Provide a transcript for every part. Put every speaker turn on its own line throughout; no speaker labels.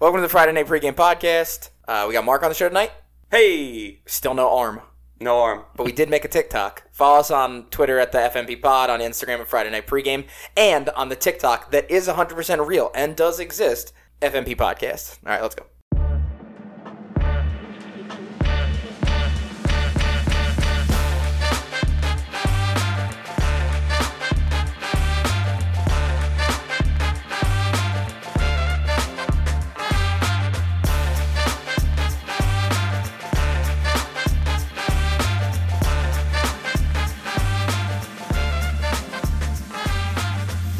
Welcome to the Friday Night Pregame Podcast. Uh, we got Mark on the show tonight.
Hey,
Still no arm,
no arm.
but we did make a TikTok. Follow us on Twitter at the FMP Pod, on Instagram at Friday Night Pregame, and on the TikTok that is 100% real and does exist, FMP Podcast. All right, let's go.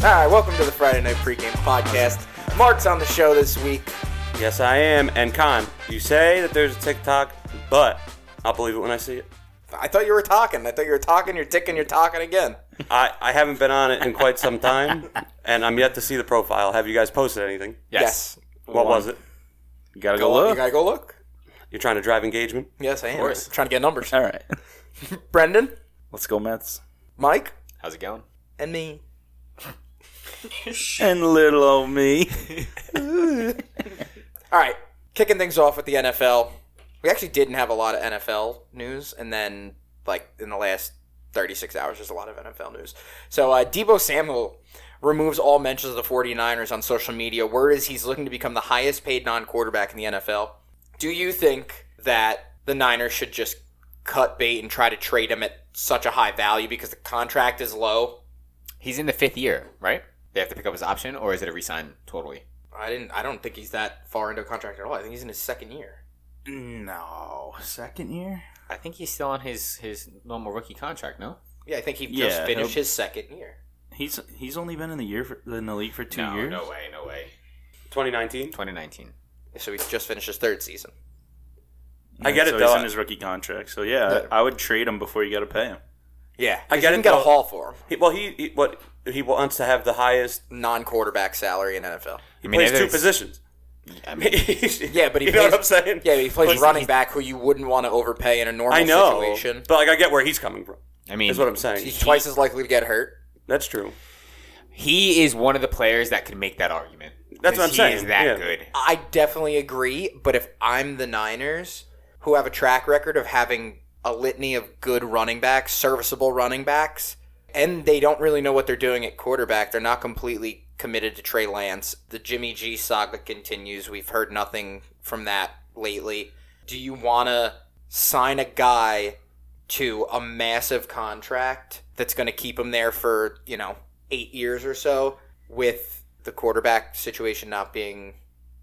All right, welcome to the Friday Night Pregame Podcast. Mark's on the show this week.
Yes, I am. And Con, you say that there's a TikTok, but I'll believe it when I see it.
I thought you were talking. I thought you were talking, you're ticking, you're talking again.
I, I haven't been on it in quite some time, and I'm yet to see the profile. Have you guys posted anything?
Yes.
What was it?
You gotta
Go
go
look. You
look.
gotta go look.
You're trying to drive engagement?
Yes, I am.
course.
trying to get numbers.
All right,
Brendan,
let's go Mets.
Mike,
How's it going?
and me.
And little old me.
All right, kicking things off with the NFL. We actually didn't have a lot of NFL news, and then like in the last 36 hours, there's a lot of NFL news. So uh, Debo Samuel removes all mentions of the 49ers on social media. Word is he's looking to become the highest paid non-quarterback in the NFL. Do you think that the Niners should just cut bait and try to trade him at such a high value because the contract is low?
He's in the fifth year, right? They have to pick up his option, or is it a resign totally?
I didn't. I don't think he's that far into a contract at all. I think he's in his second year.
No, second year.
I think he's still on his his normal rookie contract. No,
Yeah, I think he just
Yeah,
finished
he'll-
his second year.
He's he's only been in the year for, in the league for two
no,
years.
no way, no way.
2019?
2019.
So he just finished his third season.
I get it,
so
though.
He's in his rookie contract, so yeah,
Yeah.
I, I would trade him before you got to pay him.
Yeah,
I
you
get it,
can get a
though.
haul for him.
He, well, he, he what he wants to have the highest.
Non-quarterback salary in NFL.
He
I mean,
plays
it
two
is-
positions.
I mean,
Yeah, but he plays,
you know what I'm saying.
Yeah, but he plays
Plus,
running
he's-
back, who you wouldn't want to overpay in a normal
I know,
situation.
but like I get where he's coming from.
I mean,
Is what I'm saying.
He's twice as likely to get hurt.
That's true.
he is one of the players that could make that argument.
That's what I'm
Because
saying,
He is that
yeah.
good.
I definitely agree, but if I'm the Niners, who have a track record of having a litany of good running backs, serviceable running backs, and they don't really know what they're doing at quarterback, they're not completely committed to Trey Lance. The Jimmy G saga continues. We've heard nothing from that lately. Do you want to sign a guy to a massive contract that's going to keep him there for, you know, eight years or so with the quarterback situation not being,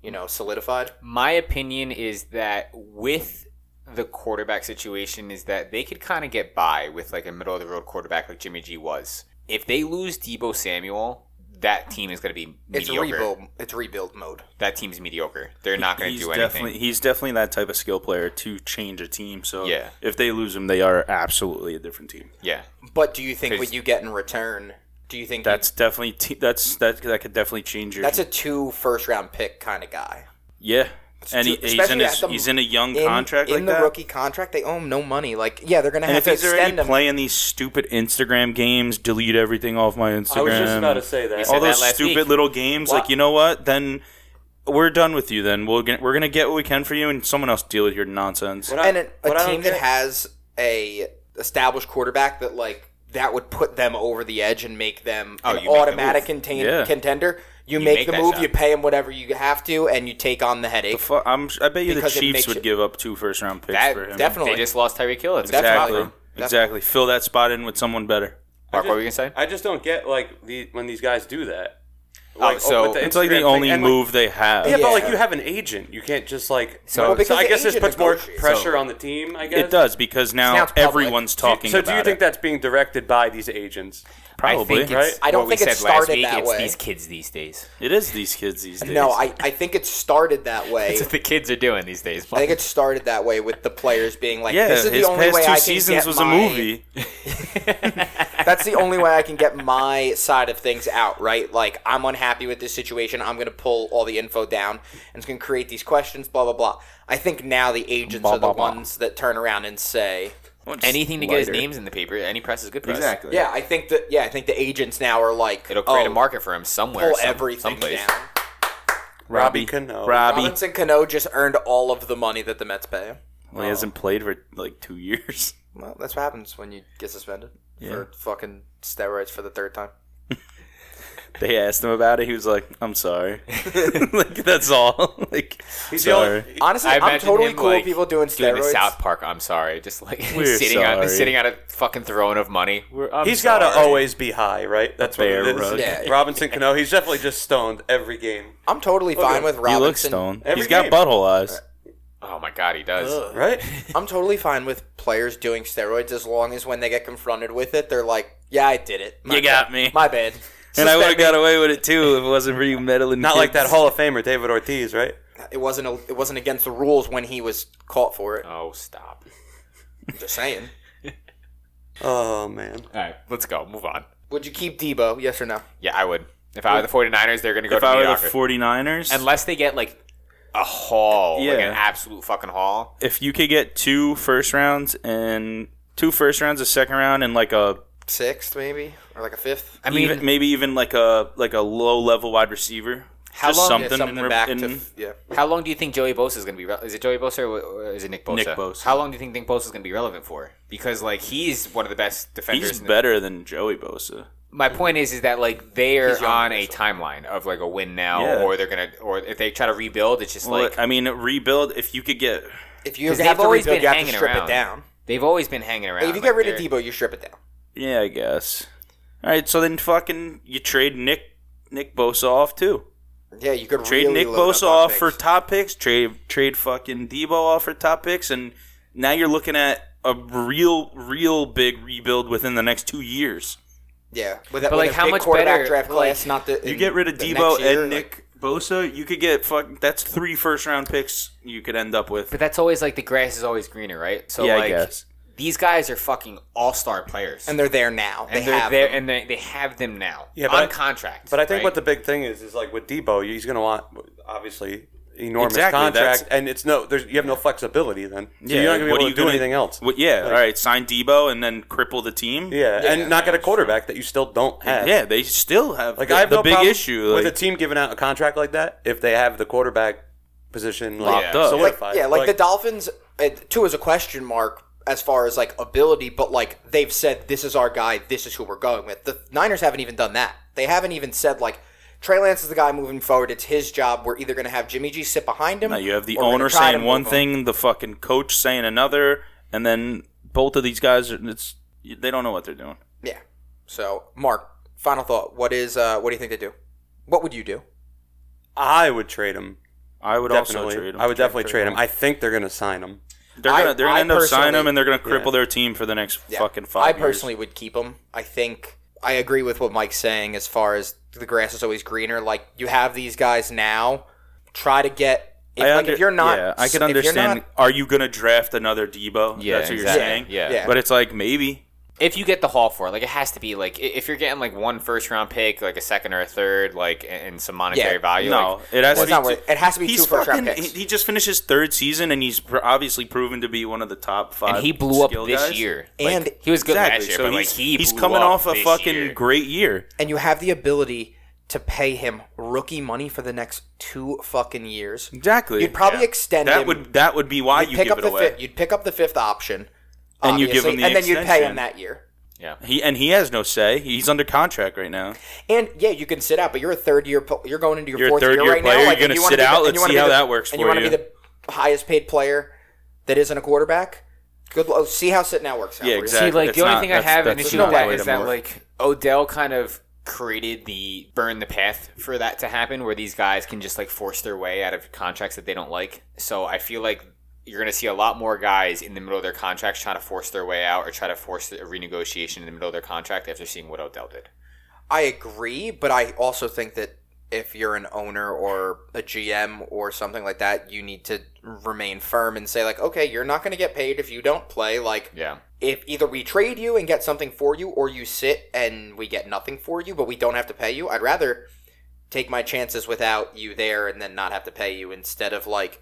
you know, solidified?
My opinion is that with the quarterback situation is that they could kind of get by with like a middle of the road quarterback like Jimmy G was. If they lose Debo Samuel, that team is going to be
It's
mediocre.
rebuild. It's rebuild mode.
That team's mediocre. They're not going to
he's
do
definitely
anything.
he's definitely that type of skill player to change a team. So
Yeah.
if they lose him, they are absolutely a different team.
Yeah.
But do you think what
Because-
you get in return? Do you think
That's definitely te- that's that that could definitely change your.
that's a two first round pick kind of guy?
yeah. And he,
too-
he's in
especially
his,
at the-
he's in a young
In,
contract
in
like
the
that.
rookie contract, they owe him no money. Like, yeah, they're gonna
And
have
if
to
he's already
extend him.
playing these stupid Instagram games, delete everything off my Instagram.
I was just about to say that.
all
said
those
that last
stupid
week.
little games. Like you know what? Then we're done with you. Then we'll get, we're gonna get what we can for you, and someone else deal with your nonsense.
What I-
and a,
what I
a
don't
team that
get-
has a established quarterback that like that would put them over the edge and make them
Oh,
an
you make the
automatic
move.
contain,
Yeah.
contender. You, make,
make
the
that
move,
shot.
you pay him whatever you have to, and you take on the headache.
Fu- I'm, I bet you the
Because it
Chiefs
makes
would
it-
give up two first round picks
That
for him.
definitely-
They just lost Tyreek Hill. It's
Exactly.
exactly.
exactly, exactly. Fill that spot in with someone better.
Mark, what were you gonna say?
I just don't get like the when these guys do that. oh,
so-
with
Oh, It's like the
Instagram
only
thing, and, like-
move they have.
yeah,
Yeah.
but like you have an agent, you can't just like.
So-
So,
Well,
because
I
the
guess this
agent
puts more
negotiates.
pressure on the team. I guess
It does because now
Sounds public.
everyone's
Do you-
talking.
So do you
about
think
it.
that's being directed by these agents?
probably
I think it's,
right?
I don't
what we
think it
said last
started
week,
that
it's
way.
These kids these days.
it is these kids these days?
No, I, I think it started that way.
That's what the kids are doing these days.
I think it started that way with the players being like,
yeah.
"This is
His
the only
past
way
two
I can
seasons
get
was
my,
a movie.
That's the only way I can get my side of things out, right? Like I'm unhappy with this situation. I'm gonna pull all the info down, and it's gonna create these questions. Blah blah blah. I think now the agents
Blah,
are the
blah, blah.
ones that turn around and say,
Anything to get his
Lighter.
names in the paper, any press is good press.
Exactly.
"Yeah, I think that. Yeah, I think the agents now are like,
It'll create
oh,
a market for him somewhere.
Pull
some-
everything
someplace.
down."
Robbie
Robbie
Cano.
Robbie.
Robinson Cano just earned all of the money that the Mets pay him.
Well, he hasn't played for like two years.
Well, that's what happens when you get suspended
Yeah.
for fucking steroids for the third time.
They asked him about it. He was like, "I'm sorry." like that's all. like
He's the
sorry.
only.
Honestly,
I
I'm
imagine
totally
him,
cool
like,
with people doing
Doing
steroids.
the South Park, I'm sorry, just like
We're
sitting on
sorry.
sitting on a fucking throne of money. We're, I'm
He's got to
sorry.
always be high, right? That's what
Bear
it is.
rug.
Yeah.
Robinson Cano, he's definitely just stoned every game,
I'm totally fine
at
with
He
Robinson.
looks stoned.
Every
He's got
game.
butthole eyes.
Oh my god, he does.
right?
I'm totally fine with players doing steroids as long as when they get confronted with it, they're like, "Yeah, I did it. My
You
bad.
got me."
My bad."
and I would have
Suspend
got away with it too if it wasn't for you meddling.
Not like that
kids.
Hall of Famer David Ortiz, right?
me. It wasn't. A, it wasn't against the rules when he was caught for it.
Oh, stop.
I'm just saying.
Oh man.
All right, let's go. Move on.
Would you keep Debo? Yes or no?
Yeah, I would. If I were the 49ers, they're going to go
If
to
I were
mediocre.
the 49ers,
Unless they get like a haul, like
Yeah.
an absolute fucking haul.
if you could get two first rounds and two first rounds, a second round, and like a
Sixth, maybe, or like a fifth.
I mean,
even, maybe even like a like a low level wide receiver,
How
just
long?
something,
yeah,
in re-
back
in-
to f- yeah.
how long do you think Joey Bosa is going to be? Re- is it Joey Bosa or, wh- or is it Nick Bosa?
Nick Bosa.
How long do you think Nick Bosa is going to be relevant for? Because like he's one of the best defenders.
He's
in the-
better than Joey Bosa.
My point is, is that like they are
He's young,
on a timeline of like a win now,
Yeah.
or they're gonna, or if they try to rebuild, it's just
Well,
like
I mean, rebuild. If you could get,
If you
'Cause
have
they've
to
always
rebuild,
been
you have to
hanging
strip
around.
it down.
they've always been hanging around.
if you
like,
get rid of
they're-
Debo, you strip it down.
yeah, I guess. All right, so then fucking you trade Nick Nick Bosa off too.
Yeah, you could
Trade
really
Nick
load up
Bosa
on
off
picks.
for top picks. Trade trade fucking Debo off for top picks, and now you're looking at a real real big rebuild within the next two years.
yeah, with that,
But,
with
like,
a
how
big
much
quarterback
better-
draft
like,
class? not the
You
in
get rid of
the
Debo
next year,
and
like-
Nick Bosa, you could get fuck. That's three first round picks you could end up with.
but that's always like the grass is always greener, right? So
Yeah, I
like
guess.
these guys are fucking all star players,
and they're there now.
and
they
they're
have
there,
them.
and they, they have them now
Yeah, but
on
I-
contract.
But I think
right?
what the big thing is is like with Debo, he's going to want obviously enormous
Exactly,
contract,
that's-
and it's no, there's you have no flexibility then. So you're not going to
what
be able
are you
to do
gonna-
anything else.
What, yeah, all right. Sign Debo and then cripple the team.
yeah,
yeah,
and not get a quarterback that you still don't have.
yeah. They still have
like
the,
I have
the
no
big
problem
issue
with
like-
a team giving out a contract like that if they have the quarterback position like,
Locked up.
like,
solidified.
yeah, like, the Dolphins uh, too is a question mark as far as like ability, but like they've said this is our guy, this is who we're going with. The Niners haven't even done that. They haven't even said like Trey Lance is the guy moving forward. It's his job. We're either going to have Jimmy G sit behind him.
No, you have the
or we're gonna
owner
try to
saying one
move him.
thing, the fucking coach saying another, and then both of these guys are, it's they don't know what they're doing.
Yeah. So, Mark, final thought. What is uh what do you think they do? What would you do?
I would trade him.
I would
Definitely,
also trade him.
I would definitely trade him. I think they're going to sign him.
They're
I-
gonna they're gonna
I
end up signing him
personally-
and they're gonna cripple their team for the next
Yeah.
fucking five.
I
years.
personally would keep him. I think I agree with what Mike's saying as far as the grass is always greener. Like you have these guys now. Try to get if,
I
like,
under-
if you're not
yeah, I
if
can
you're
understand.
not-
are you gonna draft another Debo?
yeah,
that's what
exactly.
you're saying.
Yeah,
Yeah.
but it's like maybe.
if you get the haul for it, like it has to be like i- if you're getting like one first round pick, like a second or a third, like and- and some monetary
Yeah.
value.
No,
like,
it has
Well,
to
it's
be.
not
two-
worth- it has to be
he's
two first round
fucking-
picks.
He he just finished his third season, and he's pr- obviously proven to be one of the top five.
and he blew up
Uh, skill
this
guys.
year.
And-
Like, he was good
Exactly.
last year,
so
but like
he's
he
he's
blew
coming
up
off a
this
fucking
year.
great year.
and you have the ability to pay him rookie money for the next two fucking years.
Exactly.
You'd probably
Yeah.
extend
that
him.
would that would be why
You'd
you
pick
give
up
it
the
away.
fifth. You'd pick up the fifth option,
And you give him
obviously,
the
and then you'd pay
extension.
him that year.
Yeah.
he and he has no say. He's under contract right now.
And yeah, you can sit out, but you're a third year. pl- You're going into your
You're a
fourth
third
year,
year
right
player,
now.
you're
like, and
gonna
you wanna
sit
be the-
out.
and
Let's
you wanna
see
be
how
the-
that works
And
for
you wanna
you.
be the highest paid player that isn't a quarterback. Good. luck. See how sitting out works out.
Yeah,
for you.
exactly.
See, like
That's
the only
not-
thing I
that's-
have an
that's
issue
not
with
the
that
way
is
to
that
morph.
like Odell kind of created the burn the path for that to happen, where these guys can just like force their way out of contracts that they don't like. So I feel like you're going to see a lot more guys in the middle of their contracts trying to force their way out or try to force a renegotiation in the middle of their contract after seeing what Odell did.
I agree, but I also think that if you're an owner or a GM or something like that, you need to remain firm and say like, okay, you're not going to get paid if you don't play. Like,
Yeah.
if either we trade you and get something for you or you sit and we get nothing for you but we don't have to pay you i'd rather take my chances without you there and then not have to pay you instead of like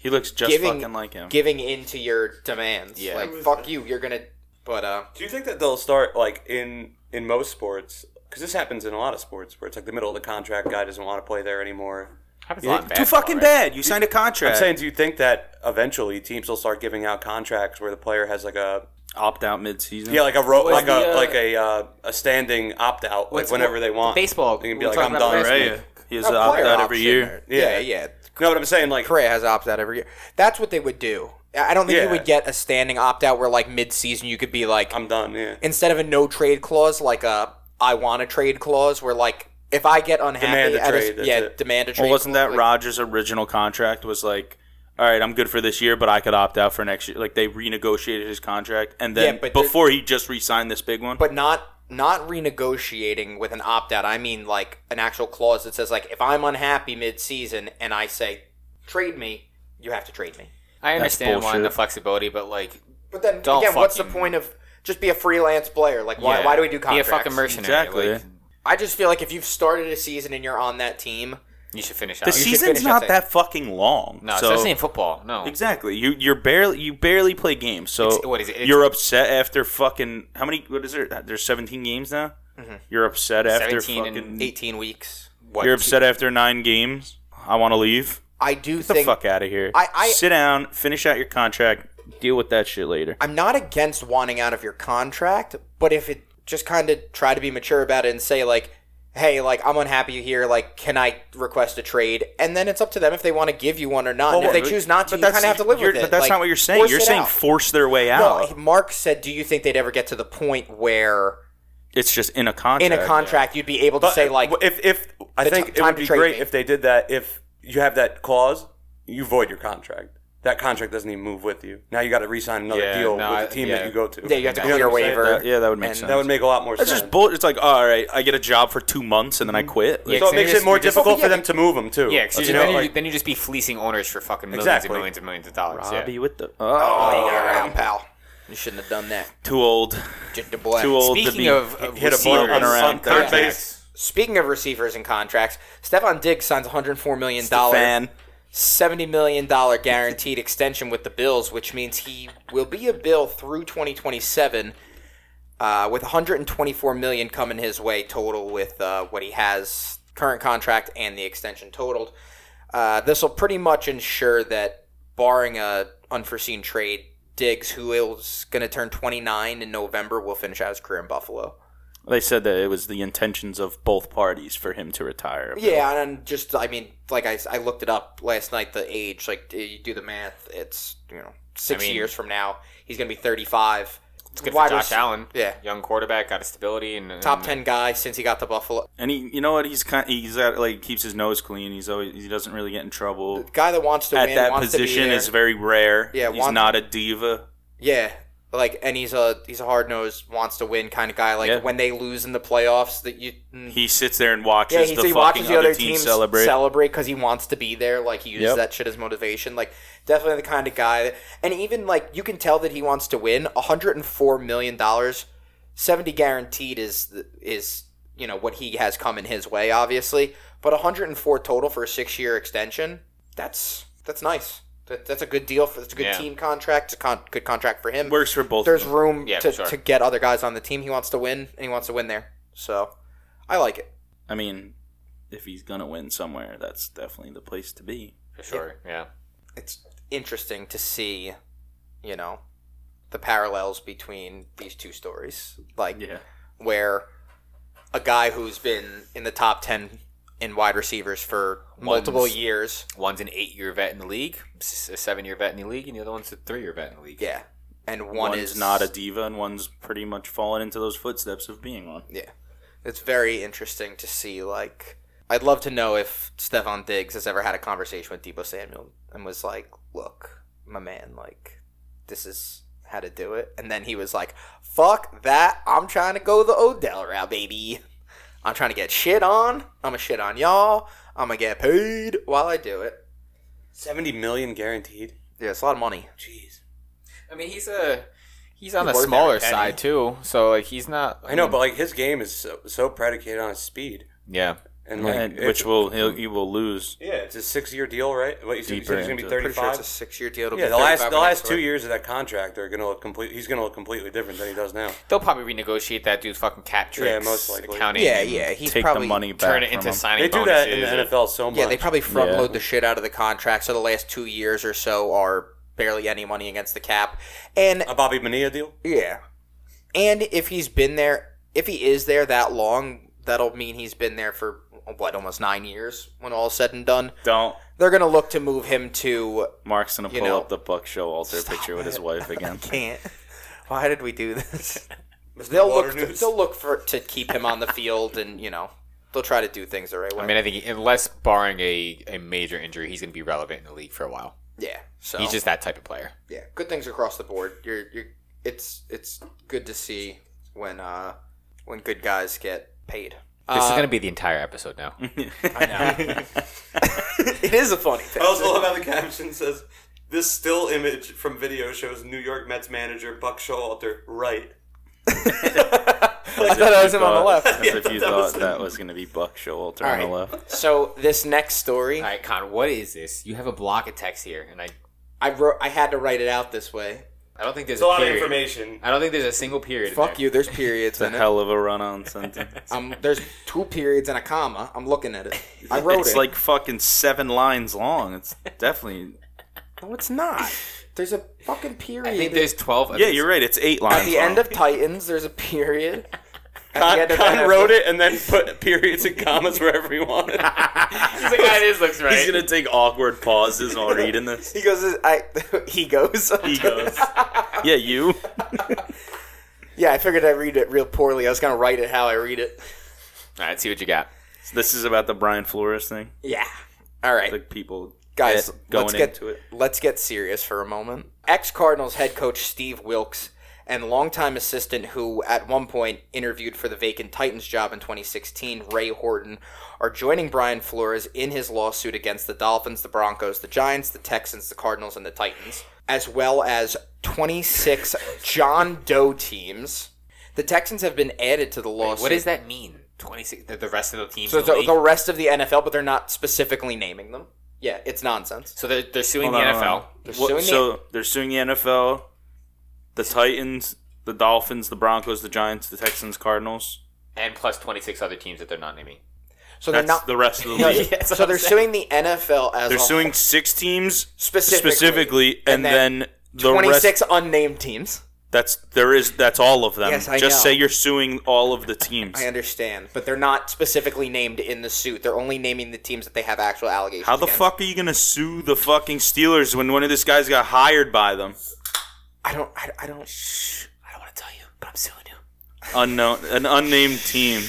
He looks just
giving-
fucking like him.
giving in to your demands
Yeah.
like fuck you you're gonna but uh
Do you think that they'll start like in in most sports? Because this happens in a lot of sports where it's like the middle of the contract guy doesn't want to play there anymore.
Happens a lot in
Too
basketball,
fucking
right?
bad. You signed a contract.
I'm saying, do you think that eventually teams will start giving out contracts where the player has like a
opt out midseason.
yeah, like a ro-
Well,
like
the,
a
uh,
like a uh, a standing opt out, like
What's-
whenever
what-
they want.
baseball.
They can be
we're
like, I'm
talking about
done.
last week.
Right. He has
A
an opt
Oh, player
out every
option
year.
or- Yeah, yeah.
Yeah.
Correa
No, but I'm saying like
has opt out every year. That's what they would do. I I don't think you
Yeah.
would get a standing opt out where like mid season you could be like
I'm done. Yeah,
instead of a no trade clause, like a I want a trade clause where like if I get unhappy
Demand a
at
trade, that's
yeah,
it.
demand a trade.
Well, wasn't
clause,
that
like-
Rogers' original contract was like, all right, I'm good for this year, but I could opt out for next year. Like they renegotiated his contract, and then
Yeah, but they're-
before he just re-signed this big one.
But not not renegotiating with an opt out. I mean like an actual clause that says like if I'm unhappy mid season and I say trade me, you have to trade me.
I
That's
understand wanting the
bullshit.
flexibility, but like,
But then
Don't
again, what's the
fucking-
point of just be a freelance player? Like why,
yeah,
why do we do
Be a
contracts?
fucking mercenary.
Exactly.
Like,
I just feel like if you've started a season and you're on that team,
you should finish out.
the
You should-
season's
finish
not
that
that fucking long.
no,
so-
especially in football. No.
Exactly. You you're barely you barely play games. So
It's- what is it? It's-
you're upset after fucking how many? What is there? There's 17 games now. You're upset after
17 Mm-hmm. and
fucking.
18 weeks.
What,
You're
two-
upset after nine games. I want to leave.
I do
Get the
think
fuck out of here.
I- I-
sit down. Finish out your contract. Deal with that shit later.
I'm not against wanting out of your contract, but if it just kind of try to be mature about it and say like, "Hey, like I'm unhappy here. Like, can I request a trade?" And then it's up to them if they want to give you one or not. and if they choose not to, you kind of have to live
you're-
with it.
But that's
Like,
not what you're saying.
force
You're
it
saying
out.
force their way
no.
out.
Mark said, "Do you think they'd ever get to the point where
it's just in a
in
contract.
a contract you'd be able to
but
say like,
if if I
the
think
ti-
it
time
would
to
be
trade
great
me.
if they did that. If you have that clause, you void your contract. That contract doesn't even move with you. Now you got to re-sign another
Yeah,
deal
no, I-
with the team
yeah.
that you go to.
"Yeah, you have to
You know
clear
what I'm saying?
waiver."
That- yeah, that would make
And-
sense.
That would make a lot more
That's
sense.
just bull. It's like, all right, I get a job for two months and then I
Mm-hmm.
quit. Like,
Yeah,
so it makes
Xavier's-
it more
you just-
difficult
yeah,
for them to move them too.
Yeah, because
you know,
then, you,
like,
then you just be fleecing owners for fucking millions
Exactly.
and millions and millions of dollars.
Robbie
yeah.
with the
"Oh,
oh,
you got around, pal. You shouldn't have done that."
too old,
Just a boy.
too old to
Speaking
be
of, of
hit a
receivers,
ball on, on
around
third
contracts,
base.
Speaking of receivers and contracts, Stephon Diggs signs 104 million dollars
fan.
70 million dollar guaranteed extension with the Bills, which means he will be a Bill through 2027 uh, with 124 million coming his way total with uh, what he has current contract and the extension totaled. Uh, this will pretty much ensure that barring a unforeseen trade, Diggs, who is going to turn 29 in November, will finish out his career in Buffalo.
They said that it was the intentions of both parties for him to retire.
Yeah, and just I mean, like I, I looked it up last night. The age, like you do the math, it's you know six
I mean-
years from now he's gonna be thirty five.
It's good for
Wide
Josh
rec-
Allen.
yeah.
young quarterback, got a stability and
Top
and-
ten guy since he got to Buffalo.
and he, you know what? He's kind. He's at, like keeps his nose clean. He's always he doesn't really get in trouble.
Guy that wants to
At
win.
that
wants to be
position
there.
is very rare.
Yeah,
he's
want-
not a diva.
yeah, like and he's a he's a hard nosed wants to win kind of guy. Like
Yeah.
when they lose in the playoffs, that you. mm,
He sits there and watches
yeah, he,
the
he
fucking
watches the
other,
other
team
teams
celebrate.
celebrate because he wants to be there. Like he uses
Yep.
that shit as motivation. Like definitely the kind of guy. That, and even like you can tell that he wants to win. One hundred and four million dollars, seventy guaranteed is th- is you know what he has coming his way, obviously. But one hundred and four total for a six year extension. That's that's nice. That, that's a good deal for. That's a good
Yeah.
team contract. It's a con- good contract for him.
Works for both.
There's
of them.
room
Yeah,
to,
for sure.
to get other guys on the team. He wants to win, and he wants to win there. So, I like it.
I mean, if he's gonna win somewhere, that's definitely the place to be.
for sure. Yeah,
it's interesting to see, you know, the parallels between these two stories. Like where a guy who's been in the top ten in wide receivers for multiple
One's-
years,
one's an eight-year vet in the league, s- a seven-year vet in the league, and the other one's a three-year vet in the league.
yeah, and one
One
is
is not a diva, and one's pretty much fallen into those footsteps of being one.
yeah. It's very interesting to see. Like, I'd love to know if Stefan Diggs has ever had a conversation with Debo Samuel and was like, "Look, my man, like, this is how to do it. And then he was like, fuck that. I'm trying to go the Odell route, baby. I'm trying to get shit on. I'm going to shit on y'all. I'm going to get paid while I do it.
seventy million guaranteed.
Yeah, it's a lot of money.
Jeez,
I mean, he's a he's on
He's
the
worth
smaller
every penny.
side too, so like he's not.
I know,
mean,
but like his game is so, so predicated on his speed.
yeah,
and like
and-
it's-
which will he'll, he will lose.
yeah, it's a six year deal, right? What you said, you said
Deeper
he's gonna be
into it.
thirty
Pretty sure
five.
it's a six-year deal. It'll
yeah,
be
the last
35
the
when
last
it's
two
over.
years of that contract are gonna look complete. He's gonna look completely different than he does now.
They'll probably renegotiate that dude's fucking cap tricks.
Yeah, most likely.
Accounting
Yeah,
and
yeah. He's
Take
probably
the money back.
Turn it
from
into
him.
signing
They do that in the NFL so much.
Yeah, they probably front
Yeah.
load the shit out of the contract, so the last two years or so are barely any money against the cap. And
a Bobby Bonilla deal.
yeah, and if he's been there, if he is there that long, that'll mean he's been there for what almost nine years. When all is said and done,
Don't.
they're gonna look to move him to.
Mark's gonna pull
know-
up the Buck Showalter picture with his wife again.
Can't. Why did we do this? they'll
Water
look. To,
news.
they'll look for to keep him on the field, and you know they'll try to do things the right way.
I mean, I think unless barring a, a major injury, he's going to be relevant in the league for a while.
yeah. So
He's just that type of player.
yeah, good things across the board. You're you're it's it's good to see when uh when good guys get paid.
This
Uh,
is going to be the entire episode now.
I know. it is a funny thing.
I also love how the caption says, "This still image from video shows New York Mets manager Buck Showalter right."
I thought I was him on the left.
As if you thought that was gonna be Buck Showalter on the
Alright.
left.
So this next story,
All right, Con, what is this? You have a block of text here, and I,
I wrote. I had to write it out this way.
I don't think there's
It's a lot of
period.
information.
I don't think there's a single period. in
Fuck
there.
you. There's periods
The
in it.
hell of a run-on sentence.
Um, there's two periods and a comma. I'm looking at it. I wrote
It's
it.
like fucking seven lines long. It's definitely.
no, it's not. There's a fucking period.
I think there's 12. I
Yeah,
think
you're right. It's eight lines.
at the end of Titans. There's a period. At
Con,
the end of
Con
NFL
wrote it and then put periods and commas wherever he wanted.
He's like, "Ah, this looks right.
he's gonna take awkward pauses while reading this.
He goes. I. He goes.
He goes. Yeah, you.
Yeah, I figured I read it real poorly. I was gonna write it how I read it.
All right, see what you got.
This is about the Brian Flores thing.
Yeah. All right,
Like people
guys.
eh, going
let's get
into it.
Let's get serious for a moment. Ex Cardinals head coach Steve Wilkes and longtime assistant who at one point interviewed for the vacant Titans job in 2016, Ray Horton, are joining Brian Flores in his lawsuit against the Dolphins, the Broncos, the Giants, the Texans, the Cardinals, and the Titans, as well as 26 John Doe teams. The Texans have been added to the lawsuit.
What does that mean? 26. The, the rest of the teams.
So
in the
the,
league?
the rest of the NFL, but they're not specifically naming them. Yeah, it's nonsense.
so they're, they're suing
Hold on,
the
hold
NFL.
on.
They're
What-
suing the-
so they're suing the NFL, the Titans, the Dolphins, the Broncos, the Giants, the Texans, Cardinals.
and plus 26 other teams that they're not naming.
So they're
That's
not.
the rest of the
no,
league.
that's what
so
I'm
they're suing the NFL as
They're
a
suing six teams
Specifically.
specifically, and,
And then
then, the
twenty
rest.
six unnamed teams.
That's there is that's all of them.
Yes, I
Just
know.
say you're suing all of the teams.
I understand, but they're not specifically named in the suit. They're only naming the teams that they have actual allegations.
How the
against.
fuck are you gonna sue the fucking Steelers when one of these guys got hired by them?
I don't. I, I don't. Shh.
I don't want to tell you, but I'm suing you.
Unknown, an unnamed team.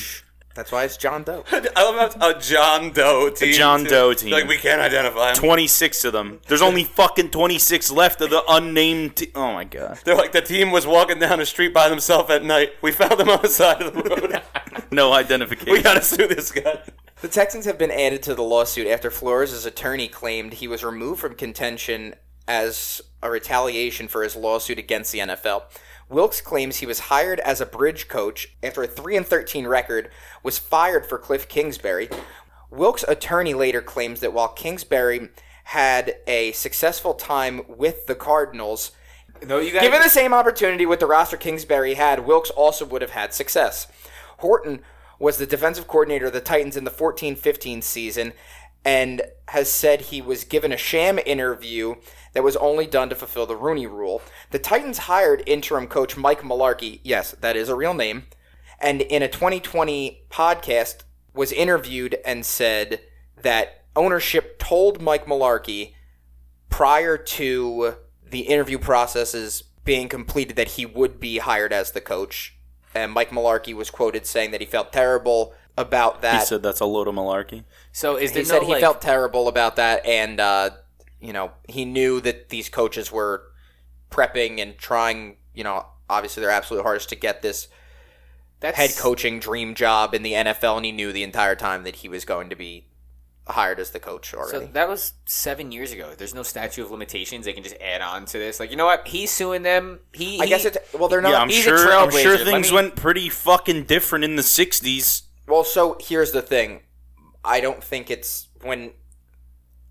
That's why it's John Doe.
I love how a John Doe team.
John
too.
Doe team.
Like we can't identify them.
Twenty six of them. There's only fucking twenty six left of the unnamed. Te- oh my god.
They're like the team was walking down the street by themselves at night. We found them on the side of the road.
No
we
identification.
gotta sue this guy.
The Texans have been added to the lawsuit after Flores' attorney claimed he was removed from contention as a retaliation for his lawsuit against the NFL. Wilkes claims he was hired as a bridge coach after a 3 and 13 record was fired for Cliff Kingsbury. Wilkes' attorney later claims that while Kingsbury had a successful time with the Cardinals,
No, you guys.
Given the same opportunity with the roster Kingsbury had, Wilkes also would have had success. Horton was the defensive coordinator of the Titans in the 14 15 season and has said he was given a sham interview that was only done to fulfill the Rooney rule. The Titans hired interim coach Mike Malarkey, yes, that is a real name, and in a 2020 podcast was interviewed and said that ownership told Mike Malarkey prior to the interview processes being completed that he would be hired as the coach. And Mike Malarkey was quoted saying that he felt terrible about that.
He said that's a load of malarkey.
so is there
He
no,
said he
like-
felt terrible about that, and uh, you know he knew that these coaches were prepping and trying. You know, obviously their absolute hardest to get this
that's,
head coaching dream job in the NFL, and he knew the entire time that he was going to be hired as the coach
So
already.
that was seven years ago. There's no statute of limitations. They can just add on to this. Like you know what? He's suing them. He.
I guess
he-
it's well, they're not.
yeah, I'm
he's a
sure. I'm
trailblazer.
sure
Let
things
me-
went pretty fucking different in the '60s.
Well, so here's the thing. I don't think it's when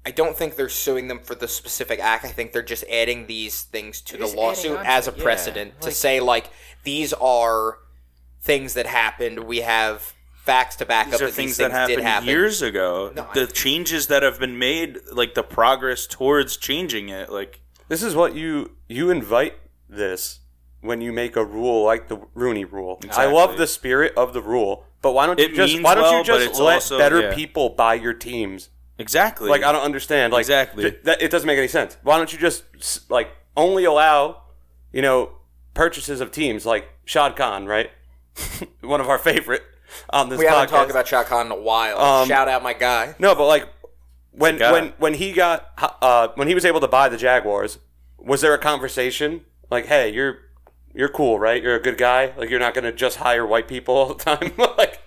I don't think they're suing them for the specific act. I think they're just adding these things to
They're
the
just adding
lawsuit
on to
as a
it, yeah.
precedent to
Like-
say like these are things that happened. We have facts to back up
These are
that these things
things that happened
did happen.
years ago.
No, I-
the changes that have been made, like the progress towards changing it, like
This is what you you invite this when you make a rule like the Rooney rule. I love
Exactly.
the spirit of the rule, but why don't you
It
just
means
why don't
well,
you
but
just
it's
let
also-
better
yeah.
people buy your teams?
exactly.
Like I don't understand. Like
Exactly.
th- that, it doesn't make any sense. Why don't you just s- like only allow you know purchases of teams like Shad Khan, right? One of our favorite on this
we
podcast.
haven't talked about Shot Khan in a while.
Um,
Shout out my guy.
No, but like when
It's a guy.
when when he got uh, when he was able to buy the Jaguars, was there a conversation like, "Hey, you're you're cool, right? You're a good guy. Like you're not going to just hire white people all the time." like,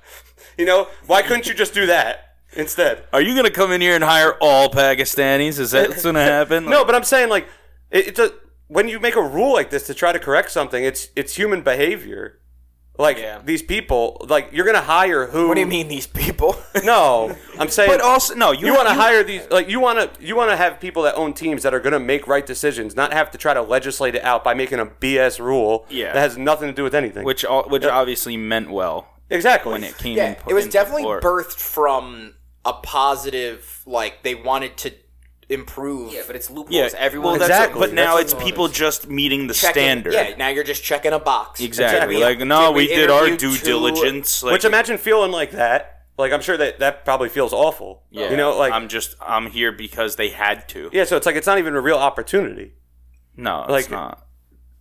you know, why couldn't you just do that instead?
are you gonna come in here and hire all Pakistanis? Is that what's gonna happen?
No, but I'm saying like it, it's a when you make a rule like this to try to correct something, it's it's human behavior. Like
Yeah.
these people, like you're going to hire who?
What do you mean these people?
No, I'm saying
but also no. You,
you want to hire these like you want to you want to have people that own teams that are going to make right decisions not have to try to legislate it out by making a bs rule
Yeah.
that has nothing to do with anything
which al- which obviously meant well
exactly
when it came.
yeah,
in,
it was
into
definitely
floor.
birthed from a positive like they wanted to improve.
Yeah, but it's
Yeah,
loopholes. Everyone.
Well, that's what-
Exactly.
but now
That's
it's
what it
people
is.
just meeting the
checking-
standard.
Yeah, now you're just checking a box.
Exactly.
Exactly.
Like, no,
Did we
we, did our
interview
due
two-
diligence. Like,
which imagine feeling like that like i'm sure that that probably feels awful
yeah,
you know like
I'm just I'm here because they had to.
yeah so it's like it's not even a real opportunity
No, it's
Like-
not.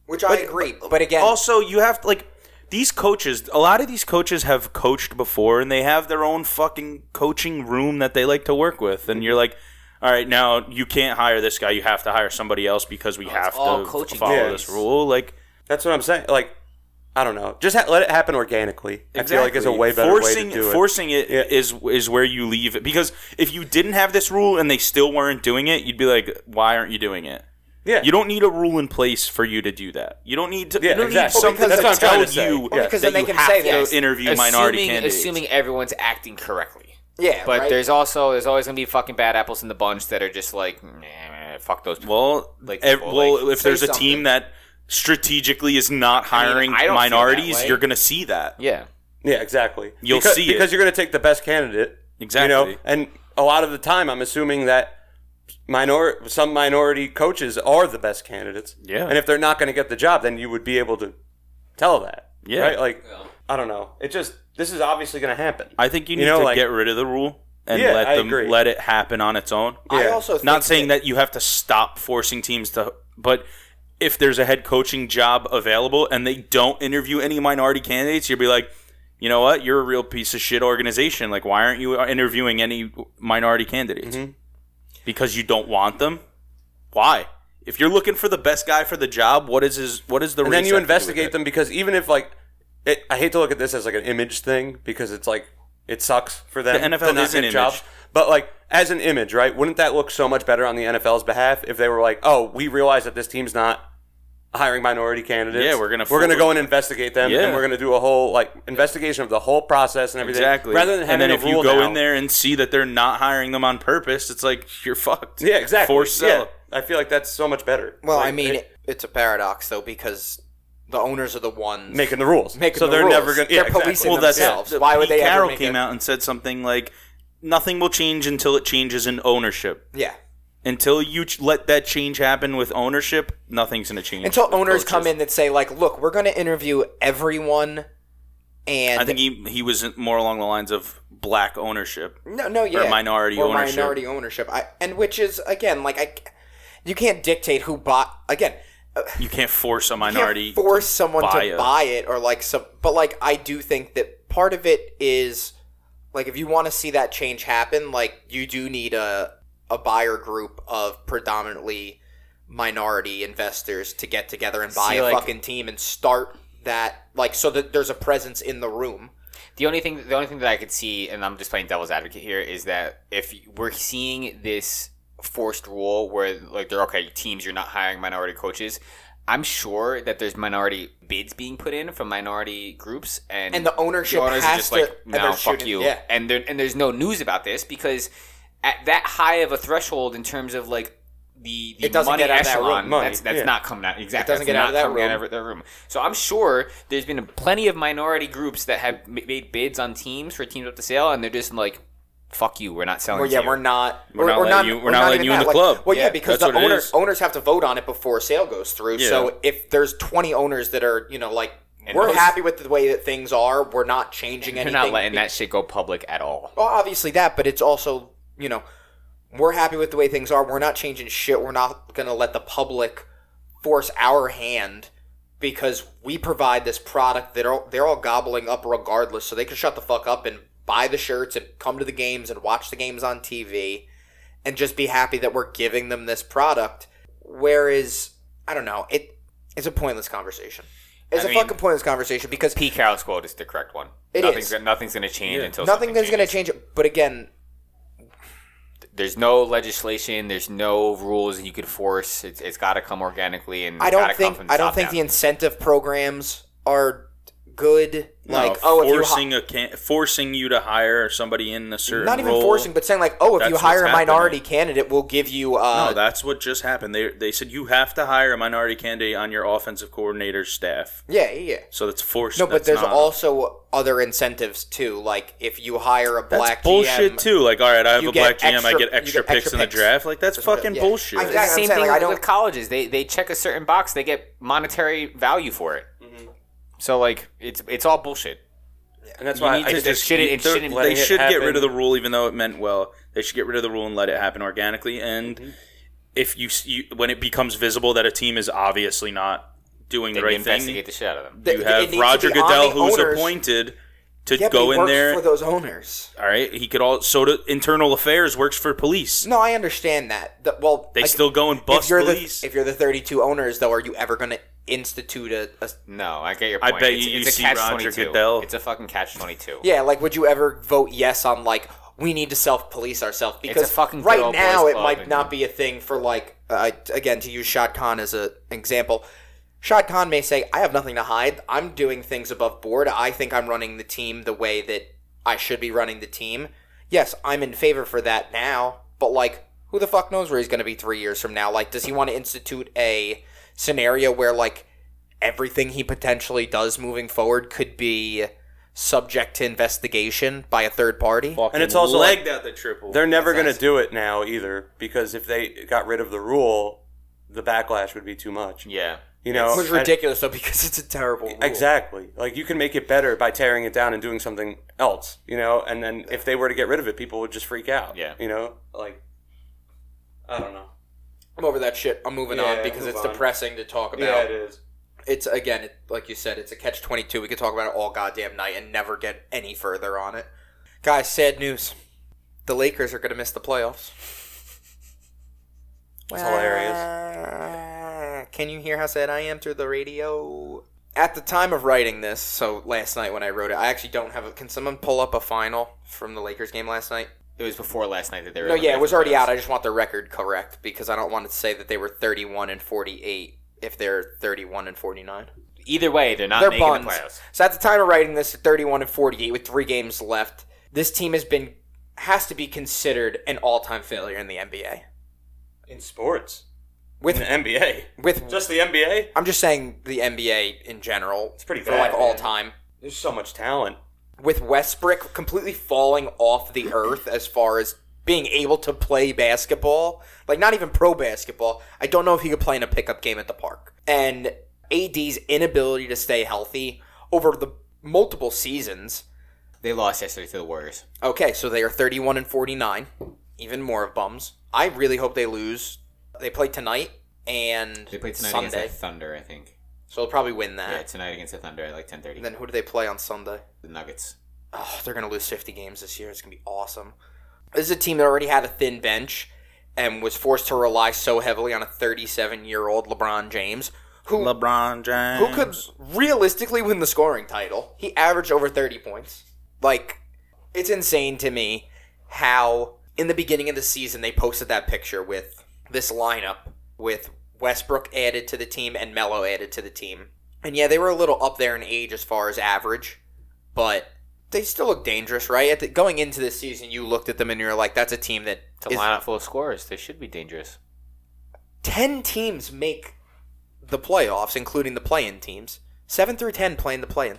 Which I agree. But, again,
Also, you have to, like these coaches. A lot of these coaches have coached before, and they have their own fucking coaching room that they like to work with. And you're like, all right, now you can't hire this guy. You have to hire somebody else because we have
Oh, all
to
coaching
follow
Yeah.
this rule. Like,
that's what i'm saying like i don't know just ha- let it happen organically i feel like it's a way better
forcing,
way to do it
Forcing it
Yeah.
is is where you leave it because if you didn't have this rule and they still weren't doing it, you'd be like, why aren't you doing it?
yeah
You don't need a rule in place for you to do that. You don't need to.
Yeah,
you don't
exactly.
need something
Well, because that's
to
what
tell
I'm
you
trying to say. Yeah.
Because
that
then they
you
can
have
say
to
that-
interview minority candidates.
Assuming everyone's acting correctly.
yeah,
But
right?
there's also there's always gonna be fucking bad apples in the bunch that are just like, nah, fuck those. people.
well,
Like,
ev-
well,
well,
like,
if there's
say
a team
something.
that strategically is not hiring
I don't feel that
minorities,
way.
you're going to see that.
yeah,
Yeah, exactly.
You'll
because,
see it.
because you're going to take the best candidate. You know,
Exactly.
and a lot of the time, I'm assuming that minor some minority coaches are the best candidates.
Yeah.
And if they're not going to get the job, then you would be able to tell that.
Yeah.
Right? Like, I don't know. It just this is obviously going to happen.
I think you
You
need
know,
to
like-
get rid of the rule and
Yeah, I
let them
agree.
let it happen on its own.
I
yeah.
also think
Not saying that you have to stop forcing teams to, but if there's a head coaching job available and they don't interview any minority candidates, you'll be like, you know what? You're a real piece of shit organization. Like, why aren't you interviewing any minority candidates?
Mm-hmm.
Because you don't want them. Why? If you're looking for the best guy for the job, what is his? What is the?
and then you investigate them because even if like, it, I hate to look at this as like an image thing because it's like it sucks for them.
The NFL
to not
is an
get
image.
jobs. But like as an image, right? Wouldn't that look so much better on the NFL's behalf if they were like, "Oh, we realize that this team's not hiring minority candidates.
Yeah, we're gonna
we're gonna
forward-
go and investigate them,
Yeah.
and we're gonna do a whole like investigation of the whole process and everything.
Exactly.
Rather than having
and then
a
if you
rule
go
now-
in there and see that they're not hiring them on purpose, it's like you're fucked.
yeah, exactly.
Forced sell.
Yeah, I feel like that's so much better.
Well,
Like,
I mean,
it-
it's a paradox, though, because the owners are the ones
making the rules.
making
so
the
they're
rules.
never gonna. Yeah,
They're policing
exactly.
them. themselves. Why would
Pete
they ever
Carroll
make
came
a-
out and said something like, "Nothing will change until it changes in ownership.
Yeah.
Until you ch- let that change happen with ownership, nothing's going to change."
Until
with
owners come
coaches."
in that say, like, look, we're going to interview everyone. And
I think he he was more along the lines of black ownership.
No, no, yeah,
minority
or
ownership.
minority ownership. I, and which is again like I, you can't dictate who bought again. uh,
You can't force a
you can't
minority.
force someone
buy
to
it.
buy it or like some. But like I do think that part of it is like if you want to see that change happen, like you do need a a buyer group of predominantly minority investors to get together and buy
See,
a
like-
fucking team and start that like so that there's a presence in the room.
The only thing, the only thing that I could see, and I'm just playing devil's advocate here, is that if we're seeing this forced rule where like they're okay, teams, you're not hiring minority coaches. I'm sure that there's minority bids being put in from minority groups, and
And the ownership
owners
has
are just
to-
like,
and they're
no, fuck
shooting-
you,
yeah.
and there, and there's no news about this because at that high of a threshold in terms of like the, the
It doesn't
money
get out of that
echelon,
room.
Money,
that's that's
yeah.
not coming out exactly.
doesn't
that's
get out of
not
that
coming
room.
of that room. So I'm sure there's been plenty of minority groups that have m- made bids on teams for teams up to sale, and they're just like, "Fuck you, we're not selling."
Well, yeah,
to you.
we're not.
We're not letting you- we're not letting
even
you in
that.
the club.
Well, yeah,
Yeah,
because
that's
the
what it
owner,
is.
owners have to vote on it before a sale goes through.
Yeah.
So if there's 20 owners that are, you know, like
And
we're
those-
happy with the way that things are, we're not changing
You're
anything.
not letting that shit go public at all.
Well, obviously that, but it's also, you know, we're happy with the way things are. We're not changing shit. We're not going to let the public force our hand because we provide this product that all, they're all gobbling up regardless. So they can shut the fuck up and buy the shirts and come to the games and watch the games on TV and just be happy that we're giving them this product. Whereas, I don't know, it it's a pointless conversation. It's a
I mean-
fucking pointless conversation because
P. Carroll's quote is the correct one.
It
nothing's,
is.
Nothing's going to change
Yeah.
until
nothing is
going to
going to change it. But again,
There's no legislation. There's no rules that you could force. It's, it's got to come organically, and
I
it's gotta
don't
come
think
from the
I don't
top
think
down.
the incentive programs are good. Like
No,
oh, if you
forcing a can- forcing you to hire somebody in a certain
hi- not even
role.
forcing, but saying like oh, if
That's
you
what's
hire a
happening.
minority candidate, we'll give you uh,
No, that's what just happened. They they said you have to hire a minority candidate on your offensive coordinator staff.
yeah, yeah. yeah.
So that's forced.
No, but
that's
there's
not-
also other incentives too. Like if you hire a
that's
black
bullshit
GM,
too. Like, all right, I have
You
a black
get
GM, I
extra-
get
you
extra
get
picks
extra
in the
picks.
draft. Like that's fucking
yeah.
bullshit.
I-
It's
Exactly,
the
I'm
same
saying,
thing
like, I don't-
with colleges. They they check a certain box. They get monetary value for it. So like it's it's all bullshit.
and that's
You
why
need
I
to
just
just shit it and
they're
shit it.
letting
they
it
should get rid
happen.
of the rule, even though it meant well. They should get rid of the rule and let it happen organically. And
Mm-hmm.
if you, s- you when it becomes visible that a team is obviously not doing
They
the right thing,
investigate the shit out of them.
Th-
you
it needs
have
to
Roger
be on
Goodell,
the
who's
owners.
appointed to
Yeah, but
go
he
in
works
there.
for those owners.
all right, he could all. So do internal affairs works for police.
No, I understand that. The- well,
they
like,
still go and
if
bust
you're
police.
the if you're the 32 owners though, are you ever going to institute a, a
No, I get your
I
point.
bet
it's,
you
it's
see
a catch
Roger
22.
Goodell.
It's a fucking catch twenty two.
Yeah, like would you ever vote yes on like we need to self police ourselves
a
because
fucking good
right
old boys
now it
club,
might
and-
not be a thing for like uh, again to use Shot Khan as an example. Shot Khan may say, "I have nothing to hide. I'm doing things above board. I think I'm running the team the way that I should be running the team." Yes, I'm in favor for that now, but like, who the fuck knows where he's going to be three years from now? Like, does he want to institute a scenario where like everything he potentially does moving forward could be subject to investigation by a third party.
And it's also like-
legged out the triple.
They're never going to do it now either because if they got rid of the rule, the backlash would be too much.
yeah.
You know,
It was
and-
ridiculous though because it's a terrible rule.
Exactly. Like you can make it better by tearing it down and doing something else, you know. And then if they were to get rid of it, people would just freak out.
Yeah.
You know, like I don't know.
I'm over that shit. I'm moving
Yeah,
on because
move
it's
on.
depressing to talk about.
is.
It's again, it, like you said, it's a catch twenty two. We could talk about it all goddamn night and never get any further on it. Guys, sad news. The Lakers are going to miss the playoffs.
That's hilarious.
Ah, Can you hear how sad I am through the radio? At the time of writing this, so last night when I wrote it, I actually don't have a. Can someone pull up a final from the Lakers game last night?
It was before last night that they were.
No, yeah, it
eliminated
was
from
already
playoffs.
out. I just want the record correct because I don't want to say that they were 31 and 48 if they're 31 and 49.
Either way, they're not
They're
making
buns.
the playoffs.
So at the time of writing this, 31 and 48 with three games left. This team has been has to be considered an all-time failure in the NBA.
In sports, in the
With
NBA,
with
just the NBA.
I'm just saying the NBA in general. It's
pretty
for
bad,
like all
man.
time.
There's so much talent.
With Westbrook completely falling off the earth as far as being able to play basketball, like not even pro basketball. I don't know if he could play in a pickup game at the park. And AD's inability to stay healthy over the multiple seasons.
They lost yesterday to the Warriors.
Okay, so they are 31 and 49. Even more of bums. I really hope they lose. They play tonight and
They played tonight
Sunday. Uh.
against the Thunder, I think.
So they'll probably win that.
Yeah, tonight against the Thunder at like ten thirty.
And then who do they play on Sunday?
The Nuggets.
oh, they're going to lose 50 games this year. It's going to be awesome. This is a team that already had a thin bench and was forced to rely so heavily on a 37 year old LeBron James, who,
LeBron James.
who could realistically win the scoring title. He averaged over 30 points. Like, it's insane to me how, in the beginning of the season, they posted that picture with this lineup with Westbrook added to the team and Melo added to the team. And yeah, they were a little up there in age as far as average, but they still look dangerous, right? At the, going into this season, you looked at them and you're like, that's a team that
It's a
is-
lineup full of scorers. They should be dangerous.
10 teams make the playoffs, including the play in teams. 7 through 10 playing the play in.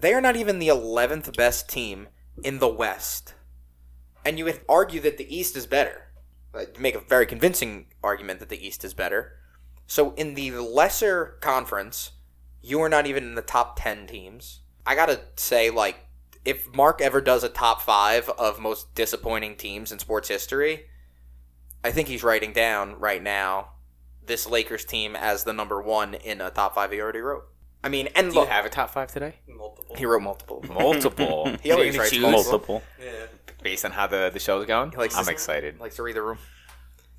They are not even the 11th best team in the West. And you would argue that the East is better. Like, you make a very convincing argument that the East is better. So in the lesser conference, you are not even in the top 10 teams. I got to say, like, if Mark ever does a top five of most disappointing teams in sports history, I think he's writing down right now this Lakers team as the number one in a top five he already wrote. I mean, and
Do you
look,
have a top five today?
Multiple.
he wrote multiple.
Multiple.
He always writes multiple.
Multiple.
Yeah.
Based on how the, the show's going,
likes
I'm
this-
excited.
Likes to read the room.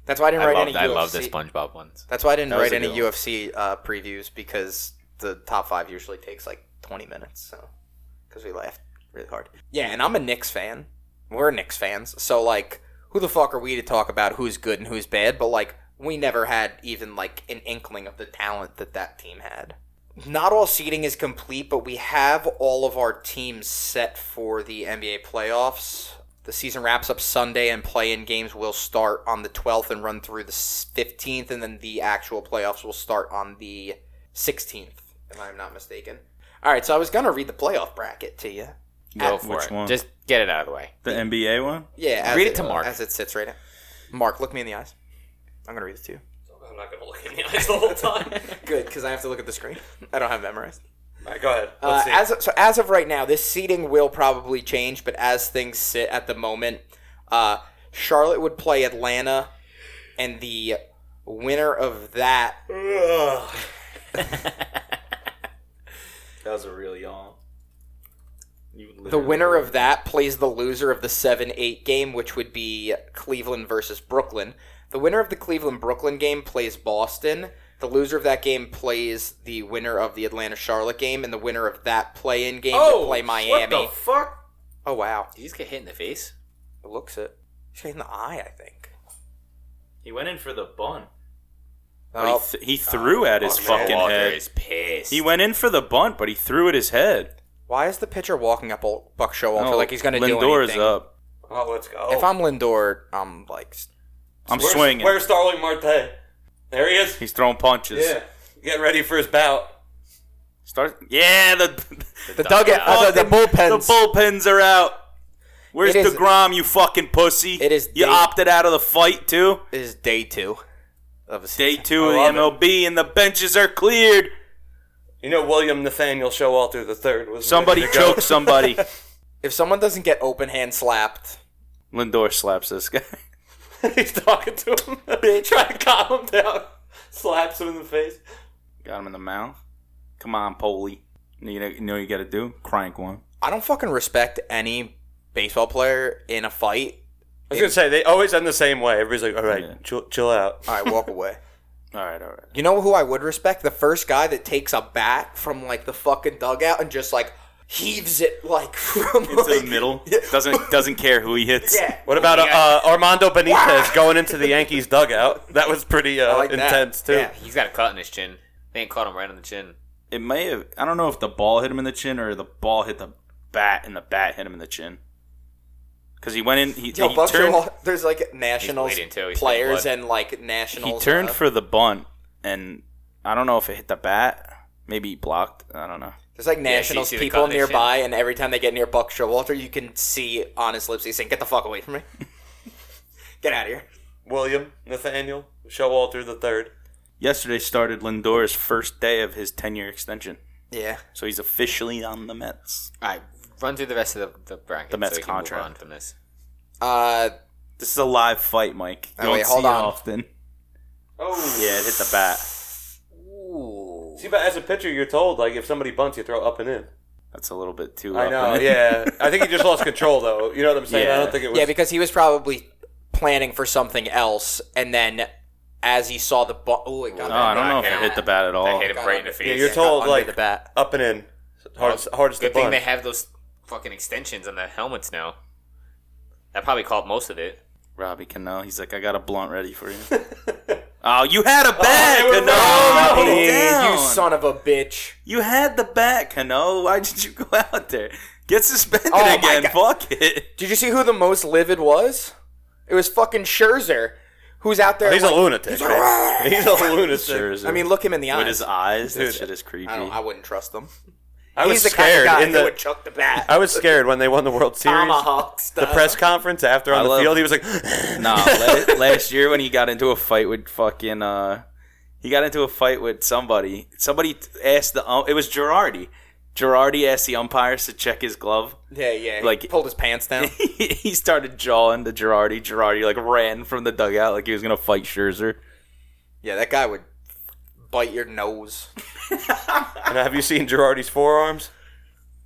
That's why I didn't
I
write
love,
any.
I
UFC.
love the SpongeBob ones.
That's why I didn't
That was
write
a
any
good one.
UFC uh, previews because the top five usually takes like 20 minutes. So, because we laughed really hard. Yeah, and I'm a Knicks fan. We're Knicks fans. So, like, who the fuck are we to talk about who's good and who's bad? But, like, we never had even, like, an inkling of the talent that that team had. Not all seeding is complete, but we have all of our teams set for the NBA playoffs. The season wraps up Sunday, and play in games will start on the 12th and run through the 15th, and then the actual playoffs will start on the 16th, if I'm not mistaken. All right, so I was going to read the playoff bracket to you.
Go for
Which
it.
one?
Just get it out of the way.
The NBA one?
Yeah, as
Read it to Mark.
As it sits right now. Mark, look me in the eyes. I'm going to read it to you.
I'm not gonna look in the eyes the whole time.
Good, because I have to look at the screen. I don't have it memorized.
All right, go ahead.
Uh,
Let's see.
as so as of right now, this seating will probably change, but as things sit at the moment, uh, Charlotte would play Atlanta, and the winner of that
Ugh. that was a real yawn. You
the
literally-
winner of that plays the loser of the seven eight game, which would be Cleveland versus Brooklyn. The winner of the Cleveland Brooklyn game plays Boston. The loser of that game plays the winner of the Atlanta Charlotte game, and the winner of that play in game would play Miami.
Oh, What the fuck?
oh wow,
Did you just get hit in the face?
it looks it. Straight in the eye, I think.
He went in for the bun.
Oh,
But he, th- he threw at his
man.
fucking
Walker
head.
is pissed.
He went in for the bunt, but he threw at his head.
Why is the pitcher walking up old Buck Showalter
Oh,
like he's going to do anything?
Lindor is up.
Oh, let's go.
If I'm Lindor, I'm like, s-
I'm
Where's-
swinging.
Where's Starling Marte? There he is.
He's throwing punches.
Yeah. Get ready for his bout.
Start. Yeah, the Oh,
the dugout, uh, the, the
the
bullpens.
bullpens are out. Where's
It is-
Degrom? You fucking pussy.
It is
You
day-
opted out of the fight too.
is day two of a
Day two of
I
the
love
MLB, and the benches are cleared.
You know William Nathaniel Showalter the third was
Somebody
ready to go.
choke somebody.
If someone doesn't get open hand slapped,
Lindor slaps this guy.
He's talking to him. Trying to calm him down. Slaps him in the face.
Got him in the mouth. Come on, Poley. You know, you know what you got to do. Crank one.
I don't fucking respect any baseball player in a fight.
I was gonna say they always end the same way. Everybody's like, "All right,
Yeah.
chill, chill out."
All right, walk away.
All right, all right.
You know who I would respect? The first guy that takes a bat from like the fucking dugout and just like heaves it like from
Into
like-
the middle.
Yeah.
Doesn't doesn't care who he hits.
Yeah.
What about uh, Armando Benitez going into the Yankees dugout? That was pretty
I
uh,
like that.
intense too.
Yeah.
He's got a cut in his chin. They ain't caught him right on the chin.
It may have. I don't know if the ball hit him in the chin or the ball hit the bat and the bat hit him in the chin. Because he went in. He,
Yo,
he
Buck
turned.
Showalter- there's like nationals
bleeding, too. He's
players
still
and like
He
nationals.
turned
uh,
for the bunt, and I don't know if it hit the bat. Maybe he blocked. I don't know.
There's like
you
nationals
see the
people
cognition.
nearby, and every time they get near Buck Showalter, you can see on his lips he's saying, "Get the fuck away from me! get out of here!"
William Nathaniel Showalter the third.
Yesterday started Lindor's first day of his ten-year extension,
Yeah,
so he's officially on the Mets.
All right, run through the rest of the, the bracket.
The Mets
so we can move
contract.
on from this.
uh,
This is a live fight, Mike. You
Oh,
don't
wait, hold
see it
on.
often.
Oh
Yeah, it hit the bat.
Ooh.
See, but as a pitcher, you're told like if somebody bunts, you throw up and in.
That's a little bit too.
I
up
know.
in it.
Yeah, I think he just lost control though. You know what I'm saying? I
Yeah.
don't think it was.
yeah, because he was probably planning for something else, and then as he saw the ball, oh, it got
Oh, I
him.
don't know if it hit the bat at all.
That hit him
God.
right in the face.
Yeah, you're
got
told
under
like
the bat.
up and in. Hardest, hardest to
Good thing
bunt.
they have those fucking extensions on the helmets now. That probably caught most of it.
Robbie Cano. He's like, I got a blunt ready for you. Oh, you had a bat,
they were
Cano.
right.
Put it
Dude,
down.
you son of a bitch.
You had the bat, Cano. Why did you go out there? Get suspended
Oh, my
again.
God.
Fuck it.
Did you see who the most livid was? It was fucking Scherzer, who's out there.
He's
like-
a lunatic. right? He's a lunatic.
I mean, look him in the
with
eyes.
his eyes, that
Dude,
shit is creepy.
I don't. I wouldn't trust them.
I was
He's the kind of
scared
guy
in
who
the.
would chuck the bat.
I was scared when they won the World Series.
Tomahawk
The
style.
press conference after
I
on the
love-
field, he was like,
Nah, la- last year when he got into a fight with fucking, uh, he got into a fight with somebody. Somebody asked the, um, it was Girardi. Girardi asked the umpires to check his glove.
Yeah, yeah. Like
Like-
he pulled his pants down.
he started jawing to Girardi. Girardi like ran from the dugout like he was gonna fight Scherzer.
yeah, that guy would bite your nose.
And have you seen Girardi's forearms?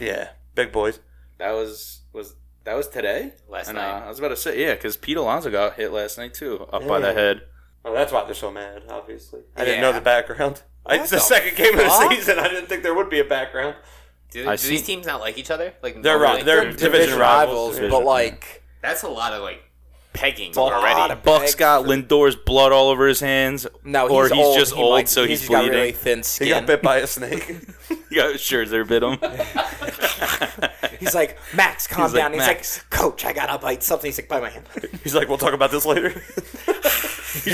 Yeah, big boys.
That was was that was today
Last
And,
night.
I was about to say yeah, because Pete Alonso got hit last night too, up by the head.
Oh, that's why they're so mad. Obviously, I
Yeah.
didn't know the background. I, it's the,
the
second game of the
fuck?
season. I didn't think there would be a background.
Do,
I
do these
see.
teams not like each other? Like
They're
normally?
wrong. They're division rivals.
but like
That's a lot of like pegging
lot
already.
of-
Buck's
Big
got Lindor's blood all over his hands.
no, he's
or he's
old.
just
He,
old,
like,
so
he's
he's,
got
bleeding.
really thin skin.
he got bit by a snake.
yeah, Scherzer bit him.
He's like Max, calm
He's like,
down. he's
"Max."
like, Coach, I gotta bite something. He's like, bite my hand.
He's like, we'll talk about this later.
you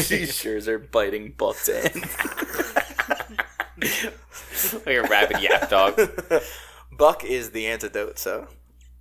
see Scherzer biting Buck's hand.
like a rabid yap dog.
Buck is the antidote. So,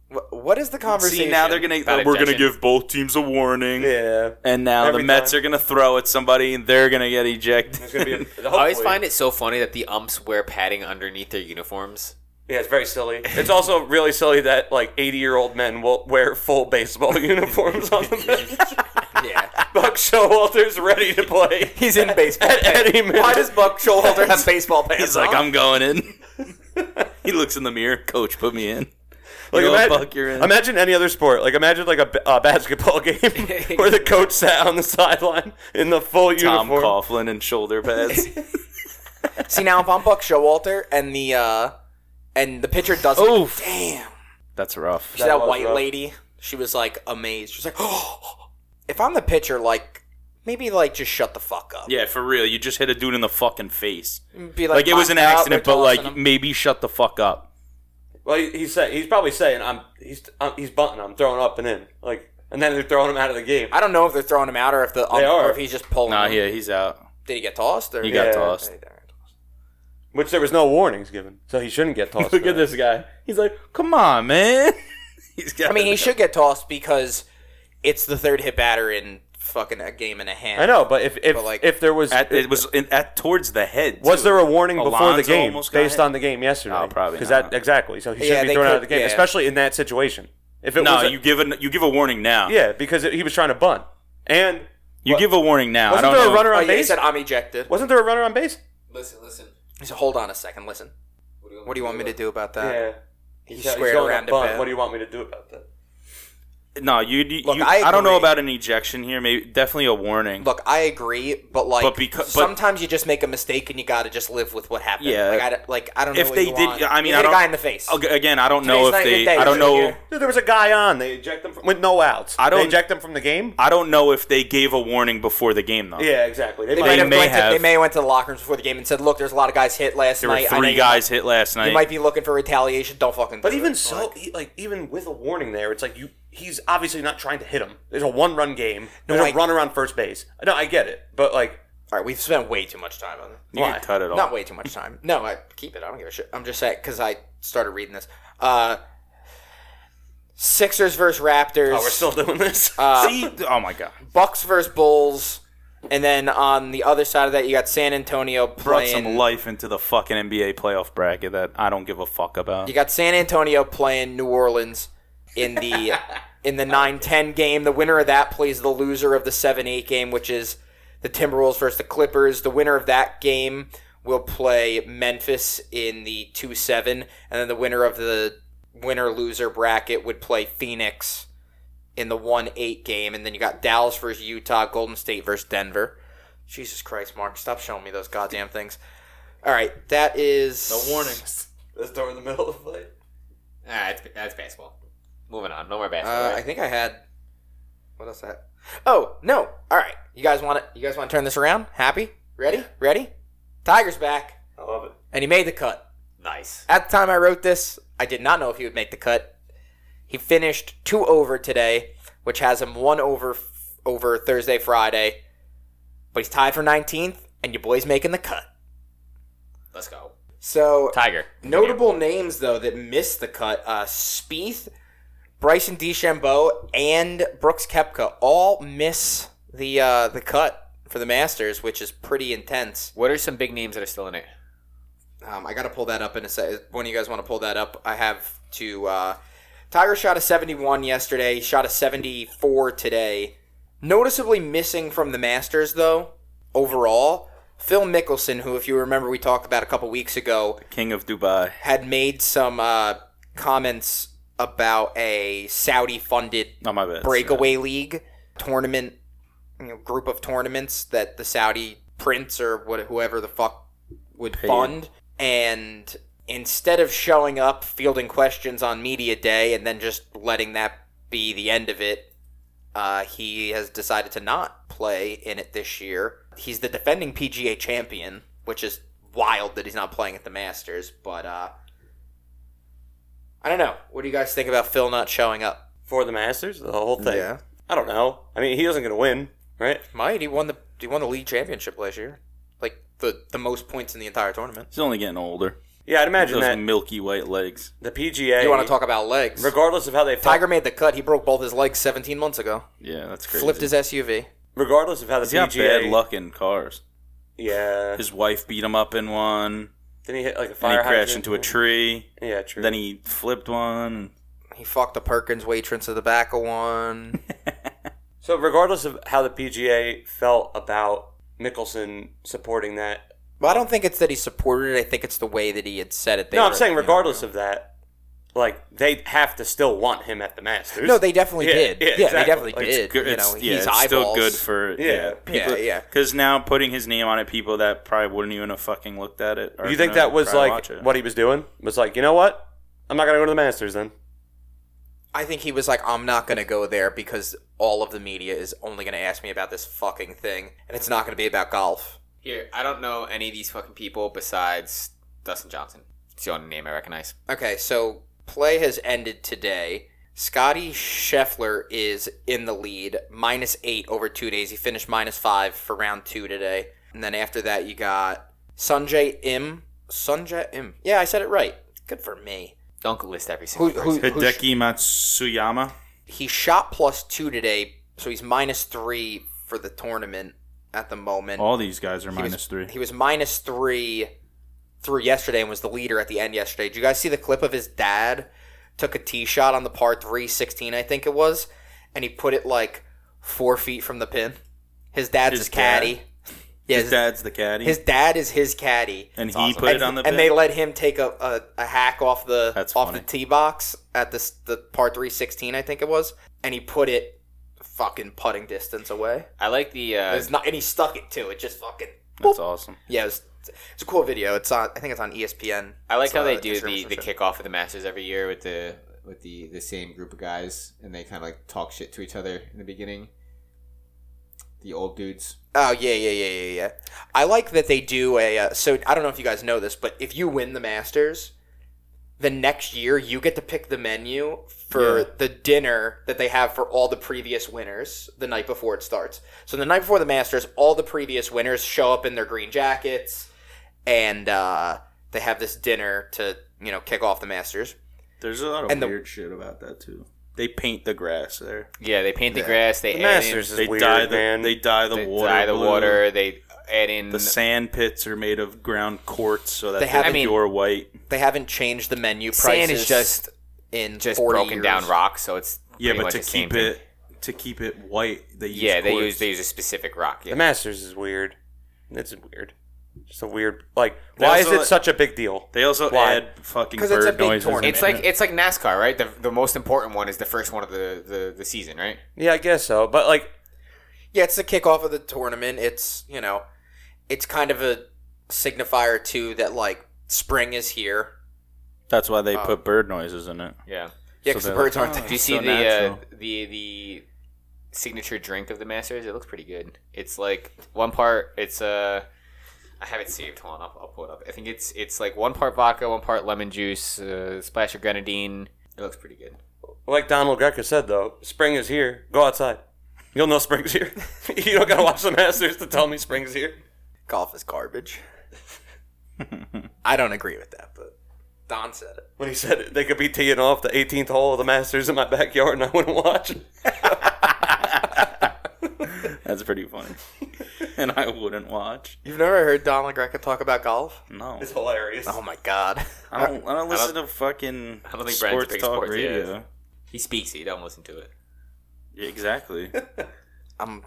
Wh- what is the conversation?
see now they're gonna
Bad
we're gonna
objection.
give both teams a warning.
yeah,
And now
Every
the Mets
time.
are gonna throw at somebody and they're gonna get ejected.
it's gonna be. A,
I always find it so funny that the umps wear padding underneath their uniforms.
Yeah, it's very silly. It's also really silly that like eighty-year-old men will wear full baseball uniforms on the bench.
yeah.
Buck Showalter's ready to play.
He's in baseball.
At
pants.
any minute.
Why does Buck Showalter have baseball pants?
He's like,
on?
I'm going in. he looks in the mirror. Coach, put me in.
Like,
You know,
imagine,
Buck, you're in.
imagine any other sport. Like imagine like a, b- a basketball game where the coach sat on the sideline in the full
Tom
uniform.
Coughlin and shoulder pads.
See now, if I'm Buck Showalter and the uh and the pitcher doesn't,
Oof.
damn,
That's Oh, rough.
that,
That
that
was
white
rough.
lady, she was like amazed. She was like, oh. if I'm the pitcher, like maybe like just shut the fuck up.
Yeah, for real. You just hit a dude in the fucking face.
Be
Like it was an
"Wow, they're
accident, but like
tossing him."
maybe shut the fuck up.
Well, he, he's saying he's probably saying I'm he's I'm, he's bunting. I'm throwing up and in like, and then they're throwing him out of the game.
I don't know if they're throwing him out or if the um,
are.
or if he's just pulling.
Nah,
Mm-hmm.
him.
yeah, he's out.
Did he get tossed? Or
He got
Yeah.
tossed.
Which there was no warnings given, so he shouldn't get tossed. for that.
guy. He's like, come on, man. he's got.
I mean, he should get tossed because it's the third hit batter in fucking a game and a half.
I know, but if if
But, like,
if there was
At, it was in, at towards the head.
was
too.
there a warning before the
Alonso
game
almost got
based
hit?
on the game yesterday?
Oh, probably
because
not.
that exactly. So he
Yeah,
shouldn't be
they
thrown out of the
could-
game,
yeah.
especially in that situation. If it
No,
was a-
you give a you give a warning now.
yeah, because it, he was trying to bunt and.
you give a warning now. I
Wasn't
don't
there a
know.
runner
Oh,
on
yeah, he
base?
said I'm ejected.
Wasn't there a runner on base?
Listen, listen.
He said, hold on a second. Listen. What do you want me to do about that?
Yeah.
He
Yeah,
squared
going
around
up
a
bunt.
bit.
What do you want me to do about that?
no, you. you,
Look,
you-
I
I, don't know
agree.
about an ejection here. Maybe definitely a warning.
Look, I agree, but like
But becau- but-
sometimes you just make a mistake and you got to just live with what happened.
Yeah.
like I, don't- like, I don't know
If
what
they
you
did-
want.
I
You
mean, I
hit a
don't-
guy in the face.
Ag- Again, I don't know
Today's
if
not your
they.
day,
I don't
so
know.
you're-
Dude, there was a guy on. They eject him from, with no outs.
I
They
don't-
eject him from the game.
I don't know if they gave a warning before the game though.
Yeah, exactly. They,
They, might
might
They
have
may
went to,
have.
they may have went to the locker rooms before the game and said, "Look, there's a lot of guys hit last
There were
night. I know
three
you
guys hit last night.
Might, you might be looking for retaliation. Don't fucking."
But
do
even
it.
so, e- like even with a warning there, it's like you. He's obviously not trying to hit him. There's a one-run game. There's
I-
a runner on first base. No, I get it, but like,
all right, we've spent way too much time on this.
You can cut it off.
Not way too much time. No, I keep it. I don't give a shit. I'm just saying because I started reading this. Uh, Sixers versus Raptors.
oh, we're still doing this.
uh,
See? Oh my god.
Bucks versus Bulls, and then on the other side of that, you got San Antonio
Brought
playing.
some life into the fucking NBA playoff bracket that I don't give a fuck about.
You got San Antonio playing New Orleans in the in the 9-10 game. The winner of that plays the loser of the 7-8 game, which is the Timberwolves versus the Clippers. The winner of that game will play Memphis in the 2-7, and then the winner of the winner loser bracket would play Phoenix in the 1-8 game, and then you got Dallas versus Utah, Golden State versus Denver. Jesus Christ, Mark, stop showing me those goddamn things. All right, that is
The warnings. Let's start in the middle of the play.
Ah, that's, that's basketball. Moving on. No more
Uh,
basketball.
I think I had. What else? I had? Oh no! All right, you guys want to you guys want to turn this around? Happy? Ready? Ready? Tiger's back,
I love it.
and he made the cut.
Nice.
At the time I wrote this, I did not know if he would make the cut. He finished two over today, which has him one over f- over Thursday, Friday. But he's tied for 19th, and your boy's making the cut.
Let's go.
So
Tiger.
notable names though that missed the cut: uh, Spieth, Bryson DeChambeau, and Brooks Kepka all miss the uh, the cut for the Masters, which is pretty intense.
What are some big names that are still in it?
Um, I got to pull that up in a sec. When you guys want to pull that up, I have to. Uh, Tiger shot a 71 yesterday. He shot a 74 today. Noticeably missing from the Masters, though, overall, Phil Mickelson, who, if you remember, we talked about a couple weeks ago,
King of Dubai.
had made some uh, comments about a Saudi funded
Not Oh, my bad.
breakaway league tournament you know, group of tournaments that the Saudi prince or what whoever the fuck would fund and instead of showing up fielding questions on media day and then just letting that be the end of it uh, he has decided to not play in it this year he's the defending PGA champion which is wild that he's not playing at the Masters but uh I don't know what do you guys think about Phil not showing up
For the Masters, the whole thing. I don't know. I mean, he isn't going to win, right?
Might he won the he won the league championship last year, like the the most points in the entire tournament.
He's only getting older.
Yeah, I'd imagine
Those
that
milky white legs.
the PGA.
You want to talk about legs?
Regardless of how they felt,
Tiger made the cut. He broke both his legs 17 months ago.
Yeah, that's crazy.
Flipped his SUV.
regardless of how the
He's got
PGA.
bad luck in cars.
Yeah.
His wife beat him up in one.
Then he hit like a
Then
fire
he crashed
hydrant.
into a tree.
Yeah, true.
Then he flipped one.
He fucked the Perkins waitress at the back of one.
So, regardless of how the PGA felt about Mickelson supporting that,
well, I don't think it's that he supported it. I think it's the way that he had said it. They
no, I'm
were-
saying
you know,
regardless of that, like they have to still want him at the Masters.
No, they definitely
Yeah,
did. Yeah,
yeah, exactly.
they definitely
Like,
did.
Good,
you
it's,
know,
yeah,
he's
it's still
eyeballs.
good for
Yeah.
yeah.
Yeah, yeah.
Because now putting his name on it, people that probably wouldn't even have fucking looked at it.
you think that was like what he was doing? Was like, you know what? I'm not gonna go to the Masters then.
I think he was like, I'm not going to go there because all of the media is only going to ask me about this fucking thing, and it's not going to be about golf.
Here, I don't know any of these fucking people besides Dustin Johnson. It's the only name I recognize.
Okay, so play has ended today. Scotty Scheffler is in the lead, minus eight over two days. He finished minus five for round two today. And then after that, you got Sunjay Im. Sunjay Im. Yeah, I said it right. Good for me.
Don't list every single
Who, who, who sh-
Hideki Matsuyama.
he shot plus two today, so he's minus three for the tournament at the moment.
All these guys are
He was-
minus three.
He was minus three through yesterday and was the leader at the end yesterday. Did you guys see the clip of his dad took a tee shot on the par three sixteen, I think it was, and he put it like four feet from the pin. His dad's
His
his, caddy. Yeah,
His
his,
dad's the caddy,
his dad is his caddy.
and he
awesome.
put
and,
it on the.
and
pin.
they let him take a, a, a hack off the
That's
off
funny.
the tee box at the s- the par three sixteen, I think it was, and he put it fucking putting distance away.
I like the uh,
It's not, and he stuck it too. It just fucking
That's awesome.
yeah, it was, it's a cool video. It's on. I think it's on E ESPN.
I like
It's,
how
uh,
they do
Instagram
the, the
social.
kickoff of the Masters every year with the with the, the same group of guys and they kind of like talk shit to each other in the beginning. The old dudes.
Oh yeah, yeah, yeah, yeah, yeah. I like that they do a. Uh, so I don't know if you guys know this, but if you win the Masters, the next year you get to pick the menu for
Yeah.
the dinner that they have for all the previous winners the night before it starts. So the night before the Masters, all the previous winners show up in their green jackets, and uh, they have this dinner to you know kick off the Masters.
There's a lot of
And the-
weird shit about that too. They paint the grass there.
Yeah, they paint the grass. They
The
add
Masters
in,
is
They
weird,
dye the
man.
they dye the
they
water.
dye the
blue.
water. They add in
The sand pits are made of ground quartz, so that
They
they
have-
are
I
mean-
pure white.
They haven't changed the menu prices.
Sand is just-
in
just
40
broken
years.
down rock, so it's
Yeah,
pretty
but
much
to
the same
keep
thing.
it to keep it white, they use
yeah, they
quartz.
use they use a specific rock.
The
Yeah.
Masters is weird. It's weird. Just a weird. Like,
They
why is
also
it
let-
such a big deal?
They also
Why?
add fucking
'Cause
bird
it's a big
noises.
tournament.
It's like it's like NASCAR, right? The, the most important one is the first one of the, the, the season, right?
Yeah, I guess so. But like,
Yeah, it's the kickoff of the tournament. It's you know, it's kind of a signifier too that like spring is here.
that's why they
Oh.
put bird noises in it.
Yeah.
Yeah, because
So
the
they're
birds
like,
aren't.
"Oh."
Do you
It's
see
so
uh, the uh,
natural.
the the signature drink of the Masters. It looks pretty good. It's like one part. It's Uh, I have it saved. Hold on, I'll, I'll pull it up. I think it's it's like one part vodka, one part lemon juice, uh, splash of grenadine. It looks pretty good.
Like Donald Greco said, though, spring is here. Go outside. You'll know spring's here. you don't gotta watch the Masters to tell me spring's here.
Golf is garbage. I don't agree with that, but Don said it.
When he said it, they could be teeing off the 18th hole of the Masters in my backyard and I wouldn't watch.
That's pretty funny. and I wouldn't watch.
You've never heard Don LaGreca talk about golf?
No.
It's hilarious.
Oh my god.
I don't, I don't listen to fucking
I don't think Brandon's
sports
big
talk
sports, yeah.
radio.
He speaks it. You don't listen to it.
Yeah, exactly.
I'm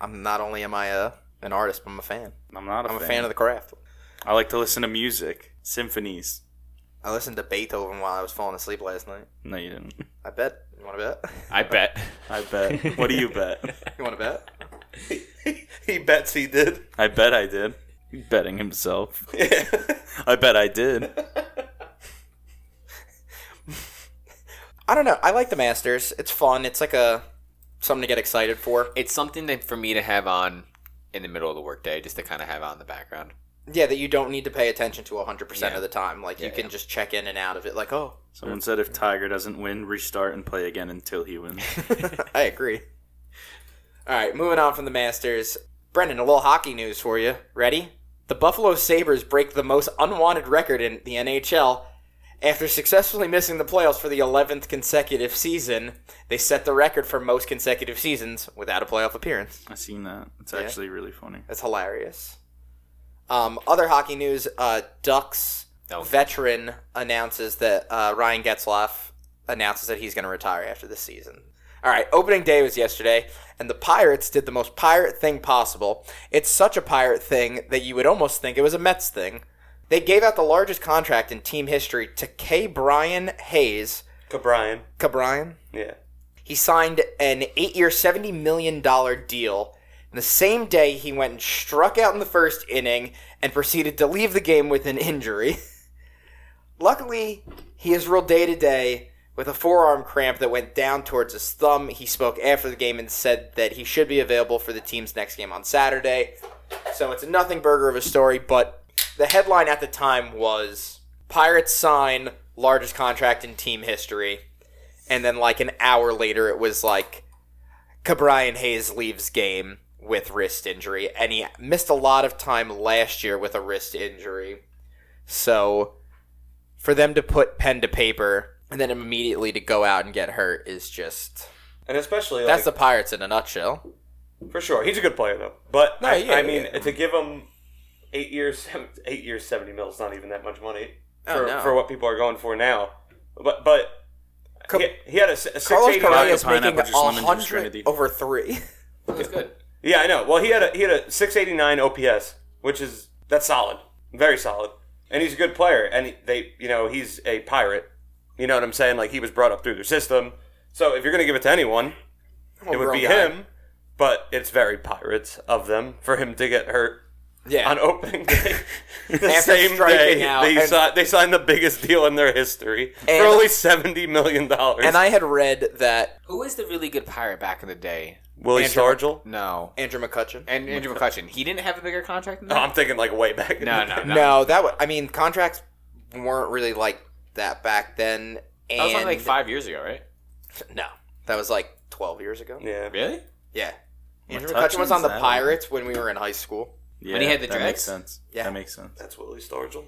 I'm not only am I a an artist, but I'm a fan.
I'm not a
I'm a
fan.
fan of the craft.
I like to listen to music, symphonies.
I listened to Beethoven while I was falling asleep last night.
No, you didn't.
I bet. You want to bet?
I bet.
I bet. what do you bet?
You want to bet?
he bets he did.
I bet I did. He's betting himself.
Yeah.
I bet I did.
I don't know. I like the Masters. It's fun. It's like a something to get excited for.
It's something that for me to have on in the middle of the workday, just to kind of have on in the background.
Yeah, that you don't need to pay attention to 100%
Yeah.
of the time. Like you
Yeah,
can
yeah.
just check in and out of it like, "Oh,
Someone said if Tiger doesn't win, restart and play again until he wins.
I agree." All right, moving on from the Masters. Brendan, a little hockey news for you. Ready? The Buffalo Sabres break the most unwanted record in the NHL. After successfully missing the playoffs for the 11th consecutive season, they set the record for most consecutive seasons without a playoff appearance.
I seen that. It's actually really funny.
That's hilarious. Um, other hockey news: uh, Ducks
No.
veteran announces that uh, Ryan Getzloff announces that he's going to retire after this season. All right, opening day was yesterday, and the Pirates did the most pirate thing possible. It's such a pirate thing that you would almost think it was a Mets thing. They gave out the largest contract in team history to K. Brian Hayes.
Cabrian.
K. Brian.
Yeah.
He signed an eight year, $70 million deal. And the same day, he went and struck out in the first inning and proceeded to leave the game with an injury. Luckily, he is ruled day to day with a forearm cramp that went down towards his thumb. He spoke after the game and said that he should be available for the team's next game on Saturday. So it's a nothing burger of a story, but the headline at the time was Pirates sign largest contract in team history. And then like an hour later, it was like Cabrian Hayes leaves game with wrist injury, and he missed a lot of time last year with a wrist injury. So for them to put pen to paper and then immediately to go out and get hurt is just
And especially like,
that's the Pirates in a nutshell.
for sure. He's a good player though. But
No,
I,
yeah,
I
yeah,
mean,
yeah.
to give him eight years, eight years, seventy mil is not even that much money
Oh,
for,
no.
for what people are going for now. But but
Ca-
he, he had a, s- a
Carlos
689
Correa is
pineapple
making a
juice, lemon juice,
hundred
Trinity.
over three.
That's good.
Yeah, I know. Well, he had a he had a 689 OPS, which is that's solid, very solid, and he's a good player. And he- they, you know, he's a pirate. You know what I'm saying? Like he was brought up through their system. So if you're gonna give it to anyone, it would be him. But it's very pirates of them for him to get hurt
Yeah,
on opening day. the
After
same
striking
day
out
they,
and-
si- they signed the biggest deal in their history
And-
for only seventy million dollars.
and I had read that
Who was the really good pirate back in the day?
Willie
Andrew-
Stargell.
No.
Andrew McCutcheon.
And Andrew McCutcheon. He didn't have a bigger contract than
Oh,
that?
I'm thinking like way back.
No, no, no.
No, that would. I mean, contracts weren't really like that back then. And
That was only like five years ago, right?
No, that was like twelve years ago.
Yeah.
Really?
Yeah, Andrew
McCutcheon's
McCutcheon was on the
that
Pirates when we were in high school.
Yeah,
he had the
that makes
dreads?
sense.
Yeah.
That makes sense.
That's Willie Stargell.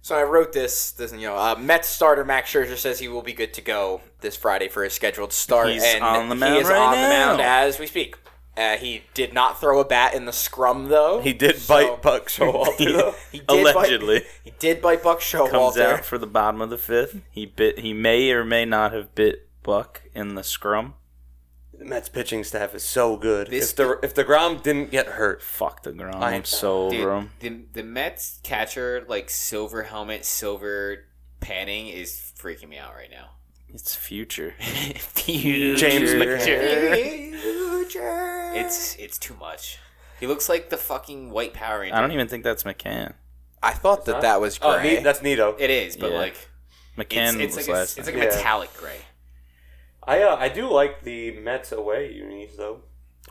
So I wrote this. This you know, uh, Mets starter Max Scherzer says he will be good to go this Friday for his scheduled start.
He's
and
on the
He
mound
is
right
on the mound
now.
as we speak. Uh, he did not throw a bat in the scrum though.
He did
So-
bite Buck Showalter though.
He did bite-
Allegedly
he did bite Buck
comes
Showalter.
out for the bottom of the fifth. He bit. He may or may not have bit Buck in the scrum.
the Mets pitching staff is so good.
This-
if the if the Grom didn't get hurt,
Fuck the ground.
I-
I'm so over
Dude,
him.
the the Mets catcher, like silver helmet, silver panning, is freaking me out right now.
It's future.
James
James
McCann.
It's it's too much. He looks like the fucking white Power Ranger.
I don't even think that's McCann.
I thought that that was
oh,
gray.
Ne- that's Nito.
It is, but
Yeah.
like
McCann
it's, it's
was
like a,
last.
it's like a
name. Yeah.
metallic gray.
I uh, I do like the Mets away unis though.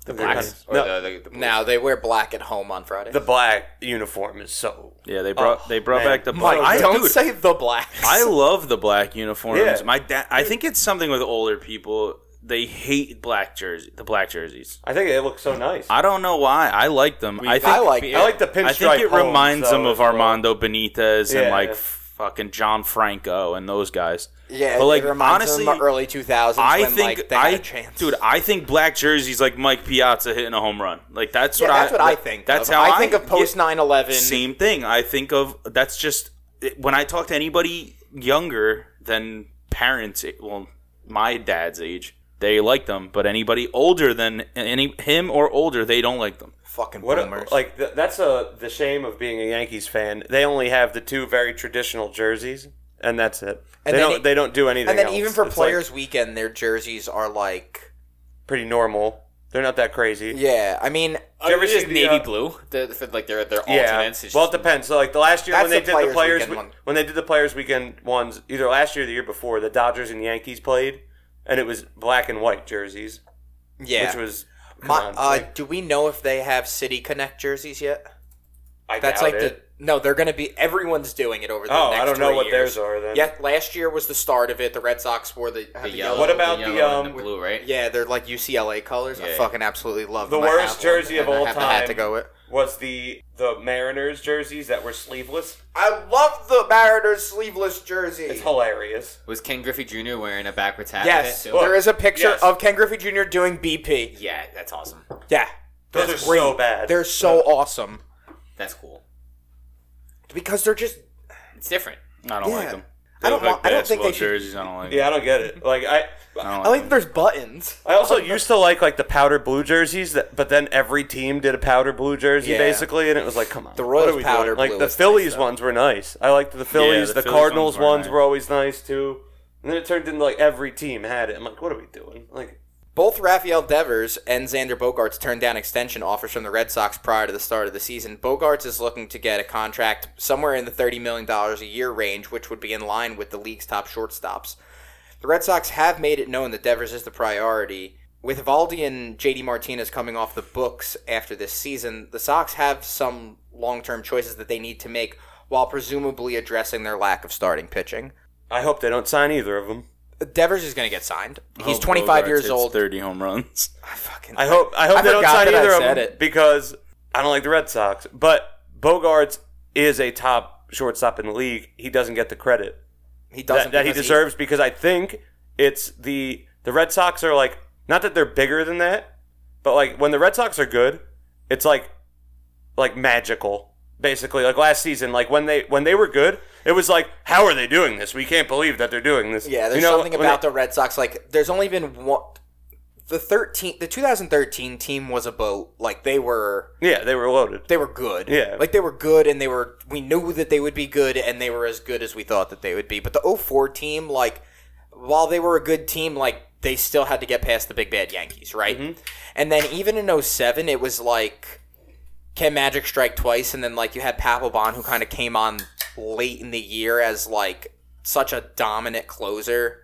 The
Blacks or
no,
the, the, the Blues?
Now they wear black at home on Friday.
the black uniform is so.
Yeah, they brought
Oh,
they brought
man.
back the
Mike,
black. I,
don't
dude,
say the blacks.
I love the black uniforms.
Yeah.
My dad. I think it's something with older people. They hate black jersey, the black jerseys.
I think they look so nice. I,
I don't know why. I like them. I think
I like
I
them.
like the pinstripe.
think it
home,
reminds
so
them of
it's, uh,
Armando Benitez and
Yeah.
like fucking John Franco and those guys.
yeah,
But, like,
it reminds them of
honestly,
early 2000s
I
when
think
like, they
I
had a chance.
dude. I think black jerseys like Mike Piazza hitting a home run. Like that's
yeah,
what
that's
I.
what I think.
That's
of.
how
I think of
yeah,
post 9/11.
Same thing. I think of that's just when I talk to anybody younger than parents. Well, my dad's age, they like them, but anybody older than any him or older, they don't like them.
fucking
what a,
boomers.
like th- that's a the shame of being a Yankees fan. They only have the two very traditional jerseys, and that's it.
And
they
then
don't
e-
they don't do anything.
and then
else.
even for
It's, like,
players weekend, their jerseys are like
pretty normal. They're not that crazy.
yeah. I mean,
you ever
It's just
see the,
navy
uh,
blue. The, for, like their their
Yeah.
alternates. It's
Well, it
just-
depends. So, like the last year when
That's
they
the
did the
Players
players
Weekend
we-
one.
when they did the players weekend ones, either last year or the year before, the Dodgers and Yankees played, and it was black and white jerseys,
yeah.
which was. come
My,
on,
uh, do we know if they have City Connect jerseys yet?
I
That's
doubt
like
it.
the no. They're going to be everyone's doing it over the
Oh,
next
I don't know
three
what
years.
theirs are then.
Yeah, last year was the start of it. The Red Sox wore the, had
the
the
yellow.
What about
the,
the,
yellow and
um,
the blue? Right.
Yeah, they're like UCLA colors. I
Yeah.
fucking absolutely love
The
them. I have
worst
one,
jersey of
and I
all
have the hat
time.
to go with.
Was the the Mariners jerseys that were sleeveless?
I love the Mariners sleeveless jersey.
It's hilarious.
Was Ken Griffey Jr. wearing a backwards hat? with
yes,
it, too?
there is a picture
Yes.
of Ken Griffey Jr. doing BP.
Yeah, that's awesome.
Yeah,
Those
That's
are
great.
so bad.
They're so awesome
That's cool.
because they're just.
It's different.
I don't
Yeah.
like them.
I don't
look
want- I don't think they
basketball
should-
jerseys. I don't like.
yeah, I don't get it. Like I,
I don't
I
like
like that there's buttons.
I also used to like like the powder blue jerseys, that, but then every team did a powder blue jersey
Yeah.
basically, and it was like, come on,
The Royals
what are we doing?
powder blue
Like the
is
Phillies
nice, though.
ones were nice. I liked the Phillies.
the
the
Phillies
Cardinals
ones were
ones
nice.
were always nice too. And then it turned into like every team had it. I'm like, what are we doing? Like,
Both Rafael Devers and Xander Bogarts turned down extension offers from the Red Sox prior to the start of the season. Bogarts is looking to get a contract somewhere in the $30 million a year range, which would be in line with the league's top shortstops. The Red Sox have made it known that Devers is the priority. With Valdi and JD Martinez coming off the books after this season, the Sox have some long term choices that they need to make while presumably addressing their lack of starting pitching.
I hope they don't sign either of them.
Devers is going to get signed.
them.
He's
Oh,
25
Bogarts
years
hits
old.
Thirty home runs.
I fucking
I hope I hope
I
they don't
forgot
sign
that I
either of
said
them
it.
because I don't like the Red Sox. But Bogarts is a top shortstop in the league. He doesn't get the credit
he doesn't
that, that he
because
deserves because I think it's the the Red Sox are like not that they're bigger than that, but like when the Red Sox are good, it's like like magical. Basically, like last season, like when they when they were good, it was like, how are they doing this? We can't believe that they're doing this.
Yeah, there's
You know,
something
when
about
they-
the Red Sox. Like, there's only been one. The thirteen, the 2013 team was a boat. Like they were,
yeah, they were loaded.
they were good.
Yeah.
like they were good, and they were. We knew that they would be good, and they were as good as we thought that they would be. But the 04 team, like, while they were a good team, like they still had to get past the big bad Yankees, right? And then even in 07, it was like, can Magic strike twice? And then like you had Papelbon, who kind of came on late in the year as like such a dominant closer.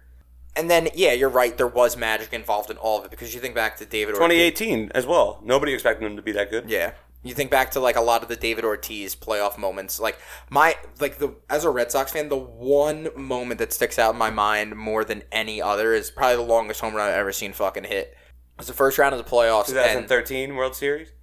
And then, yeah, you're right. There was magic involved in all of it because you think back to David. Ortiz-
2018 as well. Nobody expected them to be that good.
yeah. You think back to like a lot of the David Ortiz playoff moments. Like my like the as a Red Sox fan, the one moment that sticks out in my mind more than any other is probably the longest home run I've ever seen fucking hit. It was the first round of the playoffs and
2013 World Series.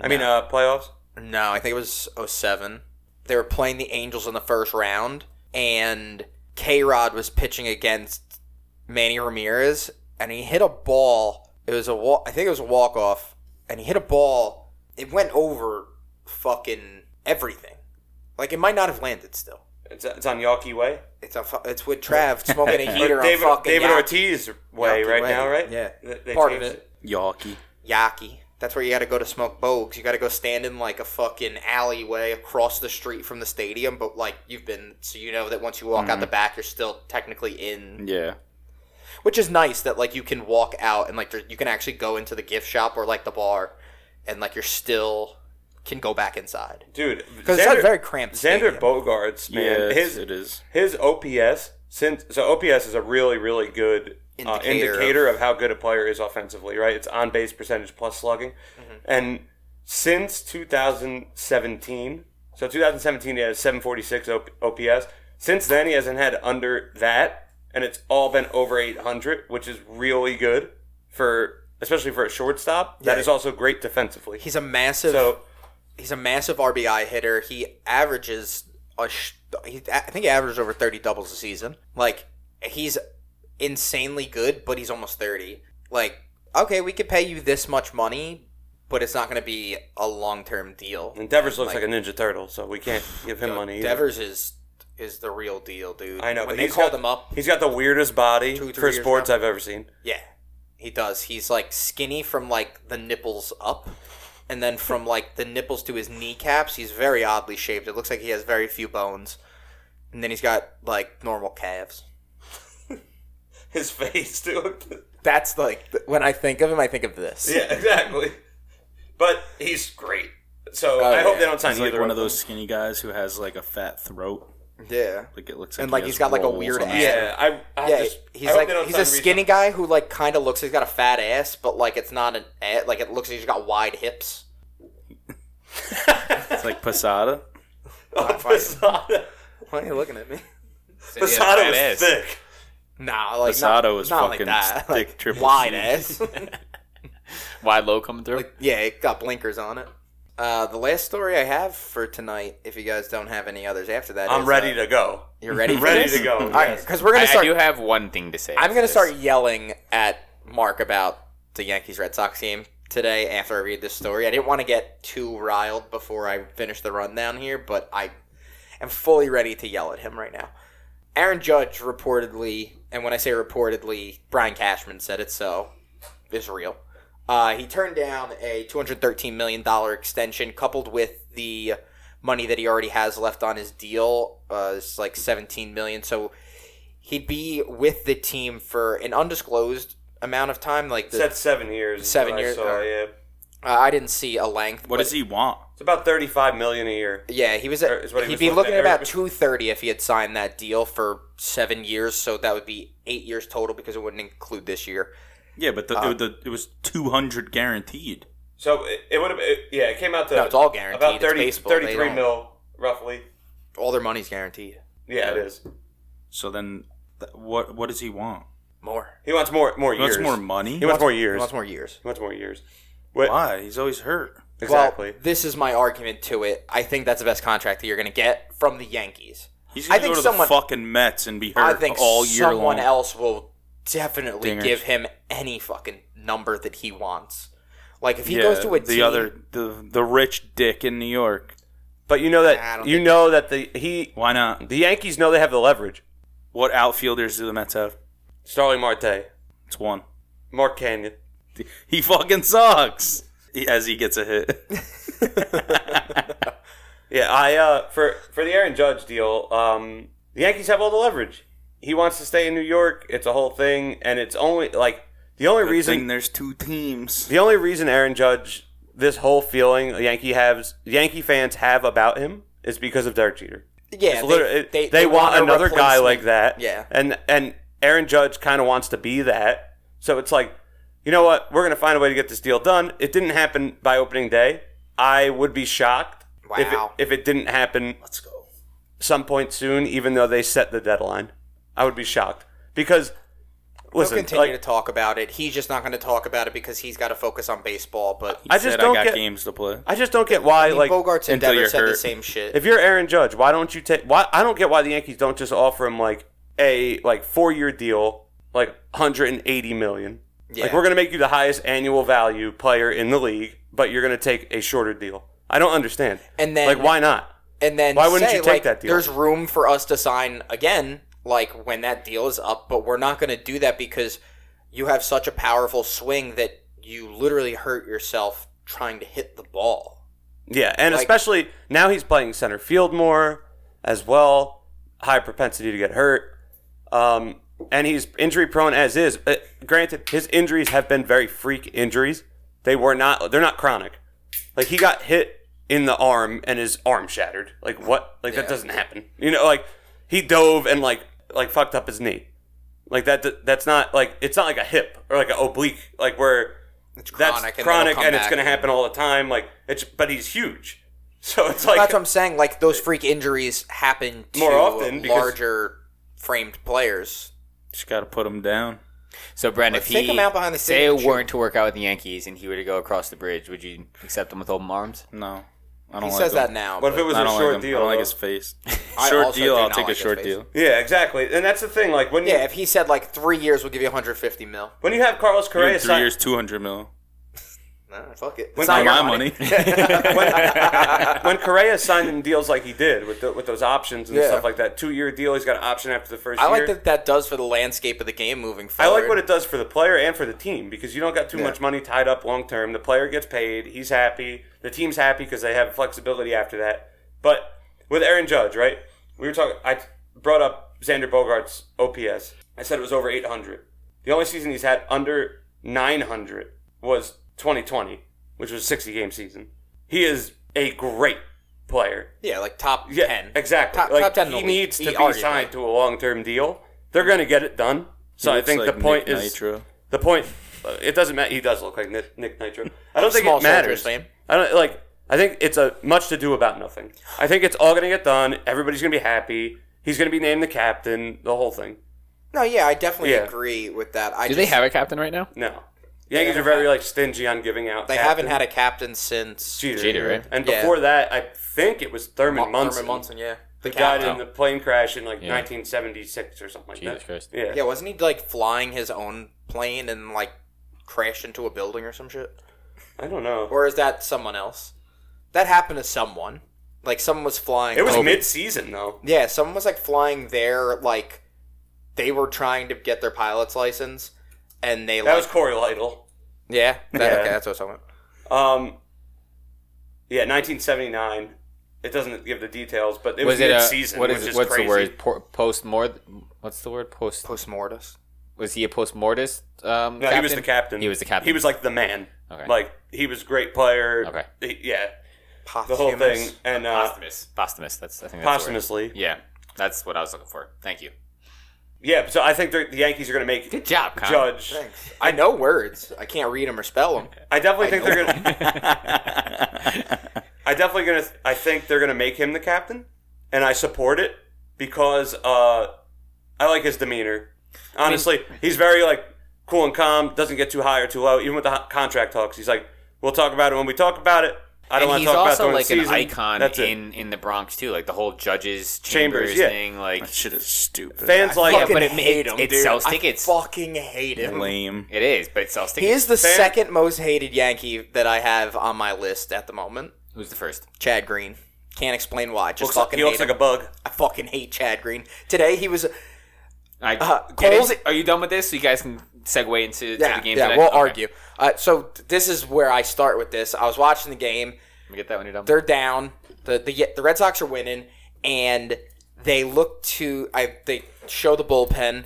I mean, uh, playoffs.
no, I think it was 07. They were playing the Angels in the first round and K-Rod was pitching against Manny Ramirez and he hit a ball. It was a walk I think it was a walk-off and he hit a ball. It went over fucking everything. Like it might not have landed still.
It's, it's on Yawkey Way.
It's a fu- it's with Trav smoking a heater
Or
on fucking
David
Yaki-
Ortiz way
Yaki
right
way.
now, right?
Yeah.
They- they
Part of
changed
it.
Yawkey.
Yaki. That's where you got to go to smoke bogues. You got to go stand in like a fucking alleyway across the street from the stadium, but like you've been, so you know that once you walk out the back, you're still technically in,
Yeah.
which is nice that like you can walk out and like there, you can actually go into the gift shop or like the bar, and like you're still can go back inside
Dude,
because it's a very cramped.
Xander
stadium.
Bogarts, man,
yeah.
his
it is.
his OPS since so OPS is a really really good uh,
indicator,
indicator,
of-
of how good a player is offensively, right? It's on base percentage plus slugging. And since 2017, so 2017 he had a 746 O- OPS. Since then he hasn't had under that, and it's all been over 800, which is really good for especially for a shortstop. That
Yeah.
is also great defensively.
He's a massive.
so
he's a massive RBI hitter. He averages a sh- he, I think he averages over 30 doubles a season. Like he's insanely good, but he's almost 30. Like okay, we could pay you this much money, but it's not going to be a long-term deal.
and Devers looks
Like-
like, a ninja turtle, so we can't give him money. either.
Devers is is the real deal, dude.
I know,
When
but
they
he's
called
got-
him up,
He's got the weirdest body
Two, three
for
years
sports
now.
I've ever seen.
yeah, he does. He's like skinny from like the nipples up. And then from like the nipples to his kneecaps, he's very oddly shaped. It looks like he has very few bones. And then he's got like normal calves.
His face, dude.
That's like th- when I think of him, I think of this.
Yeah, exactly. But he's great. So
Oh,
I hope
yeah.
they don't sign
He's like
either
one of those skinny guys who has like a fat throat.
yeah.
Like it looks like
And,
he
like,
has
he's got, like, a
rolls
weird
on his
ass.
head.
Yeah, I, I
Yeah,
just
he's
I hope
like
they don't
he's
sign
a
Reese
skinny guy who like kind of looks. He's got a fat ass, but like it's not an a- like it looks like he's got wide hips.
It's like Posada.
on- Posada.
Why are you looking at me?
So, yeah,
Posada was
that is.
thick.
Nah, like
Posada
not,
was
not
fucking
like that.
thick
Like,
triple
wide
C.
ass.
Wide low coming through.
yeah, it got blinkers on it. Uh, the last story I have for tonight, if you guys don't have any others after that, uh,
I'm ready to go.
You're ready.
I'm
For
ready
this?
to go.
All right,
yes.
because we're
I,
gonna
I
start.
do have one thing to say.
I'm
after
gonna
this.
start yelling at Mark about the Yankees Red Sox game today after I read this story. I didn't want to get too riled before I finish the rundown here, but I am fully ready to yell at him right now. Aaron Judge reportedly, and when I say reportedly, Brian Cashman said it, so is real. Uh, he turned down a $213 million extension coupled with the money that he already has left on his deal. Uh, it's like $17 million. So he'd be with the team for an undisclosed amount of time. Like, the, uh,
That's seven years. is
Seven
what I
years,
saw,
or-
yeah,
I didn't see a length.
What
but-
does he want?
it's about thirty-five million a year.
Yeah, he was.
Or
At,
is what he
he would
was
be
looking
looking
at,
at about
or-
two thirty if he had signed that deal for seven years. So that would be eight years total because it wouldn't include this year.
Yeah, but the,
Uh,
it, the, it was 200 guaranteed.
So it, it would have. It, yeah, it came out to
No, it's all guaranteed.
about
It's baseball. They
33
don't-
mil roughly.
All their money's guaranteed.
Yeah, it is.
So then, th- what what does he want?
More.
He wants more more
He
years.
wants more money.
He wants more
He
years.
wants more years.
He wants more years. What-
Why? He's always hurt.
Exactly.
Well, this is my argument to it. I think that's the best contract that you're going to get from the Yankees.
He's
I
gonna
think
go to
someone-
the fucking Mets and be
I
hurt
think
all year
someone
long.
else will definitely
Dingers.
give him any fucking number that he wants. Like if he
yeah,
goes to a
the
team,
other the the rich dick in New York.
but you know
I don't
that you
think-
know that the he
Why not?
the Yankees know they have the leverage.
What outfielders do the Mets have?
Starling Marte,
It's one.
Mark Canyon.
He fucking sucks. He- As he gets a hit.
Yeah, I uh for for the Aaron Judge deal, um the Yankees have all the leverage. He wants to stay in New York. It's a whole thing, and it's only like the only
Good
reason
thing there's two teams.
the only reason Aaron Judge this whole feeling Yankee has Yankee fans have about him is because of Derek Jeter.
yeah,
It's
they,
literally-
they,
they,
they
want,
a
another guy
replacement.
like that.
Yeah.
And and Aaron Judge kind of wants to be that. So it's like, you know what? We're going to find a way to get this deal done. It didn't happen by opening day. I would be shocked if, it,
Wow.
if it didn't happen
Let's go.
some point soon, even though they set the deadline. I would be shocked because listen,
He'll continue
like,
to talk about it. He's just not going to talk about it because he's got to focus on baseball. But
I
Said
just
I
don't
got
get.
games to play.
I just don't get why
I mean,
like
Bogarts and
until
Dever
you're
said the
hurt.
same shit.
If you're Aaron Judge, why don't you take? Why I don't get why the Yankees don't just offer him like a like four year deal, like 180 million. Like
Yeah.
we're gonna make you the highest annual value player in the league, but you're gonna take a shorter deal. I don't understand.
And then-
like why not?
and then
Why wouldn't
say,
you take
like,
that deal?
There's room for us to sign again, like when that deal is up. But we're not going to do that because you have such a powerful swing that you literally hurt yourself trying to hit the ball.
Yeah, and
Like-
especially now he's playing center field more as well. High propensity to get hurt, um, and he's injury prone as is. Uh, granted, his injuries have been very freak injuries. They were not. They're not chronic. Like he got hit in the arm and his arm shattered. Like what? Like that doesn't happen. You know, like he dove and like like fucked up his knee. Like that. That's not like it's not like a hip or like an oblique. Like where
It's
that's
chronic, and
chronic
it'll
and,
come
it's
back.
going to happen all the time. Like it's but he's huge, so it's like
that's what I'm saying. Like those freak injuries happen to
More often, because-
larger framed players.
Just got to put him down.
So, Brent,
Let's
if
take
he
him out behind the
say
scenes
it
and shoot
weren't to work out with the Yankees and he were to go across the bridge, would you accept him with open arms?
No, I
He
don't. like
says
him.
that now.
What if
but
it was
I
a
don't like
short
him.
deal?
I don't like
though?
his face.
I
Short
also
deal.
do
I'll
not
take
like
a
his
short
face.
deal.
Yeah, exactly. And that's the thing. Like when you,
yeah, if he said like three years, we'll give you 150 mil.
when you have Carlos
You're in
Correa
three
sign,
years, two hundred mil.
Nah, fuck it. It's
When-
not
Not
your
my
money.
money.
when Correa signed in deals like he did with the, with those options and
Yeah.
stuff like that, two year deal, he's got an option after the first
I like
year.
that that does for the landscape of the game moving
I
forward.
like what it does for the player and for the team because you don't got too much money tied up long term. The player gets paid, he's happy, the team's happy because they have flexibility after that. But with Aaron Judge, right? We were talking. I brought up Xander Bogart's OPS. I said it was over 800. The only season he's had under 900 was 2020, which was a 60 game season. He is a great player.
Yeah, like top
Yeah,
10.
exactly.
Top,
Like,
top 10 in the
He
league,
needs to
e-
be
arguably.
signed to a long-term deal. They're going to get it done. So
He
I
looks
think
like
the point
Nick
is
Nitro.
the point. uh, It doesn't matter. He does look like Nick, Nick Nitro. I don't think
Small
it matters.
soldiers, fame.
I don't like. I think it's a much to do about nothing. I think it's all going to get done. Everybody's going to be happy. He's going to be named the captain. The whole thing.
No, yeah, I definitely
Yeah.
agree with that. I
Do
just,
they have a captain right now?
No, Yankees are very like stingy on giving out.
They haven't had a captain since
Jeter,
Jeter, right?
And
Yeah.
before that, I think it was Thurman
Mon-
Munson.
Thurman Munson, yeah.
The
The
guy
captain.
in the plane crash in like
Yeah.
1976 or something like
Jesus
that.
Christ.
Yeah.
Yeah, wasn't he like flying his own plane and like crashed into a building or some shit?
I don't know.
Or is that someone else? That happened to someone. Like someone was flying.
It was
over-
mid-season though.
Yeah, someone was like flying there. Like they were trying to get their pilot's license, and they
That
like
was Corey Lytle.
yeah, that,
Yeah.
okay, that's what someone.
Um, yeah, 1979. It doesn't give the details, but it was,
it
mid-season,
what
which
is
is
what's
crazy.
the word? Por- post mort. What's the word? Post.
Postmortis.
Was he a post mortis? Um,
No, he was the captain.
He was the captain.
He was like the man.
Okay.
Like he was a great player.
Okay.
He- yeah, the
Posthumous.
whole thing and uh,
posthumous. Posthumous. That's I think that's the word.
posthumously.
Yeah, that's what I was looking for. Thank you.
Yeah, so I think they're- the Yankees are going to make
Good job, Connor.
Judge.
Thanks. I know words. I can't read them or spell them.
I definitely think
know.
they're going. to... I definitely gonna. I think they're gonna make him the captain, and I support it because uh, I like his demeanor. Honestly, he's very like cool and calm. Doesn't get too high or too low. Even with the ho- contract talks, he's like, "We'll talk about it when we talk about it." I don't
And
want to
he's
talk about it
also
during
like
the
an
season."
icon
That's it.
in in the Bronx too. Like the whole judges
Chambers,
chambers,
yeah.
thing. Like
That shit is stupid.
Fans like
Oh, Yeah,
Fucking
but it-
hate
it-
him,
it
dude.
sells
I
tickets.
fucking hate him.
lame.
it is, but it sells
He
tickets.
is the
Fair.
second most hated Yankee that I have on my list at the moment.
Who's the first?
Chad Green. Can't explain why. Just
looks like,
fucking
he looks
hate
like a bug.
him. I fucking hate Chad Green. Today he was
I
Uh,
get
Cole's-
it. Are you done with this? So you guys can segue into to
yeah,
the game.
yeah,
today?
we'll
Okay.
argue. Uh, so th- this is where I start with this. I was watching the game.
Let me get that when you're done.
They're down. The the the Red Sox are winning, and they look to I they show the bullpen,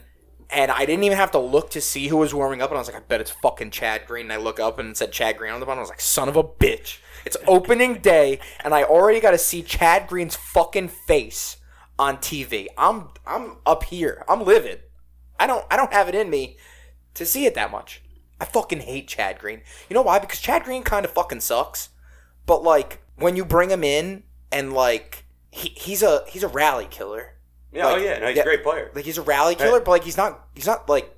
and I didn't even have to look to see who was warming up, and I was like, I bet it's fucking Chad Green. And I look up and it said Chad Green on the bottom. I was like, son of a bitch. It's opening day, and I already got to see Chad Green's fucking face on TV. I'm I'm up here. I'm livid. I don't I don't have it in me to see it that much. I fucking hate Chad Green. You know why? Because Chad Green kind of fucking sucks. But like when you bring him in and like he, he's a he's a rally killer.
Yeah, oh
Like,
yeah, no, he's
yeah.
a great player.
Like he's a rally killer, but like he's not he's not like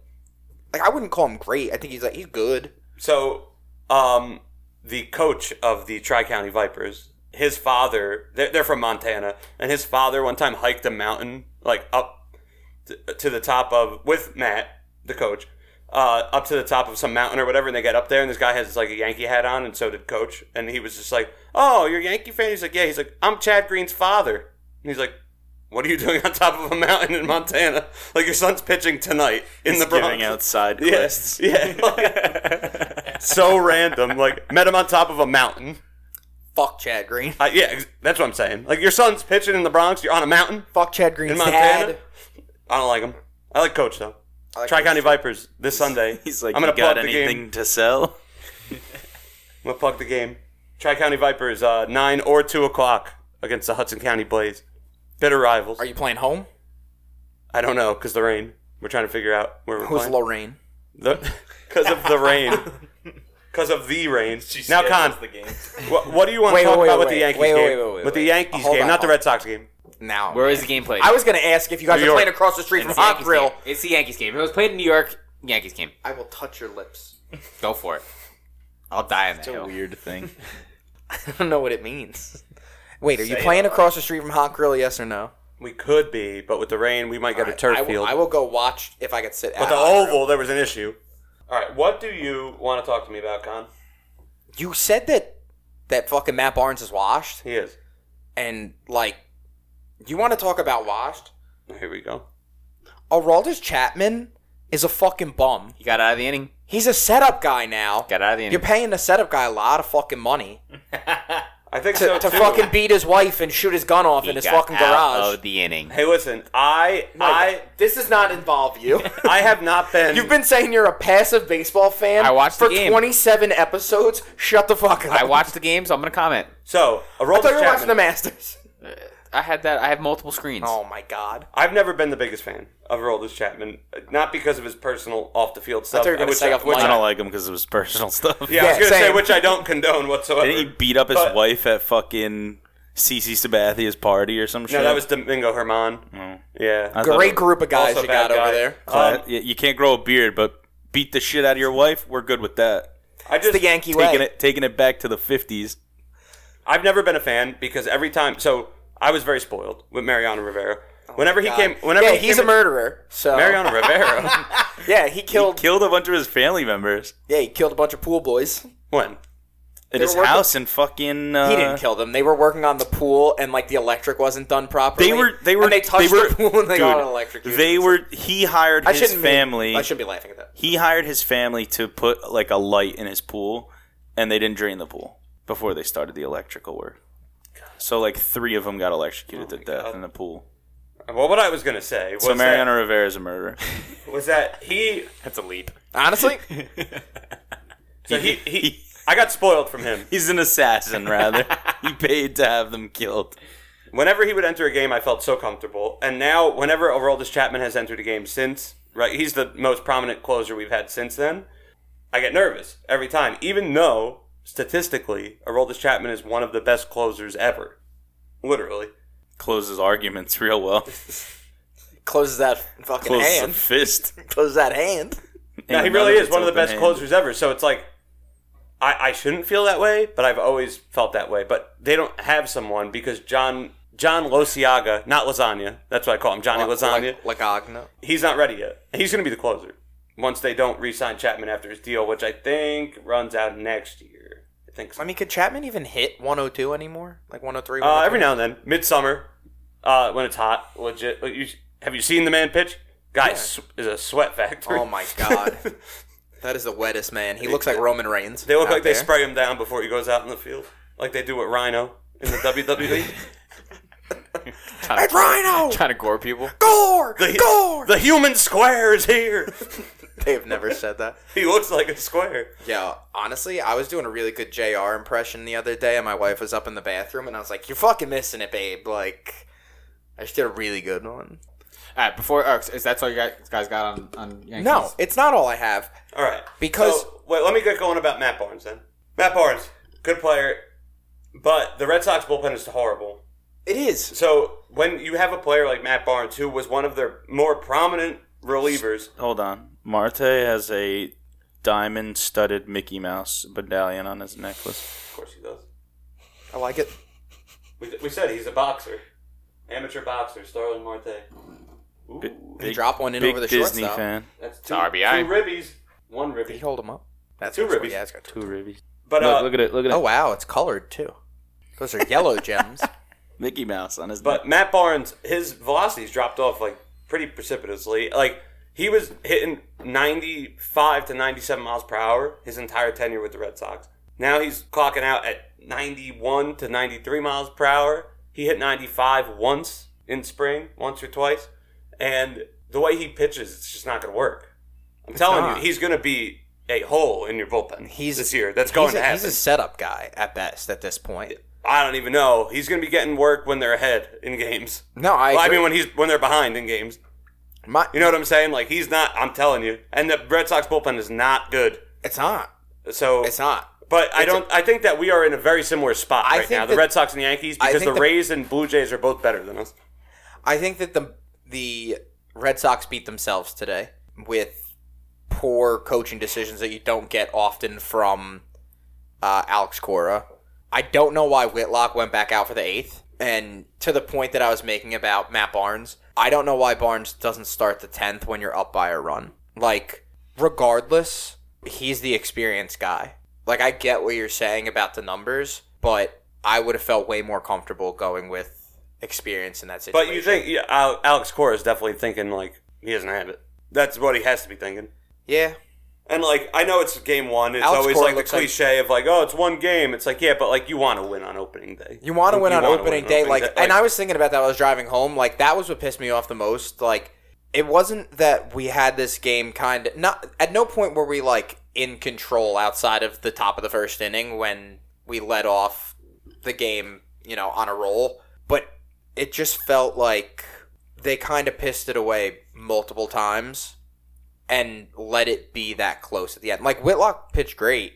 like I wouldn't call him great. I think he's like he's good.
So, um, the coach of the Tri County Vipers, his father, they're, they're from Montana, and his father one time hiked a mountain, like up to, to the top of, with Matt, the coach, uh, up to the top of some mountain or whatever, and they get up there, and this guy has like a Yankee hat on, and so did coach, and he was just like, Oh, you're a Yankee fan? He's like, Yeah, he's like, I'm Chad Green's father. And he's like, what are you doing on top of a mountain in Montana? Like your son's pitching tonight in the Bronx.
Giving outside
Yes.
quests.
Yeah. so random. Like met him on top of a mountain.
Fuck Chad Green.
Uh, yeah, ex- that's what I'm saying. Like your son's pitching in the Bronx. You're on a mountain
Fuck Chad
in
Green's
Montana.
dad.
I don't like him. I like Coach though.
like
Tri County Vipers this Sunday.
He's like,
I'm gonna
you got
plug the
anything
game.
to sell?
I'm gonna plug the game. Tri County Vipers uh, nine or two o'clock against the Hudson County Blaze. Bitter rivals.
Are you playing home?
I don't know because the rain. We're trying to figure out where we're
Who's
playing.
Lorraine?
Because of the rain. Because of the rain.
She
now, Con,
schedules the games.
what, what do you want
Wait,
to talk
wait,
about
wait,
with the
wait,
Yankees
wait,
game?
wait, wait, wait,
with the
wait.
Yankees
Hold
game,
on,
not the
hold
Red Sox game.
Now,
Where is the game played?
I was going to ask if you guys
New
are
York.
playing across the street
It's
from
the
Hot
Yankees
Grill.
game. It's the Yankees game. If it was played in New York, Yankees game.
I will touch your lips.
Go for it. I'll die in that hill.
weird thing.
I don't know what it means. Wait, are you playing across the street from Hot Grill? Yes or no?
We could be, but with the rain, we might get a turf
I,
field.
Will, I will go watch if I could sit.
but
at
the
Hot Grill.
oval, there was an issue. All right, what do you want to talk to me about, Con?
You said that that fucking Matt Barnes is washed,
He is.
and like, you want to talk about washed?
Here we go.
Araldis Chapman is a fucking bum.
He got out of the inning.
He's a setup guy now.
Got out of the
You're
inning.
paying the setup guy a lot of fucking money
I think
to,
so
to
too.
fucking beat his wife and shoot his gun off in his
He got
fucking
out
garage.
Of the inning.
Hey, listen, I, I,
this does not involve you.
I have not been.
You've been saying you're a passive baseball fan.
I watched
for
the game.
27 episodes. Shut the fuck up.
I watched the game, so I'm gonna comment.
so a
I thought you were watching the
Chapman.
Masters.
I had that. I have multiple screens.
Oh my god.
I've never been the biggest fan of Aroldis Chapman, not because of his personal off the field stuff.
thought you were gonna
which
say
I-
off
which
mic.
I
I-
don't like him because of his personal stuff.
Yeah, I was
Yeah,
gonna say
same.
which I don't condone whatsoever.
Didn't he beat up his
But-
wife at fucking CC Sabathia's party or some shit?
No, that was Domingo Herman. Yeah,
I thought
Great
it-
group of guys
Also
you
bad
got over
guy.
there.
Cla-
Um,
yeah, you can't grow a beard, but beat the shit out of your wife. We're good with that.
I just
The Yankee way.
Taking it, taking it back to the fifties.
I've never been a fan because every time, so I was very spoiled with Mariano Rivera. Whenever he
Oh God.
came, whenever
yeah,
he
he's a Oh.
came in-
murderer. So
Mariano Rivera.
Yeah, he killed.
Killed a bunch of his family members
yeah, he killed a bunch of pool boys.
when
at his
were working-
house and fucking. Uh,
He didn't kill them. They were working on the pool, and like the electric wasn't done properly.
They were. They were.
And they touched
were,
the pool, and they
dude,
got electrocuted.
They were. He hired
I
his
shouldn't be-
family.
I shouldn't be laughing at that.
he hired his family to put like a light in his pool, and they didn't drain the pool before they started the electrical work. So like three of them got electrocuted to death in the pool.
well, what I was gonna say was
So Mariano
that,
Rivera is a murderer.
was that he
That's a leap.
Honestly,
so he, he I got spoiled from him.
He's an assassin, rather. he paid to have them killed.
Whenever he would enter a game, I felt so comfortable. And now, whenever Aroldis Chapman has entered a game since, right, he's the most prominent closer we've had since then. I get nervous every time, even though statistically, Aroldis Chapman is one of the best closers ever, literally.
Closes arguments real well.
closes that fucking
Closes a
hand.
fist.
Closes that hand.
No, he
Ain't
really
none
is
it's
one of the best
open-handed.
closers ever. So it's like, I, I shouldn't feel that way, but I've always felt that way. But they don't have someone because John John Losiaga, not Lasagna. That's what I call him, Johnny Lasagna.
Like, Agno.
he's not ready yet. He's going to be the closer once they don't re-sign Chapman after his deal, which I think runs out next year. I think so.
I mean, could Chapman even hit 102 anymore? Like 103?
uh, every now and then, midsummer, uh, when it's hot, legit. like, you- have you seen the man pitch? Guy s is a sweat factory.
Oh my god. that is the wettest man. He looks like Roman Reigns.
They look
out
like they
there.
spray him down before he goes out in the field, like they do with Rhino in the E. WWE.
Hey, Rhino!
Trying to gore people.
Gore!
The,
Gore!
the human square is here.
They have never said that.
he looks like a square.
Yeah, honestly, I was doing a really good JR impression the other day, and my wife was up in the bathroom, and I was like, You're fucking missing it, babe. Like, I just did a really good one.
All right, before uh, is that's all you guys, guys got on on Yankees?
No, it's not all I have.
All right.
Because-
So, wait, let me get going about Matt Barnes then. Matt Barnes, good player, but the Red Sox bullpen is horrible.
It is.
So when you have a player like Matt Barnes, who was one of their more prominent relievers,
Hold on. Marte has a diamond studded Mickey Mouse medallion on his necklace.
of course he does.
I like it.
We, we said he's a boxer, amateur boxer, Starlin Marte.
Bi-
He
big
dropped one in
big
over the
Disney
shortstop.
fan.
That's two,
It's RBI.
two ribbies, one
Did he
ribby.
hold him up? That's
Two
actually-
ribbies.
Yeah, it's got two.
Two ribbies.
But uh,
look, look at it. Look at
Oh,
it.
wow, it's colored, too. Those are yellow gems.
Mickey Mouse on his neck.
But Matt Barnes, his velocity's dropped off like pretty precipitously. Like he was hitting 95 to 97 miles per hour his entire tenure with the Red Sox. Now he's clocking out at 91 to 93 miles per hour. He hit 95 once in spring, once or twice, and the way he pitches, it's just not going to work. I'm telling
not.
you, he's going to be a hole in your bullpen
He's-
this year. That's going
he's,
to
a,
happen.
he's a setup guy at best at this point.
I don't even know. He's going to be getting work when they're ahead in games.
No, I.
Well, I
agree.
mean, when he's when they're behind in games,
My,
You know what I'm saying? Like he's not. I'm telling you. And the Red Sox bullpen is not good.
it's not.
So
It's not.
But
It's
I
a-
don't. I think that we are in a very similar spot
I
right
think
now. The
that-
Red Sox and Yankees,
I
because the,
think the-
Rays and Blue Jays are both better than us.
I think that the the Red Sox beat themselves today with poor coaching decisions that you don't get often from uh, Alex Cora. I don't know why Whitlock went back out for the eighth, and to the point that I was making about Matt Barnes, I don't know why Barnes doesn't start the tenth when you're up by a run. Like, regardless, he's the experienced guy. Like, I get what you're saying about the numbers, but I would have felt way more comfortable going with experience in that situation.
But you think yeah, Al- Alex Cora is definitely thinking like he doesn't have it. That's what he has to be thinking.
Yeah.
And like I know it's game one. It's
Alex
always
Cora
like the
looks like-
cliche of like, oh, it's one game. It's like yeah, but like you want to win on opening day.
You want to win on
wanna
opening
on
day,
opening
like, and
Like,
I was thinking about that. While I was driving home, like that was what pissed me off the most. Like, it wasn't that we had this game kind of not at no point were we like in control outside of the top of the first inning when we let off the game, you know, on a roll. But it just felt like they kind of pissed it away multiple times and let it be that close at the end. Like Whitlock pitched great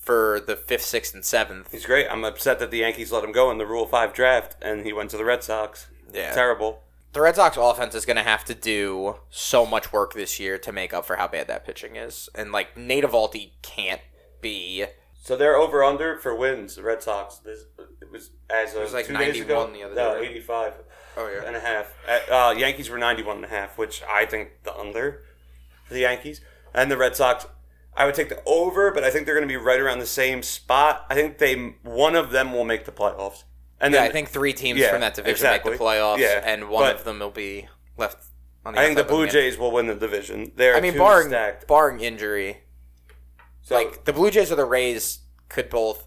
for the fifth, sixth, and seventh.
he's great. I'm upset that the Yankees let him go in the Rule Five draft, and he went to the Red Sox.
Yeah.
Terrible.
the Red Sox offense is going to have to do so much work this year to make up for how bad that pitching is, and like Nate Evaldi can't be.
So they're over under for wins. The Red Sox. This, it was as of
was like
two days ago.
91 the other
no,
day, right?
85
Oh
and a half. Uh, uh, Yankees were 91 and a half, which I think the under for the Yankees and the Red Sox. I would take the over, but I think they're going to be right around the same spot. I think they one of them will make the playoffs, and
yeah.
then
I think three teams
Yeah,
from that division
exactly.
make the playoffs,
Yeah,
and one
but-
of them will be left. On the
I think the
outside
Blue
looking in.
Jays will win the division. They're
I mean,
too
barring
stacked.
barring injury,
So-
like the Blue Jays or the Rays could both.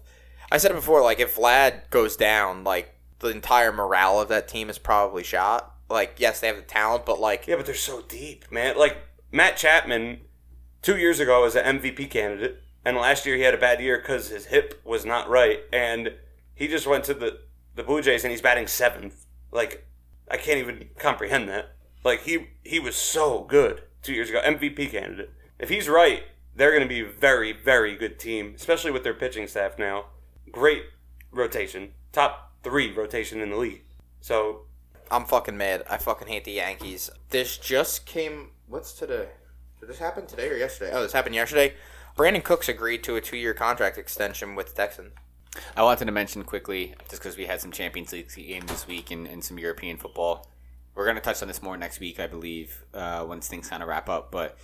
I said it before, like if Vlad goes down, like the entire morale of that team is probably shot. Like yes, they have the talent, but like
Yeah, but they're so deep, man. Like Matt Chapman, two years ago was an MVP candidate, and last year he had a bad year because his hip was not right, and he just went to the the Blue Jays and he's batting seventh. Like I can't even comprehend that. Like he he was so good two years ago, MVP candidate. If he's right, they're going to be a very very good team, especially with their pitching staff now. Great rotation, top three rotation in the league. So
I'm fucking mad. I fucking hate the Yankees. This just came. What's today? Did this happen today or yesterday? Oh, this happened yesterday. Brandon Cooks agreed to a two-year contract extension with the Texans.
I wanted to mention quickly, just because we had some Champions League games this week and, and some European football. We're going to touch on this more next week, I believe, uh, once things kind of wrap up. But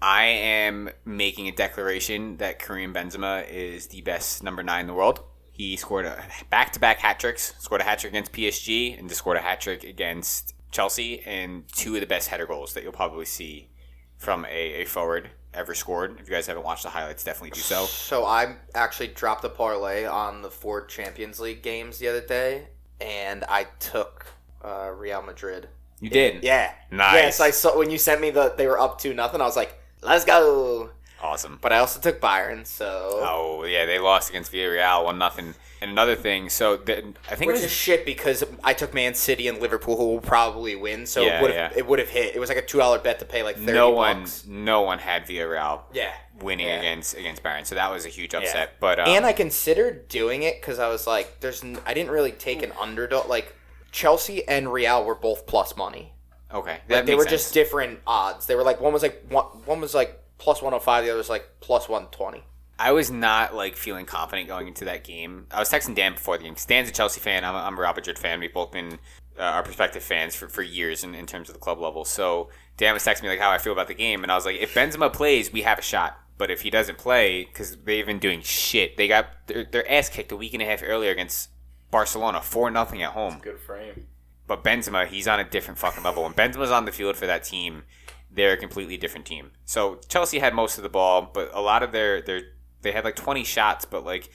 I am making a declaration that Kareem Benzema is the best number nine in the world. He scored a back-to-back hat tricks. Scored a hat trick against PSG and just scored a hat trick against Chelsea, and two of the best header goals that you'll probably see from a, a forward ever scored. If you guys haven't watched the highlights, definitely do so.
So I actually dropped a parlay on the four Champions League games the other day, and I took uh, Real Madrid.
You did,
Yeah,
Nice.
Yes, I saw when you sent me the they were up two nothing. I was like, let's go.
awesome.
But I also took Byron, so
Oh yeah, they lost against Villarreal one nothing. And another thing, so the, I think it
which
was
is shit because I took Man City and Liverpool, who will probably win. So
Yeah,
it would have
yeah.
it would have hit. It was like a two dollar bet to pay like thirty
no one,
bucks.
no one had Villarreal
Yeah,
winning
Yeah.
against against Bayern, so that was a huge upset.
Yeah.
But um,
and I considered doing it because I was like, "There's," n- I didn't really take an underdog. Like Chelsea and Real were both plus money.
okay, that
Like they
makes
were
sense.
just different odds. They were like one was like one, one was like plus one hundred five, the other was like plus one twenty.
I was not like feeling confident going into that game. I was texting Dan before the game. 'cause Dan's a Chelsea fan. I'm a, I'm a Real Madrid fan. We've both been uh, our prospective fans for, for years in, in terms of the club level. So Dan was texting me like how I feel about the game, and I was like, if Benzema plays, we have a shot. But if he doesn't play, because they've been doing shit, they got their, their ass kicked a week and a half earlier against Barcelona, four nothing at home.
Good frame.
But Benzema, he's on a different fucking level. When Benzema's on the field for that team, they're a completely different team. So Chelsea had most of the ball, but a lot of their their they had like 20 shots, but like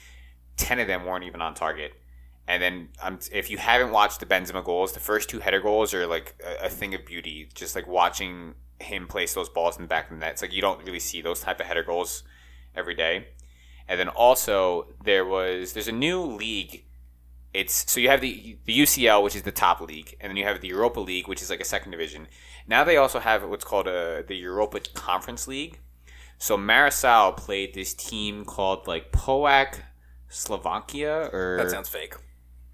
10 of them weren't even on target. And then um, if you haven't watched the Benzema goals, the first two header goals are like a, a thing of beauty. Just like watching him place those balls in the back of the net. It's like you don't really see those type of header goals every day. And then also there was there's a new league It's so you have the the UCL, which is the top league, and then you have the Europa League, which is like a second division. Now they also have what's called uh the Europa Conference League. So Marisal played this team called like Poak Slovakia or
That sounds fake.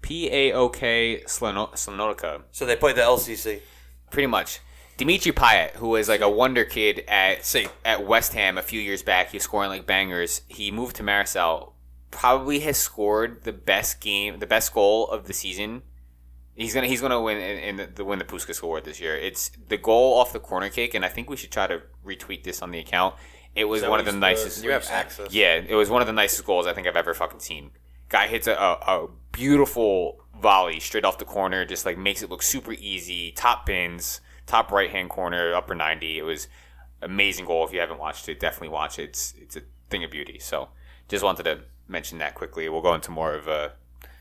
P A O K Slano- Slanonica.
So they played the LCC.
Pretty much. Dimitri Payet, who was like a wonder kid at
See.
at West Ham a few years back, he was scoring like bangers. He moved to Marisal, probably has scored the best game, the best goal of the season. He's gonna he's gonna win in, in the win the Puskas Award this year. It's the goal off the corner kick, and I think we should try to retweet this on the account. It was
that
one of
what
the
he's-
nicest.
uh,
You have access.
Yeah, it was one of the nicest goals I think I've ever fucking seen. Guy hits a, a, a beautiful volley straight off the corner, just like makes it look super easy. Top pins, top right hand corner, upper ninety. It was amazing goal. If you haven't watched it, definitely watch it. It's it's a thing of beauty. So just wanted to mention that quickly. We'll go into more of uh,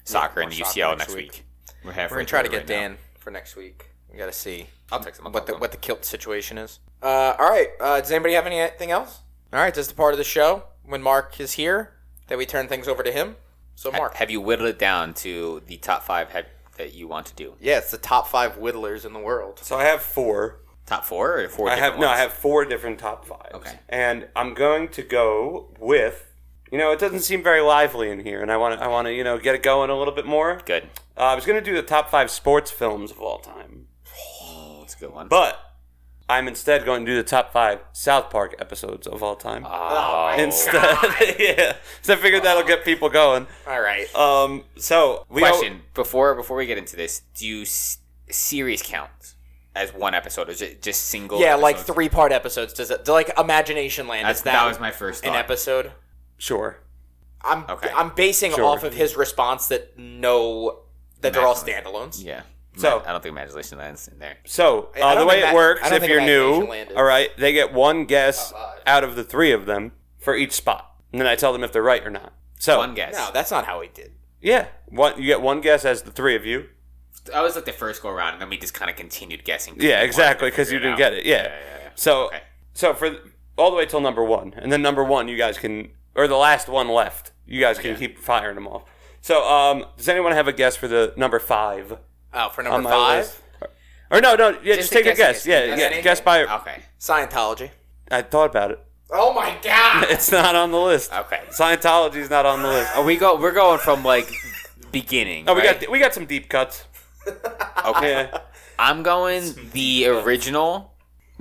soccer
more
and the
soccer
UCL
next
next week.
week.
We're,
We're gonna try to get Dan for next week. We gotta see
I'll text him. I'll
what the
talk to him.
what the kilt situation is. Uh, all right. Uh, does anybody have anything else? All right. This is the part of the show when Mark is here that we turn things over to him. So Mark,
Have you whittled it down to the top five head that you want to do?
yeah, it's the top five whittlers in the world.
So I have four.
Top four or four?
I have
different
no. I
ones?
have four different top fives.
Okay.
And I'm going to go with. You know, it doesn't seem very lively in here, and I want to. I want to. You know, get it going a little bit more.
Good.
Uh, I was going to do the top five sports films of all time,
That's a good one.
but I'm instead going to do the top five South Park episodes of all time. uh,
Oh,
instead, yeah. So I figured that'll get people going.
All right.
Oh,
Um. So we all-
question before before we get into this do you s- series count as one episode or just, just single
Yeah, like
episodes?
three part episodes. Does it like Imagination Land?
That's-
is
that was my first
an
thought.
episode.
sure.
I'm
Okay.
I'm basing
Sure.
off of his response that no, that they're all
Imagine
standalones.
yeah
So-
Ma- i don't think imagination land's in there
So
I- I
uh, the
don't
way
think
it
that- I
works,
don't
if
think
you're new,
Imagination Land is-
all right, they get one guess
Top five.
out of the three of them for each spot, and then I tell them if they're right or not. So
one guess
No, that's not how he did.
yeah, one you get one guess as the three of you.
i was like the first go around and then we just kind of continued guessing
Yeah, exactly, because you
figure it
didn't
out.
get it. Yeah. So
Okay.
so for th- all the way till number one, and then number one, you guys can, or the last one left, you guys can keep firing them off. So um, does anyone have a guess for the number five
Oh, for
on
number
my
five,
list? Or no, no, yeah, just,
Just a
take a guess.
guess, guess,
Yeah,
guess
yeah,
anything. Oh.
guess by.
okay
Scientology.
I thought about it.
Oh my god!
It's not on the list.
Okay.
Scientology's not on the list.
oh we go we're going from like beginning
Oh, we
right?
got we got some deep cuts.
okay
Yeah.
i'm going the original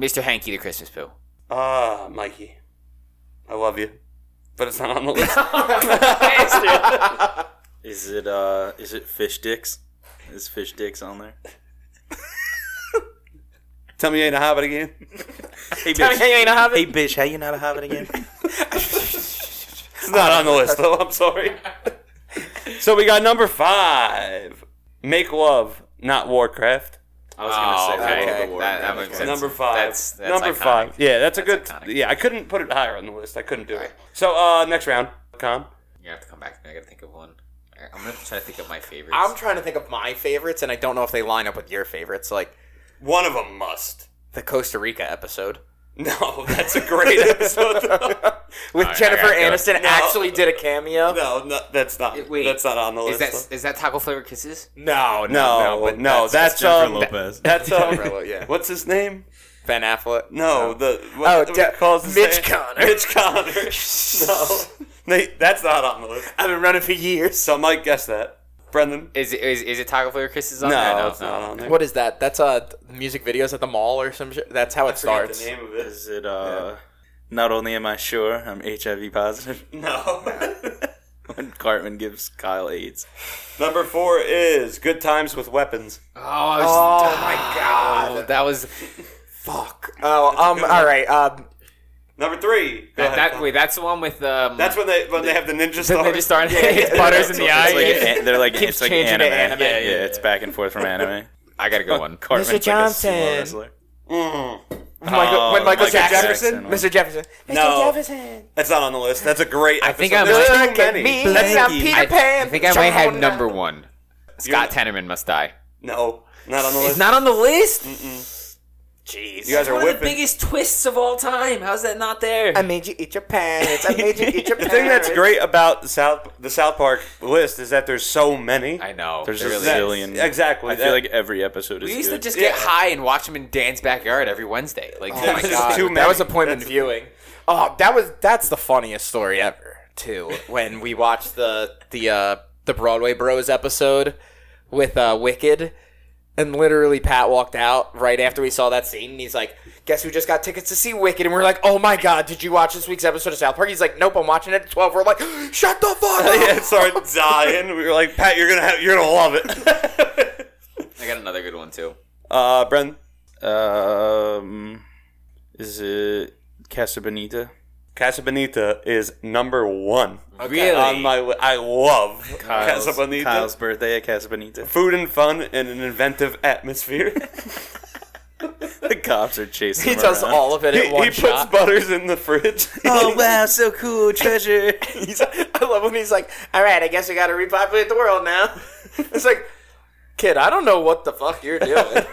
mr hanky the christmas poo
Ah, Mikey, I love you, but it's not on the list.
Is it uh? Is it fish dicks? Is fish dicks on there?
Tell me you ain't a hobbit again.
Hey bitch, how you ain't a hobbit. Hey bitch, how you not a hobbit again?
It's not on the list though. I'm sorry. so we got number five. Make love, not Warcraft.
I was gonna say World of
okay.
the
Okay.
War.
That- that makes sense.
Oh, number five.
That's- that's
number
iconic.
five. Yeah, that's, a good.
That's iconic.
Yeah, I couldn't put it higher on the list. I couldn't do it. So uh, next round, Con.
You're gonna have to come back to me. I gotta think of one. Alright, I'm gonna try to think of my favorites.
I'm trying to think of my favorites, and I don't know if they line up with your favorites. Like
One of them must.
the Costa Rica episode
No, that's a great episode. though.
with
right,
Jennifer
I gotta
Aniston actually did a cameo.
No, no, that's not.
Wait.
that's not on the
is
list.
that is that taco flavored kisses?
No,
no, no,
but
that's,
that's Jennifer
um,
Lopez.
That's um,
Umbrella, yeah.
what's his name?
Ben Affleck.
No, the what,
Oh,
what
De-
calls his
Mitch
name?
Connor.
Mitch Connor. no, Nate, that's not on the list.
I've been running for years.
So Mike guessed that. Brendan.
Is it is, is it taco flavored kisses on
no,
there?
it's not on there.
What is that? That's uh music videos at the mall or some shit. That's how it
I forget
starts.
the name of it?
Is it uh? Not only am I sure I'm HIV positive,
No.
when Cartman gives Kyle AIDS.
Number four is Good Times with Weapons.
Oh, I was-
Oh my god!
oh, that was
Fuck. Oh, um, all right. Um,
Number three. Go
that,
ahead,
that
Tom.
wait, that's the one with um.
that's when they when they have the ninja
the
stars.
ninja star and his butters in the eye.
It's like an- they're like
Keeps
it's like
changing
anime.
to anime.
Yeah, yeah, it's back and forth from anime.
I got a good one.
Cartman's
Mr.
like a sumo
Johnson.
wrestler.
Mm.
Michael,
Oh,
when Michael,
Michael
Jackson,
Jackson.
Mr. Jefferson,
No.
Mr. Jefferson.
That's not on the list. That's a great. Episode.
think I
There's
might-
too many.
Blanky.
Let's not Peter
I-
Pan.
I think I might have
John-
number one. Scott Tannerman must die.
No, not on the list.
It's not on the list.
Jeez.
You guys are
One of the
whipping.
biggest twists of all time. How's that not there?
I made you eat your pants. I made you eat your
The
pants.
thing that's great about the South the South Park list is that there's so many.
I know.
There's
It
a
really
That-
is.
zillion.
exactly.
I feel
That-
like every episode is.
We used to
good.
just get
Yeah.
high and watch them in Dan's backyard every Wednesday. Like, oh my
It's
god,
too
That
many.
was appointment viewing. Oh, that was that's the funniest story ever. Too when we watched the the uh, the Broadway Bros episode with uh, Wicked, and literally Pat walked out right after we saw that scene, and he's like, "Guess who just got tickets to see Wicked?" And we're like, "Oh my god, did you watch this week's episode of South Park?" He's like, "Nope, I'm watching it at 12. We're like, "Shut the fuck
yeah,
up!"
it started dying. We were like, Pat, you're gonna have, you're gonna love it.
I got another good one too.
uh, Bren,
Um, is it Casa Bonita?
Casa Bonita is number one
Really?
Um,
on my. Li- I love
Kyle's,
Casa Bonita.
Kyle's birthday at Casa Bonita.
Food and fun in an inventive atmosphere.
The cops are chasing.
He
him
does
around.
all of it
he
at one
he puts
shot.
butters in the fridge.
oh wow, so cool, treasure.
He's, I love when he's like, "All right, I guess we got to repopulate the world now." it's like, kid, I don't know what the fuck you're doing.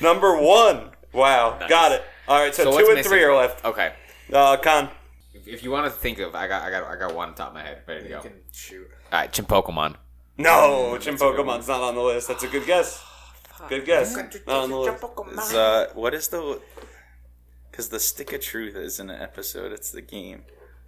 Number one. Wow, got it. All right, so,
So
two
what's
and
missing?
three are left.
Okay,
Uh, Con.
if, if you want to think of, I got, I got, I got one on top of my head. Ready to go. shoot. All right, Chim Pokemon.
No, Jim Pokemon's not on the list. That's a good guess. Good guess. Not on the list.
Is, uh, what is the? Because the stick of truth isn't an episode; it's the game.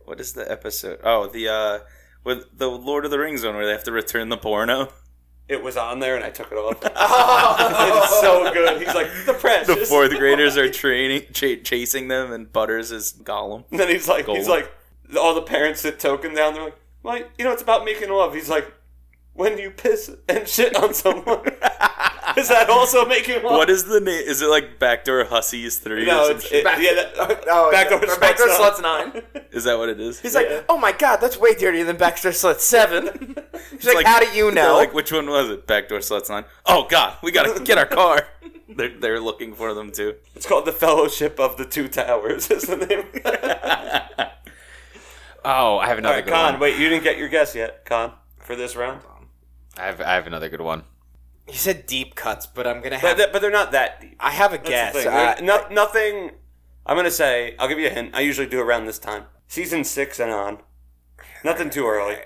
What is the episode? Oh, the uh, with the Lord of the Rings one where they have to return the porno.
It was on there, and I took it off. it's so good. He's like the precious.
The fourth graders are training, cha- chasing them, and Butters is Gollum.
And then he's like, he's
Gold.
like, all the parents sit token down. They're like, well, you know, it's about making love. He's like, when you piss and shit on someone, is that also making love?
What is the name? Is it like Backdoor Hussies Three? or
No,
some
it's it,
shit?
yeah, that,
Oh,
backdoor
yeah.
sluts
Backdoor sluts
nine.
Is that what it is?
He's like, oh my god, that's way dirtier than Baxter Slit 7. He's like,
like-
how do you
They're
know?
like, which one was it? Backdoor sluts on. Oh God, we gotta get our car. They're, they're looking for them too.
It's called the Fellowship of the Two Towers. Is the name?
Oh, I have
all
another
right,
good
Con.
one.
Wait, you didn't get your guess yet, Con, for this round.
I have, I have another good one.
you said deep cuts, but I'm going to
But,
have.
that, but they're not that deep.
I have a
That's
guess.
the thing.
Uh,
They're no, nothing. I'm gonna say. I'll give you a hint. I usually do around this time, season six and on. Nothing too early,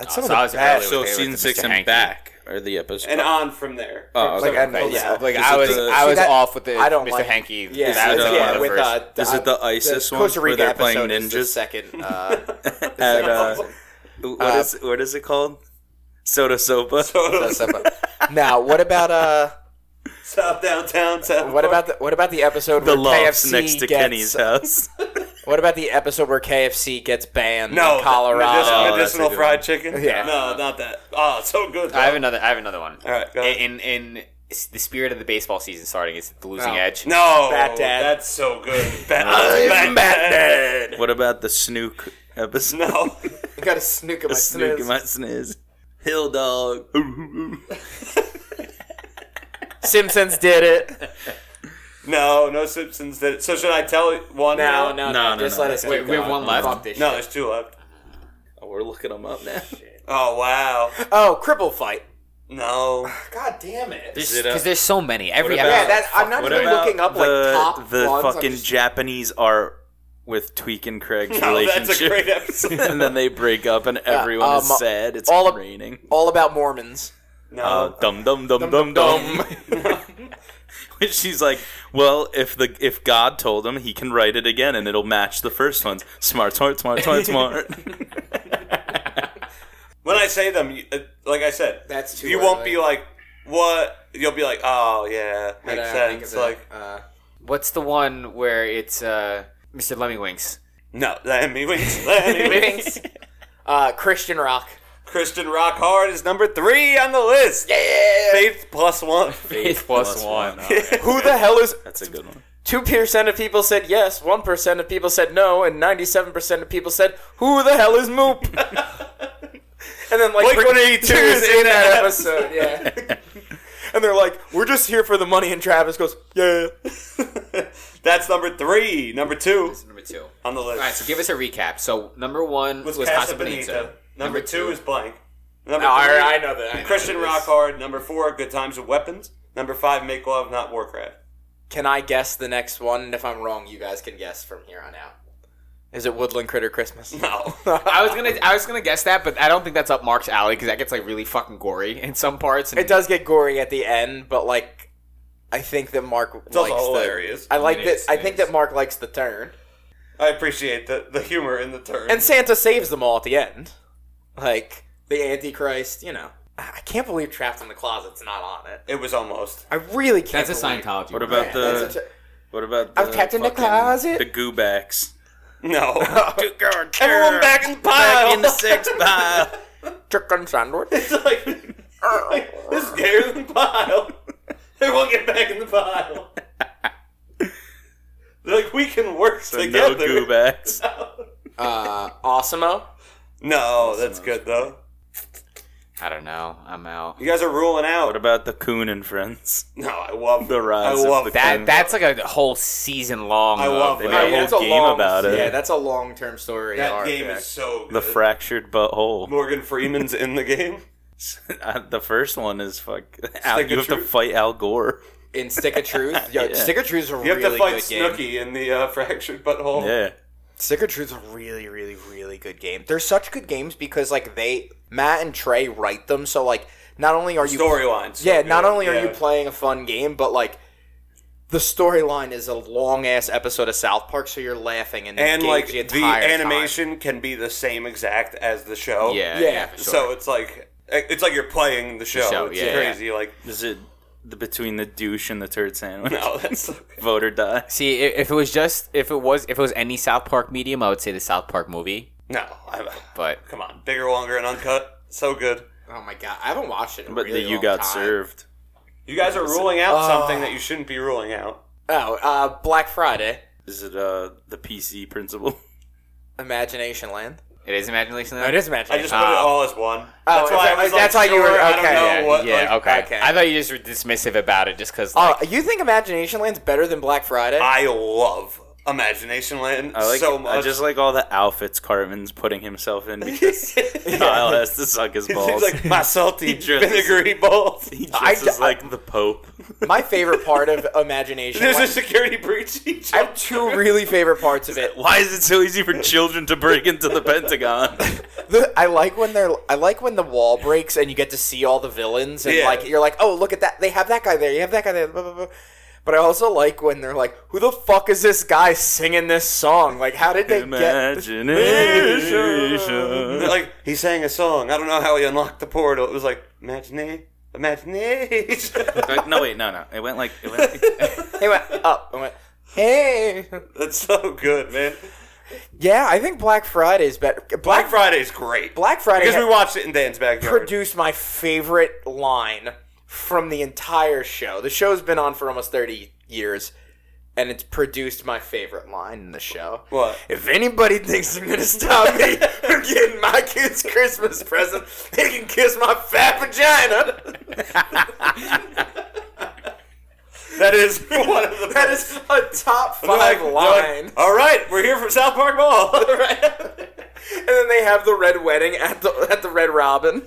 that's some
so I
of
was
the
early
best.
with-
So
with
season
Mr.
six and
Hanky.
back are the episodes.
uh,
and on from there.
Oh, okay.
Like, I know,
Like,
yeah.
like
Is
I
it
was,
the-
I
See,
was
that-
off with the
I don't
Mr.
like-
Hanky.
Yeah,
that was
it,
one
yeah,
of the
with,
first.
uh,
Is it the ISIS one
Costa
where
Rica
they're playing
episode is the
ninjas?
second. Uh,
At, uh, what is what is it called? Soda Sopa.
that's about- now, what about uh,
South downtown. South
what about the what about the episode
the
where
loft
KFC
next to
gets,
Kenny's house.
What about the episode where KFC gets banned
no
in Colorado?
medicinal,
that's
medicinal
a good
fried chicken?
Yeah.
no, not that. Oh, so good.
I have another. I have another one.
All right, go ahead.
in, in in s- the spirit of the baseball season starting, it's the losing
Oh.
edge.
no,
Bat Dad.
That's so good. Bat,
I'm
Bat Dad.
Batman.
what about the Snook episode?
No,
I got a snook in my
Snook
snooze.
in my sniz. Hill dog.
Simpsons did it.
no, no. Simpsons did it. So should I tell one?
No,
now?
no,
No,
no.
no,
Just
no.
let us.
Wait,
keep
we have
going.
one left?
Fuck this
no.
shit.
There's two left.
Oh, we're looking them up now.
Oh wow.
Oh, cripple fight.
No.
God damn it.
Because
it a-
there's, so many. Every
about-
episode.
yeah, that, I'm not
What
even
about
looking up
the,
like top
the
ones, I'm
fucking
just-
Japanese art with Tweak and
Oh,
Craig's
No,
relationship?
that's a great episode.
and then they break up and everyone
um,
is sad. It's
all of-
raining. Uh,
all about Mormons.
No.
dum dum dum dum dum. She's like, well, if the if God told him, he can write it again, and it'll match the first ones. Smart, smart, smart, smart, smart.
when I say them, you, uh, like I said,
That's too
You won't
early.
be like what. You'll be like, oh yeah, makes sense. Like
uh,
What's the one where it's uh, Mr. Lemmywinks?
no, let me wings, let me wings.
Wings. uh, Christian rock.
Kristen Rockhard is number three on the list.
Yeah.
Faith plus one.
It's plus, plus one.
Who the hell is?
That's a good one.
Two percent of people said yes, one percent of people said no, and ninety-seven percent of people said, "Who the hell is Moop?" and then like
Blink
Rick-
182 is in that
episode, yeah. and they're like, "We're just here for the money," and Travis goes, "Yeah."
That's number three. Number two
Number two. All
on the list.
right, so give us a recap. So number one was,
was
was
Casa
Casa
Bonita.
Bonita.
Number,
Number
two
two.
is blank. Number
No,
three,
I, I know that. I know
Christian
this.
Rockhard. Number four, Good Times with Weapons. Number five, Make Love Not Warcraft.
Can I guess the next one? And if I'm wrong, you guys can guess from here on out. Is it Woodland Critter Christmas?
No.
I was gonna, I was gonna guess that, but I don't think that's up Mark's alley because that gets like really fucking gory in some parts. And
It does get gory at the end, but like, I think that Mark
It's
likes
also
the.
hilarious.
I like
It
that.
is,
I
it
think
is.
that Mark likes the turn,
I appreciate the, the humor in the turn.
and Santa saves them all at the end, like the Antichrist. You know, I I can't believe Trapped in the Closet's not on it.
it was almost.
I really can't.
That's a
believe-
Scientology.
What
one.
about
Yeah, that's
the?
such a-
what about the?
I was kept in the
fucking-
closet.
The goobacks.
No.
Everyone
back in the pile.
Back in the six pile.
chicken sandwich.
It's like, like this is gayer than the pile. Everyone get back in the pile. They're like, we can work
So no
together.
goobacks.
Uh, Awesomeo.
no, that's good though.
I don't know. I'm out.
You guys are ruling
What
out.
about the coon and friends?
No, I love
The rise
I
of
love
the
That that's like a whole season long.
I
though.
love
They
it.
made
Yeah,
a whole
that's a
game
long-
about it.
Yeah, that's a long-term story.
That
arc,
game
yeah.
is so good.
the fractured butthole. Uh,
Morgan Freeman's in the game.
the first one is fuck. Al,
Stick
you
of
have to
truth.
fight Al Gore.
in Stick of Truth. Yo,
Yeah.
Stick of Truth's a
You have
really
to fight
good game.
Snooky in the uh, fractured
Oh.
butthole.
Yeah.
Stick of Truth's a really, really, really good game. They're such good games because like they Matt and Trey write them, so like not only are you
Storylines. so
yeah, not
good.
only are you
Yeah.
playing a fun game, but like the storyline is a long ass episode of South Park, so you're laughing and
and
engaged
like
the,
the,
entire time.
animation can be the same exact as the show.
Yeah,
Yeah.
yeah. for sure.
Oh, So it's like eh, it's like you're playing the show.
show,
it's
yeah,
crazy. Like
Is it the between the douche and the turd sandwich?
no, that's
Vote or die.
See, i- if it was just if it was if it was any South Park medium, I would say the South Park movie.
no. I'm,
But
come on, bigger, longer, and uncut. So good.
Oh my god, I haven't watched it. In a
But
really
the you
long
got
time.
served.
You guys are ruling out
Oh.
something that you shouldn't be ruling out.
Oh, uh, Black Friday,
Is it uh the PC principle?
Imagination Land.
it is Imagination
No,
Land.
it is Imagination.
I just put it
Uh,
all as one.
Oh,
that's why I
okay,
was
that's
like,
how you were-
sure, I
okay,
don't know
yeah,
what.
yeah,
like,
okay.
okay.
I thought you just were dismissive about it just because.
Oh, you think Imagination Land's better than Black Friday?
I love Imagination Land
I like
so much.
I just like all the outfits Cartman's putting himself in because Kyle has to suck his
He's
balls.
like my salty
dresses-
vinegary balls.
he
I-
dresses
I-
like the Pope.
My favorite part of Imagination
There's a
Land.
security breach. He
I have
jumped
two really favorite parts of it.
Why is it so easy for children to break into the Pentagon?
The- I like when they're I like when the wall breaks and you get to see all the villains and
Yeah.
like you're like, "Oh, look at that. They have that guy there. You have that guy there." blah, blah, blah." But I also like when they're like, "Who the fuck is this guy singing this song? Like how did they get
Imagination.
like he sang a song. I don't know how he unlocked the portal. It was like imagination, imagination.
Like, no, wait, no, no. It went like it went.
They went up. I went, "Hey."
That's so good, man.
Yeah, I think Black Friday is better.
Black
Black
Friday's great
Black Friday
because we
ha-
watched it in Dan's backyard.
produce my favorite line from the entire show. The show's been on for almost 30 years, and it's produced my favorite line in the show.
What?
If anybody thinks they're going to stop me from getting my kids' Christmas present, they can kiss my fat vagina.
that is one of the best.
That is a top
They're like-
five
they're like,
line.
All right, we're here from South Park Mall.
and then they have the red wedding at the at the Red Robin.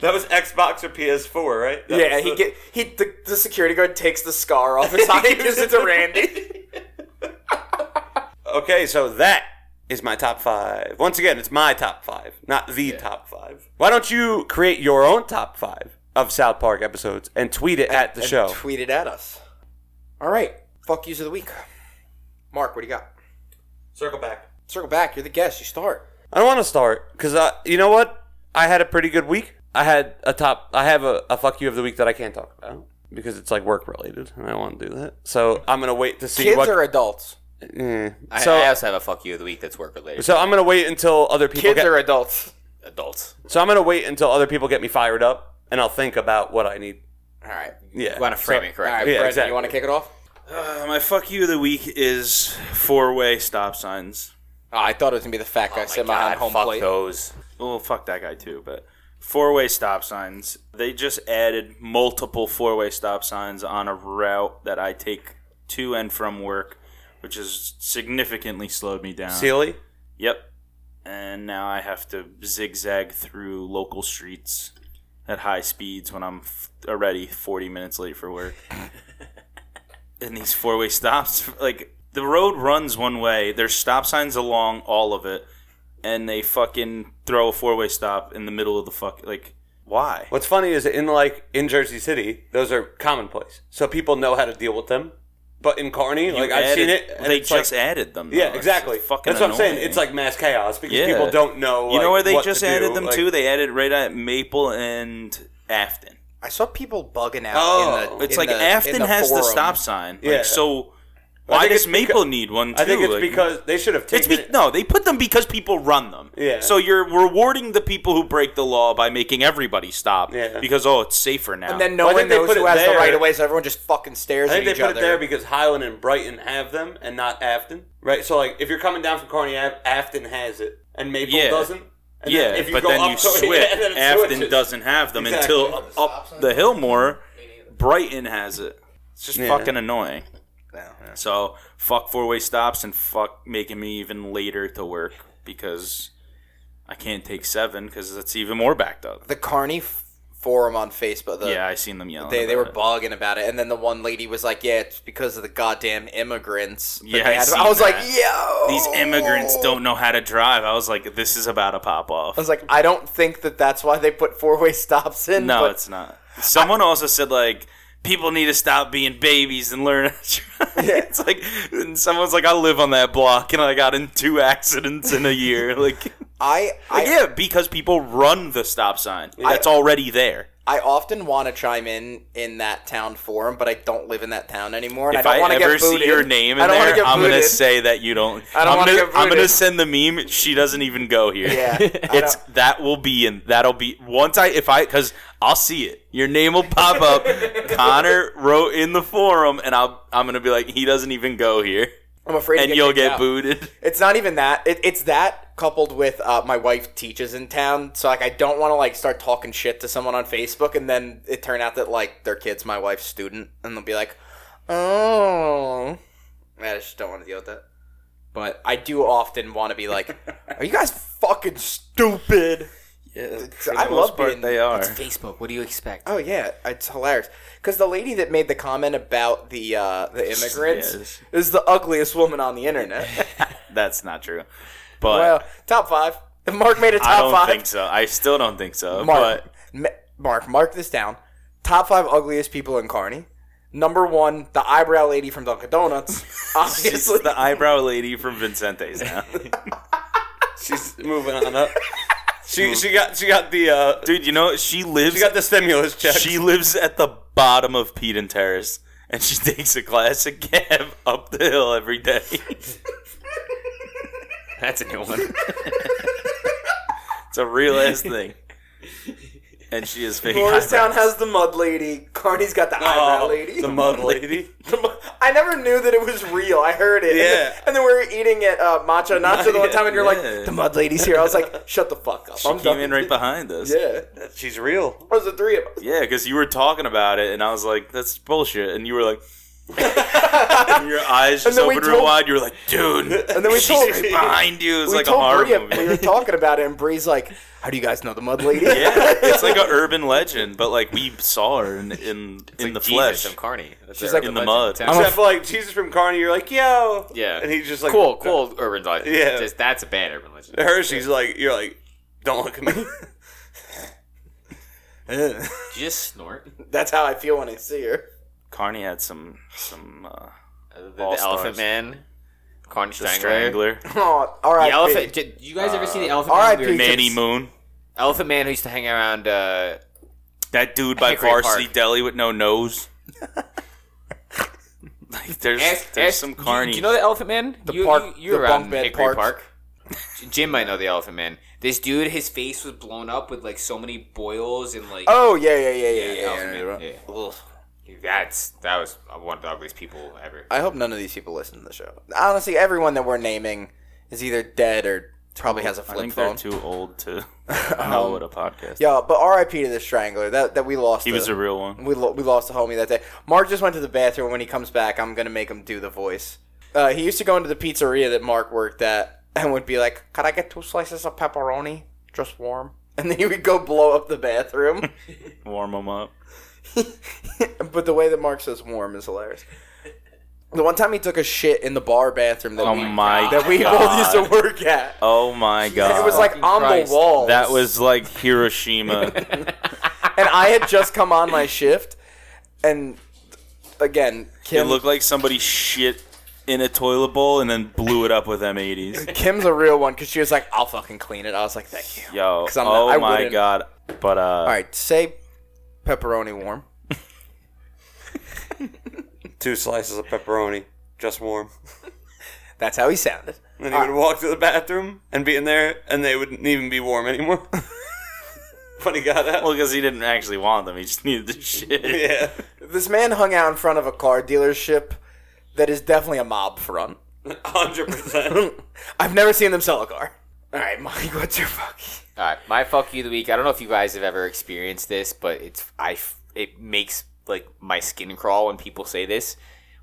that was Xbox or PS4, right? That
yeah,
was
he
the-
get he the, the security guard takes the scar off his eye and gives it to Randy.
Okay, so that is my top five. Once again, it's my top five, not the top five. Why don't you create your own top five of South Park episodes and tweet it at the
and
show?
Tweet it at us. All right. Fuck yous of the week. Mark, what do you got?
Circle back.
Circle back. You're the guest. You start.
I don't want to start because you know what? I had a pretty good week. I had a top. I have a, a fuck you of the week that I can't talk about because it's like work related, and I don't want to do that. So I'm gonna wait to see
Kids
what.
or adults?
Eh.
I,
so
I also have a fuck you of the week that's work related.
so I'm gonna wait until other people
Kids
get.
or adults?
Adults.
so I'm gonna wait until other people get me fired up, and I'll think about what I need.
All right.
Yeah.
You want to frame it
All right,
correctly?
Yeah,
Brendan,
exactly.
you want to kick it off?
Uh, my fuck you of the week is four-way stop signs.
Oh, I thought it was going to be the fat guy sitting behind home
fuck
plate.
those.
Well, fuck that guy too, but four-way stop signs. They just added multiple four-way stop signs on a route that I take to and from work, which has significantly slowed me down.
Sealy.
Yep. And now I have to zigzag through local streets at high speeds when I'm f- already 40 minutes late for work. in these four way stops. Like the road runs one way. There's stop signs along all of it, and they fucking throw a four way stop in the middle of the fuck. Like why?
What's funny is in like in Jersey City, those are commonplace, so people know how to deal with them. But in Carney, like
You
I've seen
added-
it, and
They
it's like-
just added them. though.
yeah,
It's
exactly.
just
That's
fucking
what I'm saying.
annoying.
It's like mass chaos because
Yeah.
people don't know.
you know
like,
where they
what
just
to
added
do.
them
like,
to? They added right at Maple and Afton.
I saw people bugging out.
Oh,
in the,
It's
in
like
the- in
Afton
the
has the
forum.
stop sign. Like,
Yeah.
So
I
why
think
does
it's
Maple
becau-
need one too?
I think it's
Like,
because they should have
It's
taken
be-
it.
no, they put them because people run them.
Yeah.
So you're rewarding the people who break the law by making everybody stop.
Yeah.
Because oh, it's safer now.
And then no
Well, I
one
think they
knows
put
who
it
has the
there.
right of way, so everyone just fucking stares
I think
at
they
each
put
other.
it there because Highland and Brighton have them and not Afton, right? So like if you're coming down from Carney, Ave, Afton has it and Maple
Yeah.
doesn't. And
yeah,
then if you
but
go
then
up
you
Carney-
switch.
and then it
Afton
switches.
doesn't have them
Exactly.
until up, up the hill more. Brighton has it. It's just fucking annoying. So fuck four way stops and fuck making me even later to work because I can't take seven because that's even more backed up.
the Carney f- forum on Facebook. The,
yeah, I seen them yelling.
They, they were
about it.
bugging about it, and then the one lady was like, "Yeah, it's because of the goddamn immigrants." that
Yeah,
they
I
had."
seen
was like,
that.
"Yo,
These immigrants don't know how to drive. I was like, this is about to pop off.
I was like, "I don't think that that's why they put four way stops in."
No,
but
it's not. Someone also said like people need to stop being babies and learn how to drive.
Yeah.
It's like and someone's like, I live on that block and I got in two accidents in a year. Like
I, I
Yeah, because people run the stop sign. It's already there.
I often want to chime in in that town forum, but I don't live in that town anymore, and
If
I
I,
don't want to
ever
get
see
booted.
your name
I
in
don't wanna
there,
get
I'm gonna
booted.
say that you don't.
I don't
am
wanna
gonna,
get
I'm gonna
booted.
send the meme. She doesn't even go here.
Yeah, I
it's
don't-
that will be in that'll be once I if I because I'll see it. Your name will pop up. Connor wrote in the forum, and I'll I'm gonna be like he doesn't even go here,
I'm afraid, to
and you'll
kicked
get
out.
booted.
It's not even that. It, it's that coupled with uh, my wife teaches in town, so like I don't want to like start talking shit to someone on Facebook, and then it turn out that like their kid's my wife's student, and they'll be like, "Oh, I just don't want to deal with that." But I do often want to be like, "Are you guys fucking stupid?"
Yeah,
I love being
they are.
Facebook. What do you expect?
Oh yeah, it's hilarious. Because the lady that made the comment about the uh, the immigrants
Yes.
is the ugliest woman on the internet.
That's not true, but
well, top five. If Mark made a top
I don't
five,
think so. I still don't think so.
Mark, ma- Mark, mark this down. Top five ugliest people in Carney. Number one, the eyebrow lady from Dunkin' Donuts.
But she's
Obviously,
the eyebrow lady from Vincente's now.
She's moving on up. She she got she got the uh,
Dude, you know she lives.
she got the stimulus check.
She lives at the bottom of Peden Terrace, and she takes a classic cab up the hill every day.
That's a new one.
It's a real ass thing. And she is fake.
Morristown has the mud lady. Carney's got the eyebrow
Oh,
lady.
the mud lady.
The mu- I never knew that it was real. I heard it. And then,
Yeah.
and then we were eating at uh, Macho Nacho the one time, and you're
Yeah.
like, "The mud lady's here." I was like, "Shut the fuck up."
She
I'm
came
done.
in right behind us.
Yeah,
She's real.
it was the three of us.
Yeah, because you were talking about it, and I was like, "That's bullshit," and you were like, and your eyes
And
just
then we
opened real
told-
wide. You were like, "Dude," and
then we
she's
told-
right behind you. It's
we
like a
told
horror
Bria
movie.
we were talking about it, and Bree's like, "How do you guys know the mud lady?"
yeah, it's like an urban legend, but like we saw her in in, in the flesh.
I'm Carney. That's
She's
our
like
in the
legend.
mud.
That's-
Except for like Jesus from Carney, you're like yo.
Yeah.
And he's just like
cool, cool urban legend.
Yeah.
Just, that's a bad urban legend.
To her, she's like you're like don't look at me.
Did you just snort? The,
That's how I feel when I see her.
Carney had some some uh,
the
All
Elephant
stars.
Man. Carney
the
Strangler.
strangler,
Oh, all
The
right.
elephant. Did you guys ever see the elephant?
RIP.
Man? We were-
Manny Moon,
Elephant Man who used to hang around. Uh,
that dude by
Hickory
Varsity
Park.
Deli with no nose. like there's
ask,
there's
ask-
some
do you-
Carney.
Do you know the Elephant Man? The you,
park-
You, you were
the bunk
around
bed
Hickory
parks.
Park. Jim might know the Elephant Man. This dude, his face was blown up with like so many boils and like.
Oh yeah, yeah, yeah, yeah, yeah.
Elephant Man. Yeah. That's that was one of the ugliest people ever.
I hope none of these people listen to the show. Honestly, everyone that we're naming is either dead or probably has a
I
flip
think
phone.
they're too old to know what a podcast.
Um, Yeah, but R.I.P. to the Strangler. That that we lost.
he was
a-
a real one.
we, lo- we lost a homie that day. Mark just went to the bathroom. When he comes back, I'm gonna make him do the voice. Uh, he used to go into the pizzeria that Mark worked at and would be like, "Could I get two slices of pepperoni, just warm?" And then he would go blow up the bathroom.
Warm him up.
but the way that Mark says "warm" is hilarious. The one time he took a shit in the bar bathroom that
Oh
we
my
that we both
God.
used to work at.
Oh my god.
it was like on
Christ.
the wall.
that was like Hiroshima.
and I had just come on my shift, and again,
it
Kim
looked like somebody shit in a toilet bowl and then blew it up with M80s.
Kim's a real one because she was like, "I'll fucking clean it." I was like, "Thank you."
Yo.
'Cause I'm not-
Oh
I
my
wouldn't.
god. But uh
All right, say pepperoni warm.
Two slices of pepperoni, just warm.
That's how he sounded.
And he would walk to the bathroom and be in there, and they wouldn't even be warm anymore. when he got out.
well, because he didn't actually want them, he just needed the shit.
yeah.
This man hung out in front of a car dealership that is definitely a mob front.
100%.
I've never seen them sell a car. All right, Mike, what's your fucking?
All right, my fuck you of the week. I don't know if you guys have ever experienced this, but it's I f- it makes like my skin crawl when people say this.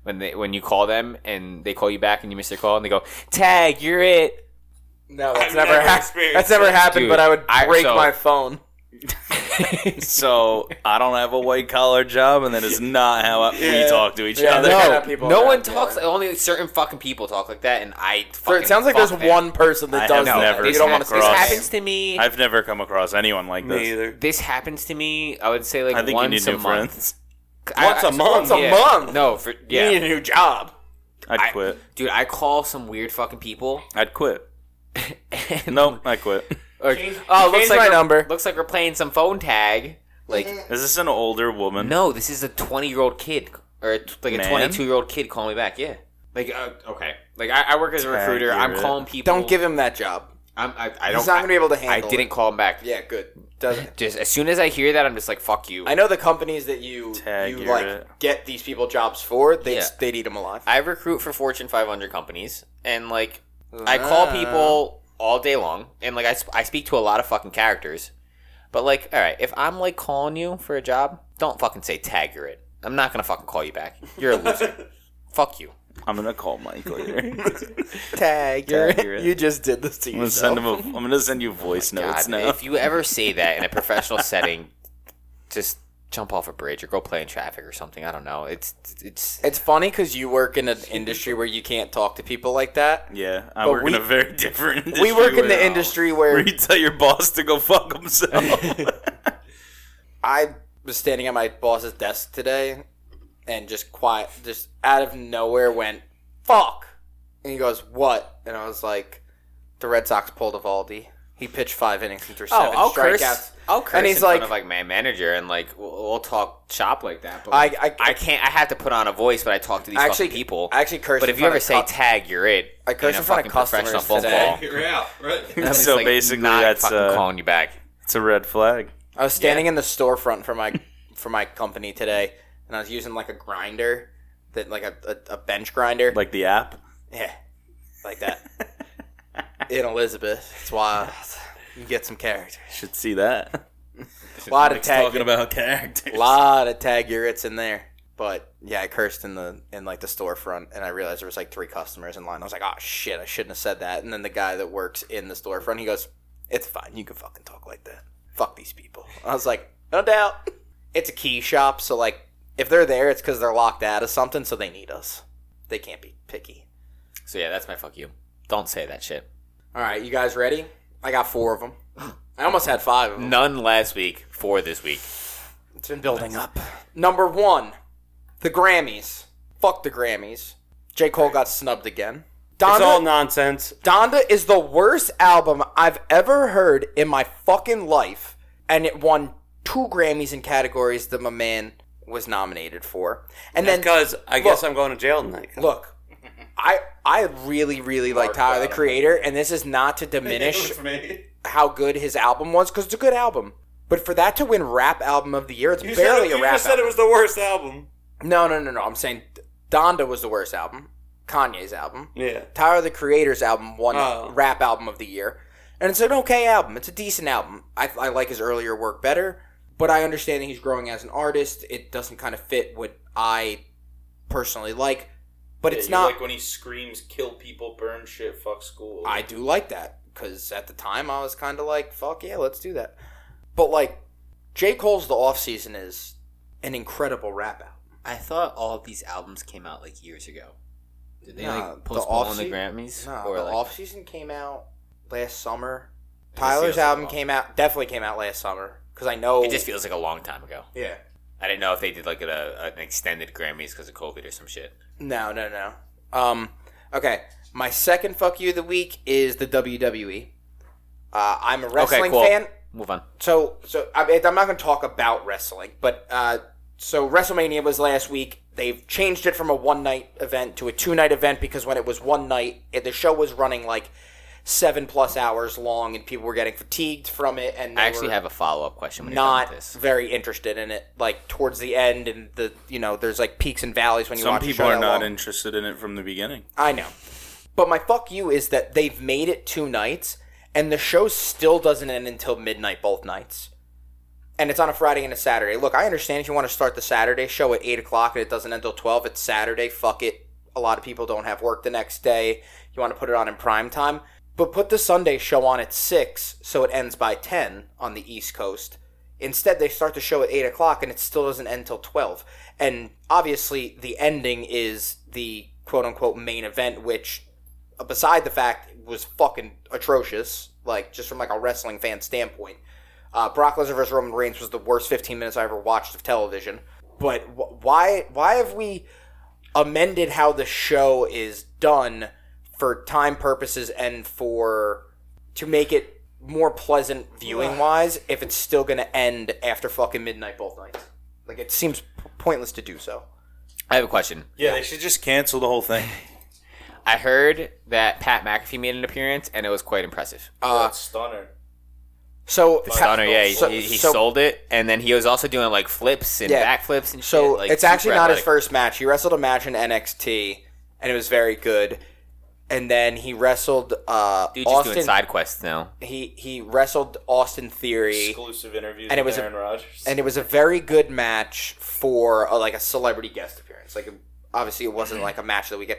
When they when you call them and they call you back and you miss their call and they go tag you're it.
No, that's
I've
never,
never
hap-
experienced
that's never
that.
happened.
Dude,
but I would
I-
break
so-
my phone.
so I don't have a white collar job, and that is not how I, we talk to each
Yeah,
other.
no. Kind of people
no
around
one
here.
talks. Only certain fucking people talk like that, and I.
For,
Fucking
it sounds like
fuck
there's
them.
one person that
I
does
have
that.
never
You don't want to
come across-
This
say
happens to me.
I've never come across anyone like this.
Me either.
this happens to me. I would say like
I think you need
once
new
a month.
friends.
I-
Once a
I-
month? Once
a
yeah.
month?
No, for
You
yeah,
need a new job.
I'd quit.
dude. I call some weird fucking people.
I'd quit.
And
No, I quit.
Or, oh,
change
looks
my
like we're-
number.
Looks like we're playing some phone tag. Like,
Is this an older woman?
no, this is a twenty-year-old kid or a t- like a
Man?
twenty-two-year-old kid calling me back. Yeah. Like, uh, okay. Like, I, I work as a recruiter. I'm
Accurate.
calling people.
Don't give him that job.
I'm, I, I don't.
He's not gonna be able to
I, I
handle.
didn't
It.
call him back.
Yeah, good. Doesn't.
Just as soon as I hear that, I'm just like, fuck you.
I know the companies that you
Tag,
you
you're
like
it.
get these people jobs for. They
Yeah.
they'd eat them alive.
I recruit for Fortune 500 companies, and like I call
Ah.
people all day long, and like I, sp- I speak to a lot of fucking characters. But like, all right, if I'm like calling you for a job, don't fucking say tag you're it. I'm not gonna fucking call you back. You're a loser. Fuck you.
I'm gonna call Mike later.
Tag,
you're it.
you just did this to
I'm gonna
yourself.
send him. A, I'm gonna send you
Oh
voice notes
God,
now.
if you ever say that in a professional setting, just jump off a bridge or go play in traffic or something. I don't know. It's it's
It's funny because you work in an industry where you can't talk to people like that.
yeah, I
But
work
we-
in a very different. Industry
We work in the
oh.
where-
industry
Where
where
you tell your boss to go fuck himself.
I was standing at my boss's desk today and just quiet, just out of nowhere went, fuck. And he goes, what? And I was like, the Red Sox pulled Evaldi. He pitched five innings and threw seven
Oh, I'll
strikeouts.
curse. I'll curse
and he's like,
of like my manager, and like we'll, we'll talk shop like that. But
I,
like,
I,
I can't. I have to put on a voice, but I talk to these
Actually-
fucking people.
I actually cursed.
but
in
if you
front
ever
of
say
cu-
tag, you're it.
I cursed in front of customers today.
You're out, right?
I'm just,
so
like,
basically,
not
that's
fucking
uh,
calling you back.
it's a red flag.
I was standing in the storefront for my for my company today, and I was using like a grinder, that like a, a, a bench grinder,
Like the app.
yeah, like that. in Elizabeth, it's wild. You get some characters.
Should see that.
lot of tag,
about characters.
lot of tag urits in there. But yeah, I cursed in the in like the storefront, and I realized there was like three customers in line. I was like, oh shit, I shouldn't have said that. And then the guy that works in the storefront, he goes, "It's fine, you can fucking talk like that. Fuck these people." I was like, no doubt. It's a key shop, so like if they're there, it's because they're locked out of something, so they need us. They can't be picky.
So yeah, that's my fuck you. Don't say that shit.
All right, you guys ready? I got four of them. I almost had five of them.
None last week. Four this week.
It's been building up. Number one, the Grammys. Fuck the Grammys. J. Cole got snubbed again.
It's all
Donda,
nonsense.
Donda is the worst album I've ever heard in my fucking life, and it won two Grammys in categories that my man was nominated for. And then
Because I guess I'm going to jail tonight.
look, I I really really like Tyler the Creator, and this is not to diminish how good his album was because it's a good album. But for that to win Rap Album of the Year, it's
You,
barely
said, it,
a
you
rap.
just said
album.
it was the worst album.
No, no, no, no. I'm saying Donda was the worst album. Kanye's album.
Yeah.
Tyler the Creator's album won
Oh.
rap album of the year. And it's an okay album. It's a decent album. I, I like his earlier work better, but I understand that he's growing as an artist. It doesn't kind of fit what I personally like, but it's not.
when he screams, "Kill people, burn shit, fuck school."
I do like that because at the time I was kind of like, fuck yeah, let's do that. But like, J. Cole's The Off Season is an incredible rap album.
I thought all of these albums came out like years ago. Did they
Nah,
like
the
postpone the,
off-sea-
Grammys?
No,
or
the
like,
off season came out last summer.
it just
Tyler's
feels like a
album
long-
came out definitely came out last summer because I know
It just feels like a long time ago.
yeah.
I didn't know if they did like a, an extended Grammys because of COVID or some shit.
No, no, no. Um, okay. My second fuck you of the week is the WWE. Uh, I'm a wrestling
cool.
fan.
Move on.
So, so I mean, I'm not going to talk about wrestling, but uh, so WrestleMania was last week. They've changed it from a one night event to a two night event because when it was one night, it, the show was running like seven plus hours long, and people were getting fatigued from it. And they
I actually
were-
have a follow up question. When you're
not
done with this.
very interested in it. Like towards the end, and the you know, there's like peaks and valleys when you
Some
watch. a show
people are
that
not
long.
interested in it from the beginning.
I know, but my fuck you is that they've made it two nights, and the show still doesn't end until midnight both nights. And it's on a Friday and a Saturday. Look, I understand if you want to start the Saturday show at eight o'clock and it doesn't end till twelve. It's Saturday. Fuck it. A lot of people don't have work the next day. You want to put it on in prime time, but put the Sunday show on at six so it ends by ten on the East Coast. Instead, they start the show at eight o'clock, and it still doesn't end till twelve. And obviously, the ending is the quote unquote main event, which, uh, beside the fact, was fucking atrocious. Like just from like a wrestling fan standpoint, uh, Brock Lesnar versus Roman Reigns was the worst fifteen minutes I ever watched of television. But wh- why? Why have we amended how the show is done for time purposes and for to make it more pleasant viewing wise if it's still going to end after fucking midnight both nights. Like it seems p- pointless to do so.
I have a question.
Yeah, they should just cancel the whole thing.
I heard that Pat McAfee made an appearance and it was quite impressive.
Uh,
Stunner.
so
Stunner, yeah, he,
so-
he, he
so-
sold it, and then he was also doing like flips and
Yeah.
backflips and
So
shit. like,
it's actually
super
not his
athletic.
first match. He wrestled a match in NXT, and it was very good. And then he wrestled uh,
Dude, just
Austin.
doing side quests now.
he he wrestled Austin Theory,
Exclusive interviews
And it
with
was a-
Aaron Rodgers.
and it was a very good match for a, like a celebrity guest appearance. Like obviously, it
Mm-hmm.
wasn't like a match of the weekend.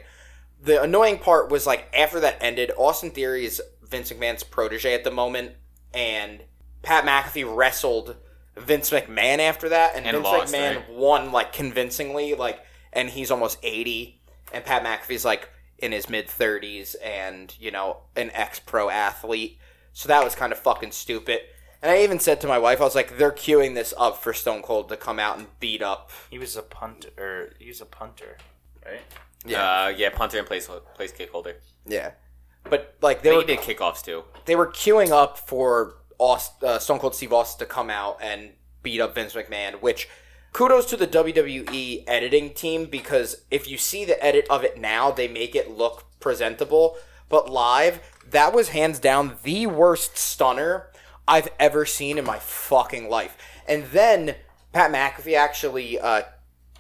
The annoying part was like after that ended, Austin Theory is Vince McMahon's protege at the moment, and Pat McAfee wrestled Vince McMahon after that, and,
And
Vince
lost,
McMahon
right?
won like convincingly, like, and he's almost eighty, and Pat McAfee's like in his mid thirties, and you know, an ex pro athlete. So that was kind of fucking stupid. And I even said to my wife, I was like, they're queuing this up for Stone Cold to come out and beat up.
he was a punter. Or he was a punter, right?
Yeah, uh, yeah, punter and place place kick holder.
Yeah. But like
I
they were
think he did kickoffs too.
they were queuing up for Aust- uh, Stone Cold Steve Austin to come out and beat up Vince McMahon, which kudos to the WWE editing team because if you see the edit of it now, they make it look presentable. But live, that was hands down the worst stunner I've ever seen in my fucking life. And then Pat McAfee actually uh,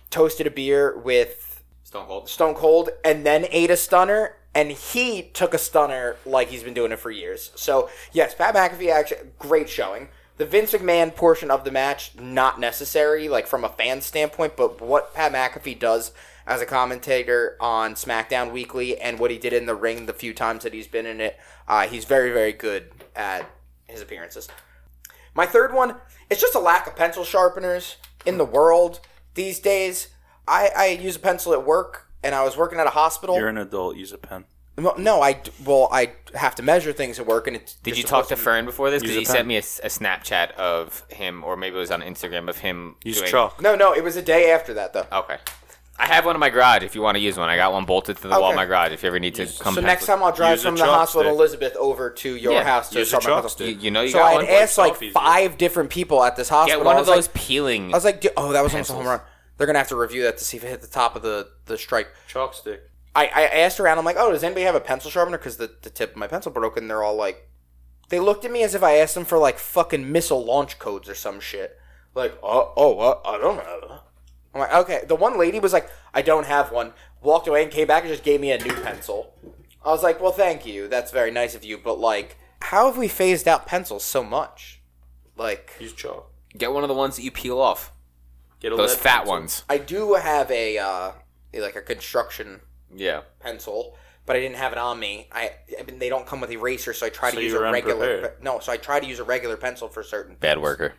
toasted a beer with
Stone Cold.
Stone Cold and then ate a stunner, and he took a stunner like he's been doing it for years. So yes, Pat McAfee actually great showing. The Vince McMahon portion of the match not necessary, like from a fan standpoint, but what Pat McAfee does as a commentator on SmackDown Weekly and what he did in the ring the few times that he's been in it, uh, he's very very good at his appearances. My third one, it's just a lack of pencil sharpeners in the world these days. I, I use a pencil at work, and I was working at a hospital.
You're an adult. Use a pen.
Well, no, I d- well I have to measure things at work, and it's
Did you
just
talk to
supposed
Fern before this? Because
Use a
he
pen.
sent me a, s- a Snapchat of him, or maybe it was on Instagram of him.
Use
doing-
chalk.
No, no, it was a day after that though.
Okay. I have one in my garage. If you want to use one, I got one bolted to the wall
Okay.
in my garage. If you ever need to come,
so
pencil-
next time I'll drive
Use a
from the hospital
chopstick.
Elizabeth over to your
Yeah,
house to
use a
start my pencil.
chopstick.
you, you know you
So
got
I
one.
had asked like
selfies, dude.
five different people at this hospital.
Get one
I
of
was like-
those peeling.
I was like, "Dude, oh, that was almost a home
Pencils.
run. They're gonna have to review that to see if it hit the top of the the strike.
Chalk stick.
I, I asked around. I'm like, oh, does anybody have a pencil sharpener? Because the, the tip of my pencil broke, and they're all like, they looked at me as if I asked them for like fucking missile launch codes or some shit. Like, oh, oh, uh, I don't have. I'm like, okay. The one lady was like, I don't have one. Walked away and came back and just gave me a new pencil. I was like, well, thank you. That's very nice of you, but like, how have we phased out pencils so much? Like,
Use chalk.
get one of the ones that you peel off.
Get a
Those
lead
fat
pencil.
ones.
I do have a uh, like a construction
Yeah.
pencil, but I didn't have it on me. I, I mean, they don't come with eraser, so I try
So
to use
you
a
were
regular.
unprepared.
pe- No, so I try to use a regular pencil for certain.
Bad worker.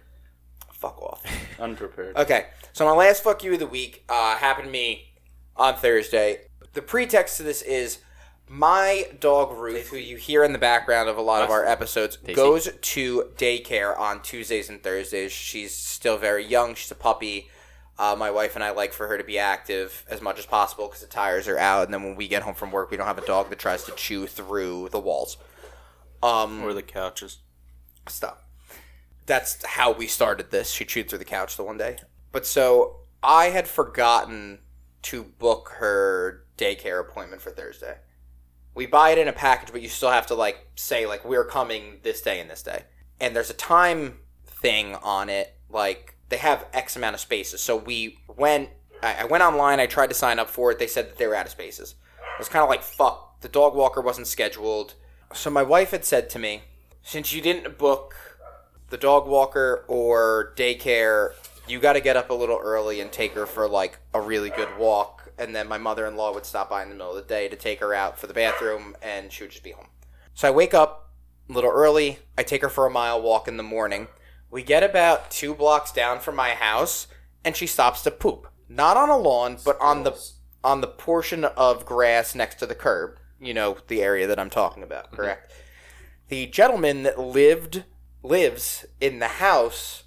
fuck off.
Unprepared.
Okay, so my last fuck you of the week uh, happened to me on Thursday. The pretext to this is my dog Ruth, who you hear in the background of a lot of our episodes, goes to daycare on Tuesdays and Thursdays. She's still very young. She's a puppy. Uh, my wife and I like for her to be active as much as possible because the tires are out, and then when we get home from work, we don't have a dog that tries to chew through the walls. Um,
Or the couches.
Stop. That's how we started this. She chewed through the couch the one day. But so I had forgotten to book her daycare appointment for Thursday. We buy it in a package, but you still have to like say like we're coming this day and this day. And there's a time thing on it. Like they have X amount of spaces. So we went. I, I went online. I tried to sign up for it. They said that they were out of spaces. I was kind of like fuck. The dog walker wasn't scheduled. So my wife had said to me, since you didn't book the dog walker or daycare, you got to get up a little early and take her for like a really good walk. And then my mother in law would stop by in the middle of the day to take her out for the bathroom and she would just be home. So I wake up a little early. I take her for a mile walk in the morning. We get about two blocks down from my house and she stops to poop. Not on a lawn, but on the on the portion of grass next to the curb. You know, the area that I'm talking about, correct? the gentleman that lived lives in the house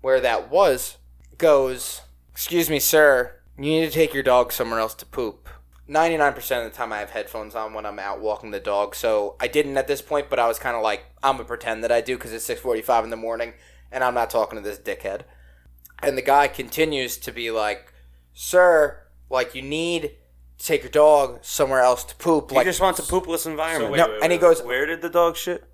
where that was goes, "Excuse me, sir, you need to take your dog somewhere else to poop." 99% of the time I have headphones on when I'm out walking the dog, so I didn't at this point, but I was kind of like, "I'm going to pretend that I do cuz it's 6:45 in the morning and I'm not talking to this dickhead." And the guy continues to be like, "Sir, like you need to take your dog somewhere else to poop."
He
like
just wants a poopless environment.
No, and he goes
Where did the dog shit?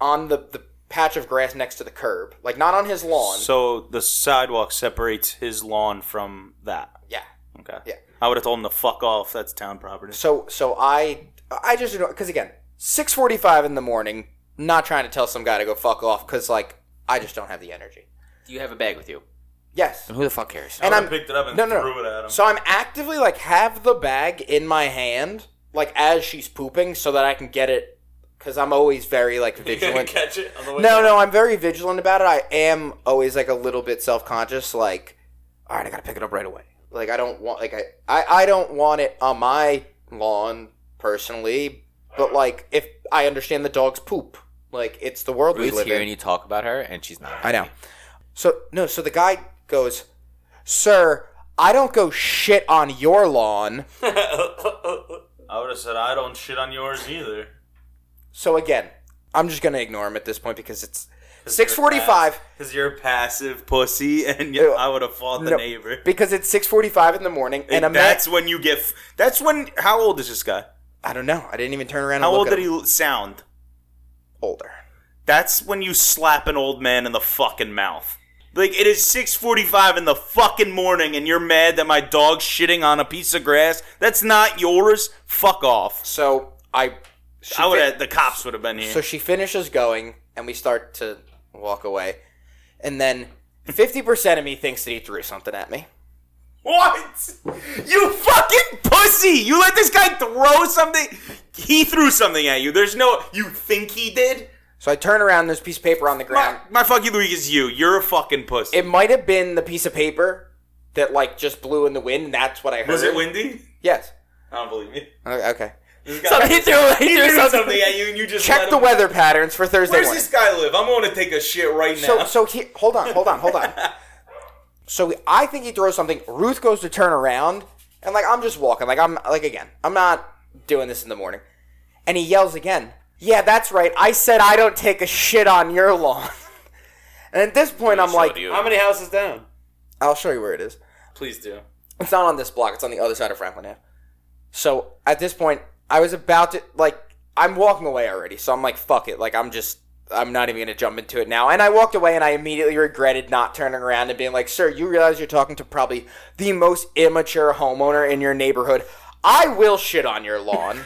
on the, the patch of grass next to the curb. Like not on his lawn.
So the sidewalk separates his lawn from that.
yeah.
Okay.
Yeah.
I would have told him to fuck off. That's town property.
So so I I just because again six forty five in the morning. Not trying to tell some guy to go fuck off because like I just don't have the energy.
Do you have a bag with you?
Yes.
Who the fuck cares?
And
I
I'm
picked it up and
no no.
threw it at him.
So I'm actively like have the bag in my hand like as she's pooping so that I can get it because I'm always very like vigilant.
catch it on the way.
No, no, I'm very vigilant about it. I am always like a little bit self conscious. Like, all right, I gotta pick it up right away. Like, I don't want like I, I I don't want it on my lawn personally. But like, if I understand the dog's poop, like it's the world we
Ruth's
live
hearing
in.
you talk about her, and she's not.
I know. So no, so the guy goes, "Sir, I don't go shit on your lawn."
I would have said I don't shit on yours either.
So again, I'm just gonna ignore him at this point because it's six forty five.
Cause you're a passive pussy, and
Ew.
you, I would have fought the
No.
neighbor.
Because it's six forty five in the morning, and a
And
man.
that's when you get. F- that's when. How old is this guy?
I don't know. I didn't even turn around. And
How
look
old
at
did
him.
he l- sound?
older.
That's when you slap an old man in the fucking mouth. Like it is 6:45 in the fucking morning and you're mad that my dog's shitting on a piece of grass. That's not yours. Fuck off.
So I, she
I would
fin-
have the cops would have been here.
So she finishes going, and we start to walk away, and then fifty percent of me thinks that he threw something at me.
what? You fucking pussy. You let this guy throw something. He threw something at you. There's no you think he did?
So I turn around. There's a piece of paper on the
My,
ground.
my fucking Louis is you. You're a fucking pussy.
It might have been the piece of paper that like just blew in the wind. And that's what I heard.
windy?
Yes.
I don't believe me.
O- Okay.
This guy
He threw, he threw
threw
something.
something at you and you just let
Check the
him-
weather patterns for Thursday
Where's
morning.
this guy live? I'm going to take a shit right now.
So, so he, hold on, hold on, hold on. so I think he throws something. Ruth goes to turn around, and like I'm just walking, like I'm like again, I'm not doing this in the morning. And he yells again. Yeah, that's right. I said I don't take a shit on your lawn. and at this point, I'm like,
How many houses down?
I'll show you where it is.
Please do.
It's not on this block. It's on the other side of Franklin Ave. So at this point, I was about to like I'm walking away already. So I'm like, fuck it. Like I'm just I'm not even gonna jump into it now. And I walked away, and I immediately regretted not turning around and being like, sir, you realize you're talking to probably the most immature homeowner in your neighborhood. I will shit on your lawn.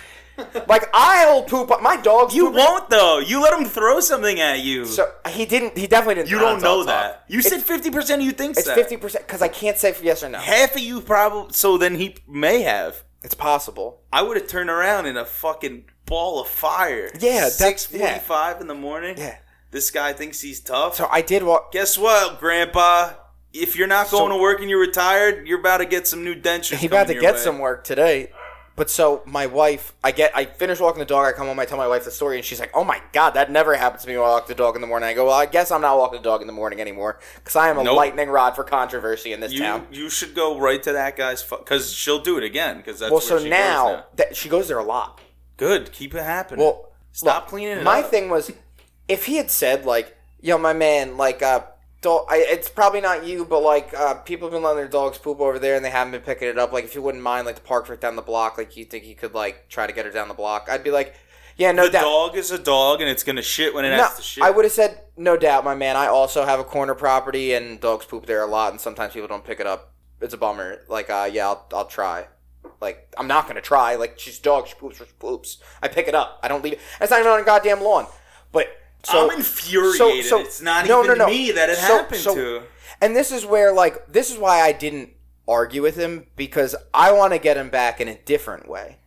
like I'll poop. on- My dog's
You
pooping-
won't though. You let him throw something at you.
So he didn't. He definitely didn't.
you
Nah,
don't
it's all
know
talk.
that. You said fifty percent of you thinks
It's
that.
fifty percent because I can't say yes or no.
Half of you probably. So then he may have.
It's possible.
I would have turned around in a fucking ball of fire.
Yeah, that's-
six forty-five in the morning.
Yeah.
This guy thinks he's tough.
So I did walk.
Guess what, Grandpa? If you're not going to work and you're retired, you're about to get some new dentures.
He about
coming
to
your
get
way.
some work today. But so my wife, I get, I finish walking the dog. I come home, I tell my wife the story, and she's like, "Oh my god, that never happens to me when I walk the dog in the morning." I go, "Well, I guess I'm not walking the dog in the morning anymore because I am a
Nope.
lightning rod for controversy in this
You,
town."
you should go right to that guy's because she'll do it again. Because that's
Well,
where
so
she
now,
goes now.
that she goes there a lot.
Good, keep it happening.
Well,
Stop
look,
cleaning it
My
up.
thing was, if he had said like, "Yo, my man, like, uh, do I, it's probably not you, but like, uh, people have been letting their dogs poop over there, and they haven't been picking it up. Like, if you wouldn't mind, like, the park's right down the block. Like, you think you could like try to get her down the block? I'd be like, yeah, no
the
doubt.
dog is a dog, and it's gonna shit when it
no,
has to shit.
I would have said, no doubt, my man. I also have a corner property, and dogs poop there a lot, and sometimes people don't pick it up. It's a bummer. Like, uh, yeah, I'll, I'll try. Like, I'm not gonna try. Like, she's a dog. She poops. She poops. I pick it up. I don't leave it. It's not even on a goddamn lawn. But so
I'm infuriated.
so-
it's not
no,
even
no, no.
me that it
So-
happened
so-
to.
And this is where, like, this is why I didn't argue with him because I want to get him back in a different way.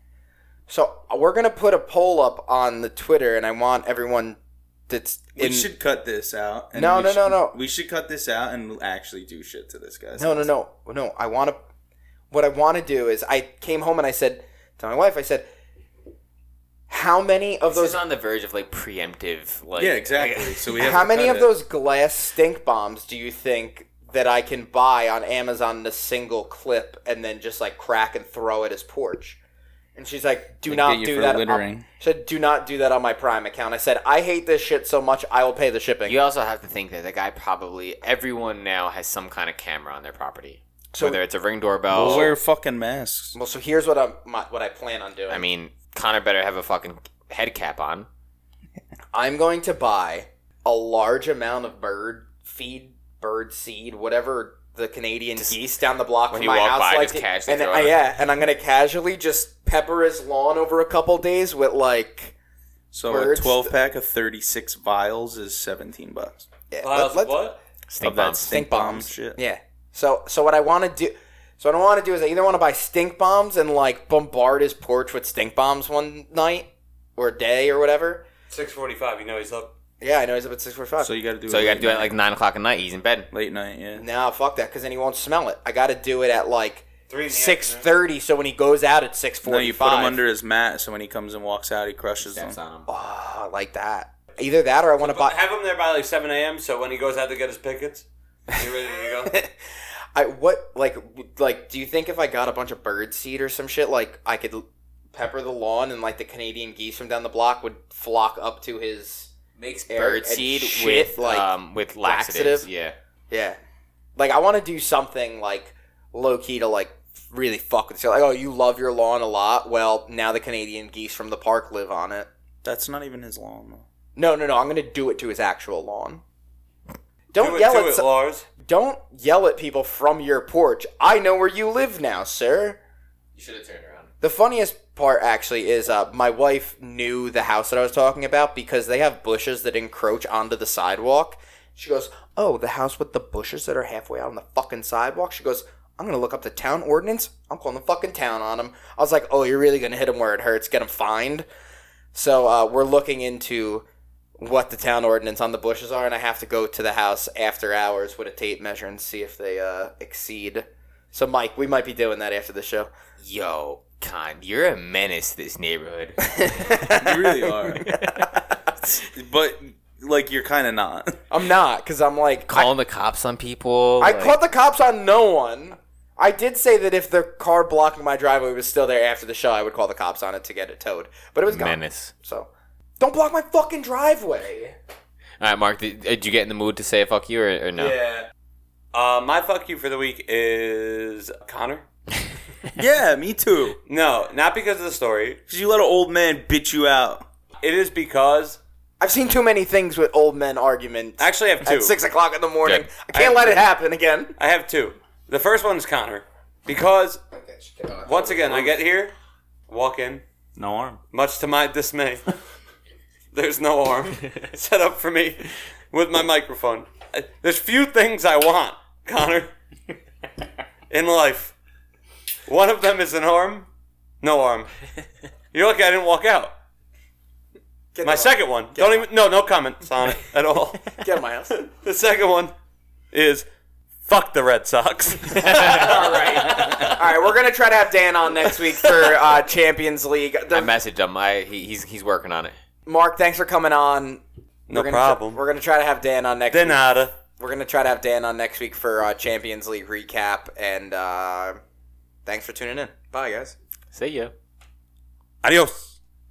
So we're gonna put a poll up on the Twitter, and I want everyone that's
We
in.
should cut this out. And
No,
we
no, no,
should-
no.
We should cut this out and actually do shit to this guy.
no, no, no, no. I want to. What I want to do is, I came home and I said to my wife, I said, "How many of
This
those
is on the verge of like preemptive, like
Yeah, exactly. So we have
How
to
many
cut
of
it.
those glass stink bombs do you think that I can buy on Amazon in a single clip and then just like crack and throw at his porch? And she's like, "Do not
you
do
for
that."
littering.
On, she said, "Do not do that on my Prime account." I said, "I hate this shit so much. I will pay the shipping."
You also have to think that the guy probably everyone now has some kind of camera on their property,
So-
whether it's a ring doorbell.
Wear fucking masks.
Well, so here's what I'm my, what I plan on doing.
I mean, Connor better have a fucking head cap on.
I'm going to buy a large amount of bird feed, bird seed, whatever the Canadian geese down the block
when
from
you
my
walk
house
by,
like
just
to-
catch, they
and
throw
I-
it.
yeah, and I'm gonna casually just pepper his lawn over a couple days with like
So
Words.
a 12 pack of 36 vials is 17 bucks.
yeah,
Miles,
let's-
what?
Stink
Of that
bombs.
stink bomb shit.
Yeah. So so what I want to do. So what I want to do is I either want to buy stink bombs and like bombard his porch with stink bombs one night or day or whatever.
Six forty-five. You know he's up.
Yeah, I know he's up at six forty five.
So you got to do
So
it
you got
late
to do it at
night.
like nine o'clock at night. He's in bed.
late night, yeah.
no, fuck that, because then he won't smell it. I got to do it at like
Three in the
six
afternoon.
thirty. So when he goes out at six
No,
forty
you put
five,
him under his mat so when he comes and walks out, he crushes them.
Ah, I like that. Either that or I want to buy.
Have him there by like seven a.m. So when he goes out to get his pickets, you ready to go?
I what like w- like do you think if I got a bunch of bird seed or some shit like I could l- pepper the lawn and like the Canadian geese from down the block would flock up to his
Makes
air
Bird
and
seed
shit,
with like um, with laxatives.
laxative?
Yeah.
yeah like I want to do something like low key to like really fuck with you like oh you love your lawn a lot well now the Canadian geese from the park live on it
That's not even his lawn, though.
no no no I'm gonna do it to his actual lawn don't
Do it,
yell
do
at
it,
so-
Lars.
don't yell at people from your porch I know where you live now sir.
You should have turned around.
The funniest part actually is uh, my wife knew the house that I was talking about because they have bushes that encroach onto the sidewalk. She goes, "Oh, the house with the bushes that are halfway out on the fucking sidewalk." She goes, "I'm gonna look up the town ordinance. I'm calling the fucking town on them." I was like, "Oh, you're really gonna hit them where it hurts? Get them fined." So uh, we're looking into what the town ordinance on the bushes are, and I have to go to the house after hours with a tape measure and see if they uh, exceed. So, Mike, we might be doing that after the show.
Yo, Con, you're a menace to this neighborhood.
You really are. but, like, you're kind of not.
I'm not, because I'm like, I,
Calling the cops on people.
I
like-
called the cops on no one. I did say that if the car blocking my driveway was still there after the show, I would call the cops on it to get it towed. But it was gone.
menace.
So, don't block my fucking driveway.
All right, Mark, did, did you get in the mood to say fuck you or, or no?
Yeah. Uh, my fuck you for the week is Connor.
yeah, me too.
No, not because of the story.
Because you let an old man bitch you out.
It is because
I've seen too many things with old men arguments.
actually I have two.
at six o'clock in the morning,
Good.
I can't let it happen again.
I have two. The first one's Connor because once again I get here, walk in,
No arm.
much to my dismay. There's no arm set up for me with my microphone. I- There's few things I want, Connor, in life. One of them is an arm, no arm. You're lucky I didn't walk out.
Get
My
them
second
out.
one. Don't even. No, no comments on it at all.
Get out of my house.
the second one is fuck the Red Sox.
All right. All right. We're gonna try to have Dan on next week for uh, Champions League. The-
I messaged him. I he, he's he's working on it.
Mark, thanks for coming on.
no
We're gonna
problem.
Try, we're gonna try to have Dan on next.
De
week.
nada.
We're gonna try to have Dan on next week for uh, Champions League recap. And uh, thanks for tuning in. Bye, guys.
See ya.
Adios.